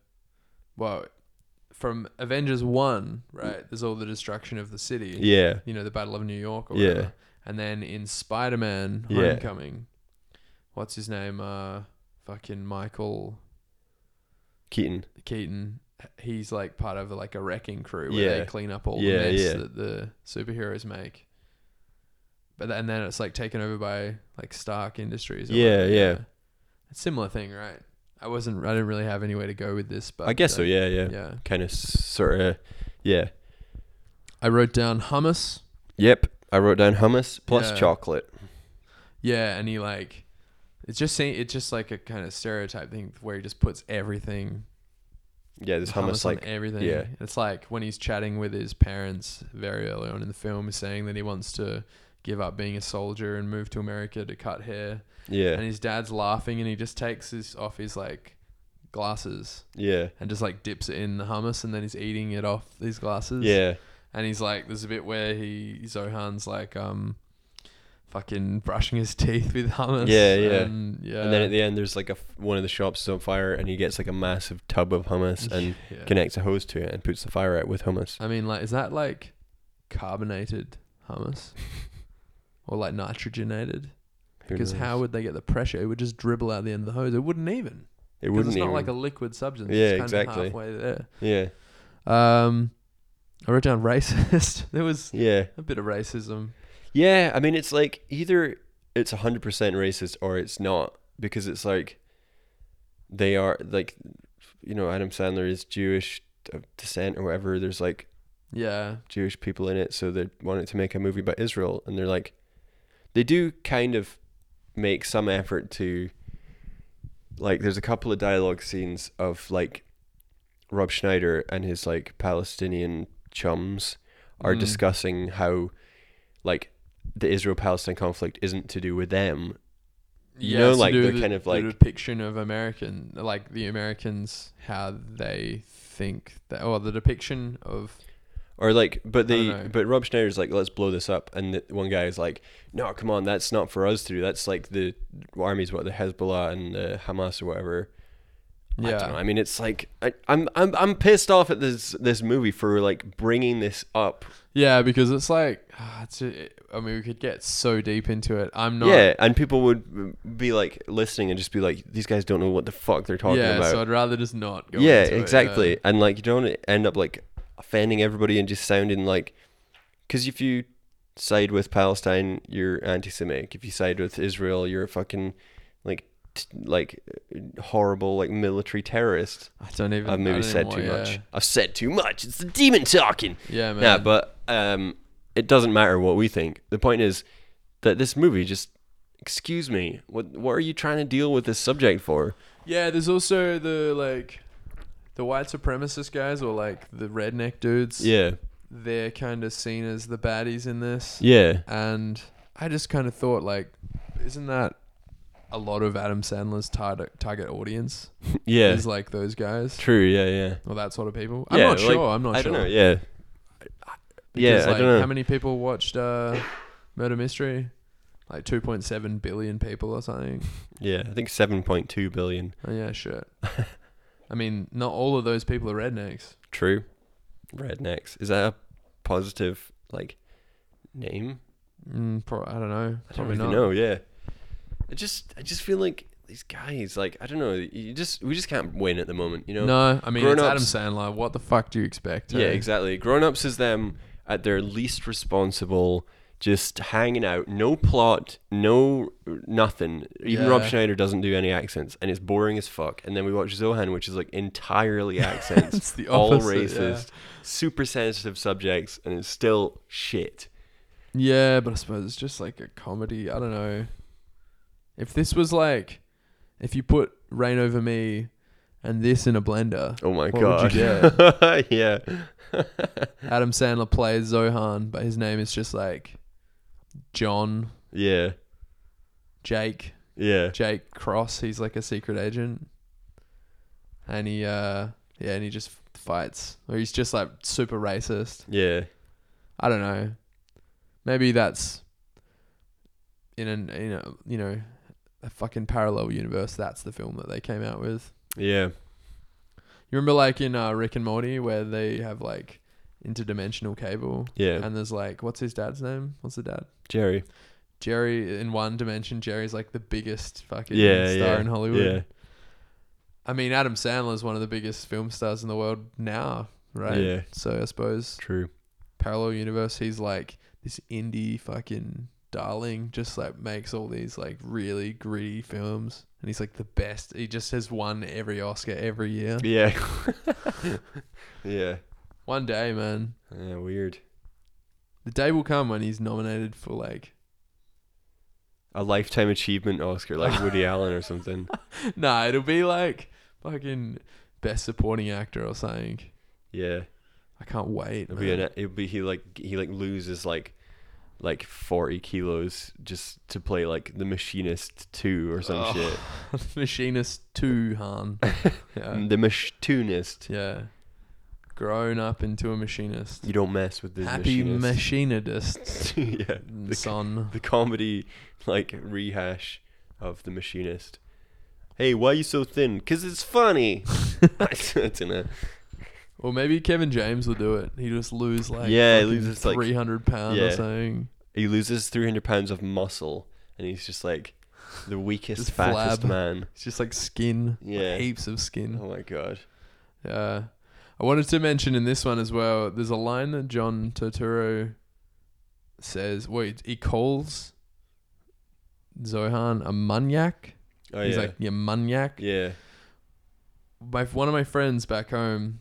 Speaker 2: well, from Avengers One, right? There's all the destruction of the city.
Speaker 1: yeah,
Speaker 2: You know, the Battle of New York. Or
Speaker 1: Yeah.
Speaker 2: Whatever. And then in Spider Man
Speaker 1: Yeah.
Speaker 2: Homecoming, what's his name? Uh, fucking Michael.
Speaker 1: Keaton.
Speaker 2: Keaton, he's like part of like a wrecking crew where they
Speaker 1: Yeah.
Speaker 2: clean up all
Speaker 1: Yeah,
Speaker 2: the mess
Speaker 1: yeah.
Speaker 2: that the superheroes make. But th- and then it's like taken over by like Stark Industries. or
Speaker 1: Yeah,
Speaker 2: whatever,
Speaker 1: yeah.
Speaker 2: It's a similar thing, right? I wasn't. I didn't really have anywhere to go with this, but
Speaker 1: I guess
Speaker 2: uh,
Speaker 1: so. Yeah, yeah.
Speaker 2: Yeah.
Speaker 1: Kind of sort of. Yeah.
Speaker 2: I wrote down hummus.
Speaker 1: Yep. I wrote down hummus plus
Speaker 2: Yeah.
Speaker 1: chocolate.
Speaker 2: Yeah, and he like, it's just saying it's just like a kind of stereotype thing where he just puts everything
Speaker 1: Yeah, this hummus,
Speaker 2: on
Speaker 1: like
Speaker 2: everything.
Speaker 1: yeah.
Speaker 2: It's like when he's chatting with his parents very early on in the film, he's saying that he wants to give up being a soldier and move to America to cut hair. And
Speaker 1: yeah,
Speaker 2: his dad's laughing, and he just takes his off his like glasses
Speaker 1: yeah,
Speaker 2: and just like dips it in the hummus, and then he's eating it off these glasses.
Speaker 1: yeah,
Speaker 2: And he's like, there's a bit where he Zohan's like, um, fucking brushing his teeth with hummus.
Speaker 1: Yeah, yeah.
Speaker 2: And, yeah.
Speaker 1: And then at the end, there's like a f- one of the shops is on fire, and he gets like a massive tub of hummus and
Speaker 2: Yeah.
Speaker 1: connects a hose to it and puts the fire out with hummus.
Speaker 2: I mean, like, is that like carbonated hummus or like nitrogenated?
Speaker 1: Who
Speaker 2: Because how
Speaker 1: knows?
Speaker 2: would they get the pressure? It would just dribble out the end of the hose. It wouldn't even.
Speaker 1: it
Speaker 2: Because
Speaker 1: wouldn't
Speaker 2: it's not
Speaker 1: even-
Speaker 2: like a liquid substance.
Speaker 1: Yeah,
Speaker 2: it's kind
Speaker 1: exactly.
Speaker 2: Of halfway there.
Speaker 1: yeah
Speaker 2: Um, I wrote down racist. there was
Speaker 1: yeah
Speaker 2: a bit of racism.
Speaker 1: yeah. I mean, it's like either it's hundred percent racist or it's not because it's like they are like you know Adam Sandler is Jewish of descent or whatever. There's like
Speaker 2: Yeah.
Speaker 1: Jewish people in it, so they wanted to make a movie about Israel, and they're like, they do kind of make some effort to, like, there's a couple of dialogue scenes of like, Rob Schneider and his like Palestinian chums are
Speaker 2: Mm.
Speaker 1: discussing how, like, the Israel-Palestine conflict isn't to do with them. You
Speaker 2: yeah,
Speaker 1: know,
Speaker 2: it's to
Speaker 1: like,
Speaker 2: do
Speaker 1: the
Speaker 2: with
Speaker 1: kind of,
Speaker 2: the
Speaker 1: like-
Speaker 2: depiction of American, like the Americans, how they think that, or the depiction of
Speaker 1: Or like, but
Speaker 2: know.
Speaker 1: they, but Rob Schneider's like, let's blow this up, and the, one guy is like, no, come on, that's not for us to do. That's like the armies, what the Hezbollah and the Hamas or whatever.
Speaker 2: yeah,
Speaker 1: I don't know. I mean, it's like I, I'm I'm I'm pissed off at this this movie for like bringing this up.
Speaker 2: Yeah, because it's like, ah, it's a, I mean, we could get so deep into it. I'm not.
Speaker 1: Yeah, and people would be like listening and just be like, these guys don't know what the fuck they're talking
Speaker 2: yeah,
Speaker 1: about.
Speaker 2: so I'd rather just not go.
Speaker 1: yeah,
Speaker 2: into it,
Speaker 1: exactly. And like, you don't end up like offending everybody and just sounding like, because if you side with Palestine, you're anti-Semitic. If you side with Israel, you're a fucking like t- like horrible like military terrorist.
Speaker 2: I don't even.
Speaker 1: I've
Speaker 2: I
Speaker 1: maybe
Speaker 2: don't even
Speaker 1: said
Speaker 2: wa-
Speaker 1: too
Speaker 2: yeah.
Speaker 1: much. I've said too much. It's the demon talking.
Speaker 2: Yeah, man.
Speaker 1: Yeah, but um, it doesn't matter what we think. The point is that this movie just, excuse me, what what are you trying to deal with this subject for?
Speaker 2: Yeah, there's also the like the white supremacist guys or like the redneck dudes.
Speaker 1: Yeah,
Speaker 2: They're kind of seen as the baddies in this.
Speaker 1: yeah,
Speaker 2: And I just kind of thought like isn't that a lot of Adam Sandler's target target audience
Speaker 1: yeah.
Speaker 2: is like those guys
Speaker 1: True. Yeah, yeah.
Speaker 2: or that sort of people. I'm
Speaker 1: Yeah,
Speaker 2: not
Speaker 1: like,
Speaker 2: sure. I'm not
Speaker 1: I
Speaker 2: sure.
Speaker 1: don't know. Yeah. Yeah,
Speaker 2: Because,
Speaker 1: I
Speaker 2: like,
Speaker 1: don't know.
Speaker 2: How many people watched uh, Murder Mystery? Like 2.7 billion people or something.
Speaker 1: Yeah, I think 7.2 billion.
Speaker 2: Oh, yeah, shit. I mean, not all of those people are rednecks.
Speaker 1: True. Rednecks. Is that a positive like name?
Speaker 2: Mm, pro- I don't know.
Speaker 1: I don't
Speaker 2: Probably
Speaker 1: even
Speaker 2: not.
Speaker 1: know. Yeah. I just I just feel like these guys like I don't know, you just we just can't win at the moment, you know.
Speaker 2: No, I mean,
Speaker 1: Grown-ups-
Speaker 2: it's Adam Sandler. What the fuck do you expect?
Speaker 1: Yeah,
Speaker 2: eh?
Speaker 1: exactly. Grown-ups is them at their least responsible just hanging out, no plot, no nothing. Even Rob
Speaker 2: Yeah.
Speaker 1: Schneider doesn't do any accents, and it's boring as fuck. And then we watch Zohan, which is like entirely accents.
Speaker 2: It's the
Speaker 1: all
Speaker 2: opposite, yeah.
Speaker 1: racist, super sensitive subjects, and it's still shit.
Speaker 2: Yeah, but I suppose it's just like a comedy. I don't know. If this was like, if you put Rain Over Me and this in a blender,
Speaker 1: Oh my
Speaker 2: What would
Speaker 1: god.
Speaker 2: you
Speaker 1: yeah.
Speaker 2: Adam Sandler plays Zohan, but his name is just like John,
Speaker 1: Yeah.
Speaker 2: Jake,
Speaker 1: Yeah.
Speaker 2: Jake Cross. He's like a secret agent, and he, uh, yeah, and he just fights, or he's just like super racist.
Speaker 1: Yeah.
Speaker 2: I don't know. Maybe that's in an in a you know a fucking parallel universe. That's the film that they came out with.
Speaker 1: Yeah.
Speaker 2: You remember like in uh, Rick and Morty where they have like interdimensional cable,
Speaker 1: Yeah.
Speaker 2: and there's like what's his dad's name? What's the dad?
Speaker 1: Jerry.
Speaker 2: Jerry in one dimension. Jerry's like the biggest fucking
Speaker 1: Yeah.
Speaker 2: star
Speaker 1: yeah.
Speaker 2: in Hollywood.
Speaker 1: Yeah.
Speaker 2: I mean, Adam Sandler is one of the biggest film stars in the world now, right?
Speaker 1: Yeah.
Speaker 2: So I suppose
Speaker 1: True.
Speaker 2: parallel universe, he's like this indie fucking darling, just like makes all these like really gritty films, and he's like the best. He just has won every Oscar every year.
Speaker 1: Yeah. yeah.
Speaker 2: One day, man,
Speaker 1: Yeah. Weird.
Speaker 2: the day will come when he's nominated for like.
Speaker 1: A lifetime achievement Oscar, like Woody Allen or something.
Speaker 2: Nah, it'll be like fucking best supporting actor or something.
Speaker 1: Yeah.
Speaker 2: I can't wait.
Speaker 1: It'll be
Speaker 2: man.
Speaker 1: an. It'll be he like he like loses like. Like forty kilos just to play like the Machinist two or some
Speaker 2: Oh.
Speaker 1: shit.
Speaker 2: Machinist 2, Han. Yeah.
Speaker 1: The Machinist.
Speaker 2: yeah. Grown up into a machinist.
Speaker 1: You don't mess with the
Speaker 2: Happy
Speaker 1: machinist.
Speaker 2: machinist,
Speaker 1: yeah, the,
Speaker 2: son.
Speaker 1: the comedy like rehash of the machinist. Hey, why you so thin? Cause it's funny. I don't know.
Speaker 2: Or maybe Kevin James will do it. He just lose like
Speaker 1: Yeah, he
Speaker 2: fucking
Speaker 1: loses, like-
Speaker 2: 300 pounds or
Speaker 1: yeah.
Speaker 2: something.
Speaker 1: He loses three hundred pounds of muscle, and he's just like the weakest,
Speaker 2: Just
Speaker 1: fattest
Speaker 2: flab. Mm.
Speaker 1: man.
Speaker 2: It's just like skin. like,
Speaker 1: Yeah.
Speaker 2: heaps of skin.
Speaker 1: Oh my god.
Speaker 2: Yeah. I wanted to mention in this one as well, there's a line that John Turturro says. Wait, he calls Zohan a maniac.
Speaker 1: Oh
Speaker 2: He's
Speaker 1: yeah.
Speaker 2: like, you maniac.
Speaker 1: yeah.
Speaker 2: My, one of my friends back home,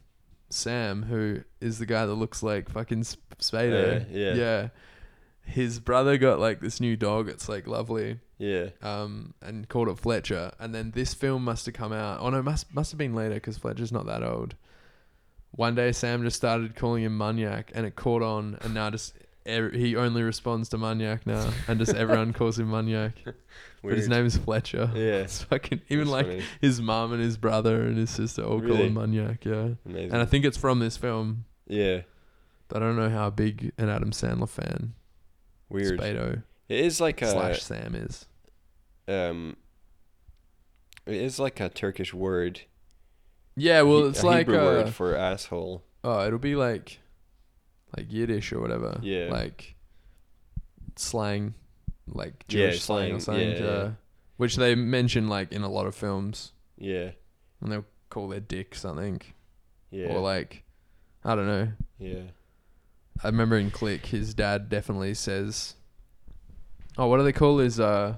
Speaker 2: Sam, who is the guy that looks like fucking Sp- Spader.
Speaker 1: Yeah, yeah.
Speaker 2: His brother got like this new dog. It's like lovely.
Speaker 1: Yeah.
Speaker 2: Um, and called it Fletcher. And then this film must have come out. Oh no, must must have been later because Fletcher's not that old. One day, Sam just started calling him Maniac, and it caught on. And now just er- he only responds to Maniac now, and just everyone calls him Maniac. But his
Speaker 1: Weird.
Speaker 2: name is Fletcher.
Speaker 1: Yeah.
Speaker 2: It's fucking even
Speaker 1: That's
Speaker 2: like
Speaker 1: funny.
Speaker 2: his mom and his brother and his sister all call
Speaker 1: Really?
Speaker 2: him Maniac. Yeah.
Speaker 1: Amazing.
Speaker 2: And I think it's from this film.
Speaker 1: yeah.
Speaker 2: But I don't know how big an Adam Sandler fan
Speaker 1: Weird.
Speaker 2: Spado
Speaker 1: It is like a
Speaker 2: slash Sam is.
Speaker 1: um. It is like a Turkish word.
Speaker 2: Yeah, well,
Speaker 1: He-
Speaker 2: it's
Speaker 1: a
Speaker 2: like
Speaker 1: Hebrew
Speaker 2: uh,
Speaker 1: word for asshole.
Speaker 2: oh, it'll be like like Yiddish or whatever.
Speaker 1: Yeah.
Speaker 2: Like slang, like
Speaker 1: Yeah,
Speaker 2: Jewish slang, or
Speaker 1: slang, yeah,
Speaker 2: something.
Speaker 1: yeah.
Speaker 2: uh, Which they mention like in a lot of films,
Speaker 1: Yeah.
Speaker 2: and they'll call their dick something,
Speaker 1: Yeah.
Speaker 2: or like I don't know.
Speaker 1: yeah.
Speaker 2: I remember in Click, his dad definitely says, "Oh, what do they call his uh,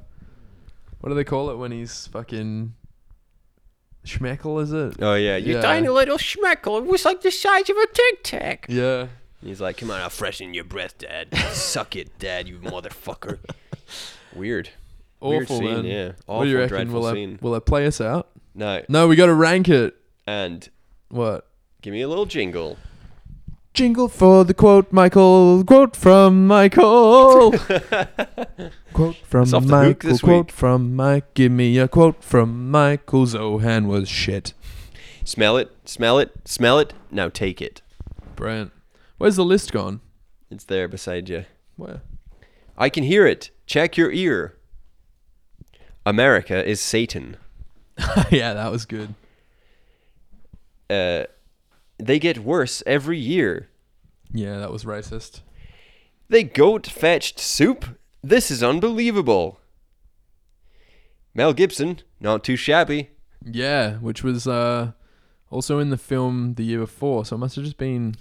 Speaker 2: what do they call it when he's fucking schmeckle? Is it?
Speaker 1: Oh yeah. You
Speaker 2: Yeah.
Speaker 1: tiny little
Speaker 5: little schmeckle was like the size of a tic tac.
Speaker 2: Yeah,
Speaker 1: And he's like, "Come on, I'll freshen your breath, Dad. Suck it, Dad, you motherfucker." Weird.
Speaker 2: Awful.
Speaker 1: scene,
Speaker 2: man.
Speaker 1: yeah.
Speaker 2: what do you
Speaker 1: Awful,
Speaker 2: reckon? Will
Speaker 1: dreadful
Speaker 2: I,
Speaker 1: scene.
Speaker 2: will I play us out?
Speaker 1: No.
Speaker 2: No, we got to rank it.
Speaker 1: And
Speaker 2: What?
Speaker 1: give me a little jingle.
Speaker 2: Jingle for the quote, Michael. Quote from Michael. quote from
Speaker 1: It's off the hook
Speaker 2: Michael.
Speaker 1: this
Speaker 2: quote
Speaker 1: week.
Speaker 2: from Mike. Give me a quote from Michael. Zohan was shit.
Speaker 1: Smell it. Smell it. Smell it. Now take it.
Speaker 2: Brilliant. Where's the list gone?
Speaker 1: It's there beside you.
Speaker 2: Where?
Speaker 1: I can hear it. Check your ear. America is Satan.
Speaker 2: yeah, that was good.
Speaker 1: Uh, they get worse every year.
Speaker 2: Yeah, that was racist.
Speaker 1: They goat fetched soup? This is unbelievable. Mel Gibson, not too shabby.
Speaker 2: Yeah, which was uh, also in the film the year before, so it must have just been.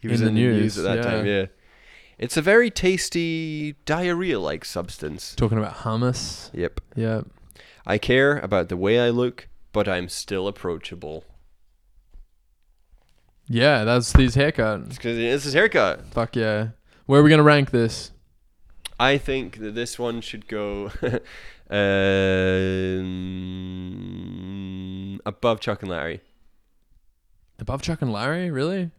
Speaker 1: He was
Speaker 2: In
Speaker 1: in,
Speaker 2: the
Speaker 1: the news,
Speaker 2: news,
Speaker 1: at that time,
Speaker 2: yeah.
Speaker 1: yeah. It's a very tasty diarrhea like substance.
Speaker 2: Talking about hummus.
Speaker 1: Yep.
Speaker 2: Yeah.
Speaker 1: I care about the way I look, but I'm still approachable.
Speaker 2: Yeah, that's these haircut.
Speaker 1: Because it's his haircut.
Speaker 2: Fuck yeah. Where are we going to rank this?
Speaker 1: I think that this one should go um, above Chuck and Larry.
Speaker 2: Above Chuck and Larry? Really?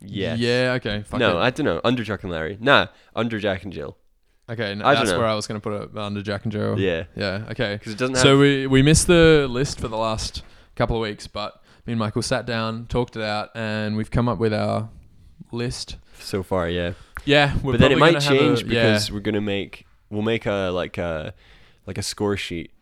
Speaker 1: Yes.
Speaker 2: Yeah, okay. Fuck
Speaker 1: no,
Speaker 2: it.
Speaker 1: I don't know. Under Chuck and Larry. Nah, under Jack and Jill.
Speaker 2: Okay, no,
Speaker 1: I don't
Speaker 2: that's
Speaker 1: know.
Speaker 2: where I was going to put it under Jack and Joe.
Speaker 1: Yeah.
Speaker 2: Yeah, okay.
Speaker 1: Because it doesn't have.
Speaker 2: Oh. So we, we missed the list for the last couple of weeks, but me and Michael sat down, talked it out, and we've come up with our list.
Speaker 1: so far, yeah.
Speaker 2: Yeah, we're
Speaker 1: But then it
Speaker 2: probably
Speaker 1: might
Speaker 2: gonna have a-
Speaker 1: change
Speaker 2: yeah.
Speaker 1: because we're gonna make we'll make a like a like a score sheet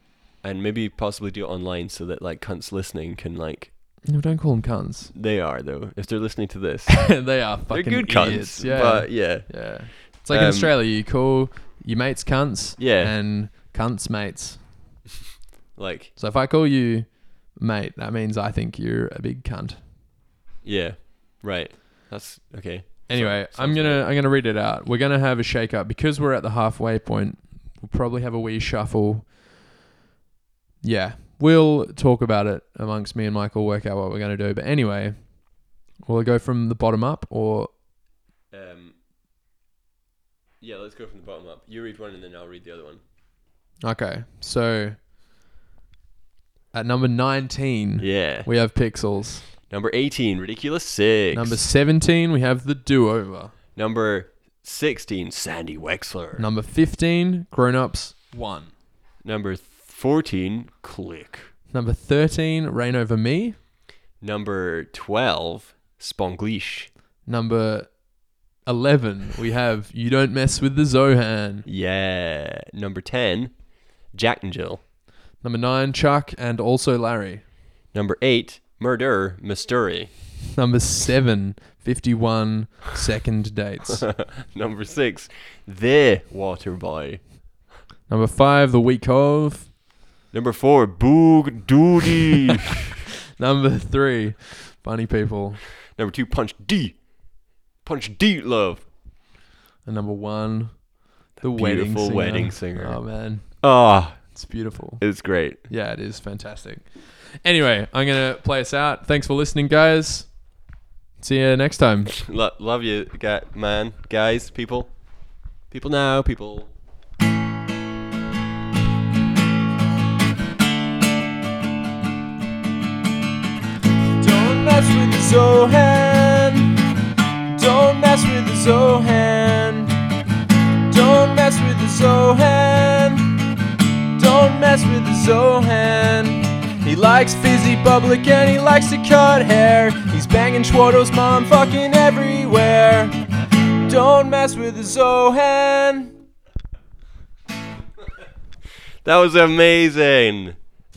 Speaker 1: and maybe possibly do it online so that like cunts listening can like
Speaker 2: No, don't call them cunts.
Speaker 1: they are though if they're listening to this
Speaker 2: they
Speaker 1: they're
Speaker 2: are fucking
Speaker 1: good
Speaker 2: idiots.
Speaker 1: cunts
Speaker 2: Yeah,
Speaker 1: but yeah
Speaker 2: yeah. It's like in
Speaker 1: Um,
Speaker 2: Australia, you call your mates cunts,
Speaker 1: Yeah.
Speaker 2: and cunts mates.
Speaker 1: like
Speaker 2: So if I call you mate, that means I think you're a big cunt.
Speaker 1: yeah right that's okay
Speaker 2: Anyway,
Speaker 1: So-
Speaker 2: I'm
Speaker 1: sounds
Speaker 2: gonna I'm gonna read it out. We're gonna have a shake up because we're at the halfway point. We'll probably have a wee shuffle. Yeah, we'll talk about it amongst me and Michael. Work out what we're gonna do. But anyway, will I go from the bottom up or
Speaker 1: um yeah let's go from the bottom up you read one and then I'll read the other one
Speaker 2: okay? So at number nineteen,
Speaker 1: yeah
Speaker 2: we have Pixels.
Speaker 1: number eighteen ridiculous six
Speaker 2: Number seventeen, we have the Do Over.
Speaker 1: number sixteen Sandy Wexler
Speaker 2: Number fifteen, Grown Ups One.
Speaker 1: number fourteen Click.
Speaker 2: Number thirteen, Rain Over Me.
Speaker 1: Number 12, Spanglish.
Speaker 2: Number 11, we have You Don't Mess With the Zohan.
Speaker 1: Yeah. Number 10, Jack and Jill.
Speaker 2: Number 9, Chuck and also Larry.
Speaker 1: Number 8, Murder Mystery.
Speaker 2: Number 7, 51 Second Dates.
Speaker 1: Number 6, The Waterboy.
Speaker 2: Number 5, The Week Of.
Speaker 1: Number 4, Boog Doody.
Speaker 2: Number 3, Funny People.
Speaker 1: Number 2, Punch D. Punch D, love.
Speaker 2: And number 1, The Wedding
Speaker 1: beautiful
Speaker 2: Singer.
Speaker 1: Wedding Singer.
Speaker 2: Oh, man.
Speaker 1: Ah,
Speaker 2: It's beautiful.
Speaker 1: it's great.
Speaker 2: Yeah, it is fantastic. Anyway, I'm going to play us out. Thanks for listening, guys. See you next time.
Speaker 1: Lo- love you, guy- man, guys, people. People now, people.
Speaker 6: Don't mess with the Zohan. Don't mess with the Zohan. Don't mess with the Zohan. Don't mess with the Zohan. He likes fizzy public and he likes to cut hair. He's banging Schwarto's mom fucking everywhere. Don't mess with the Zohan.
Speaker 1: That was amazing.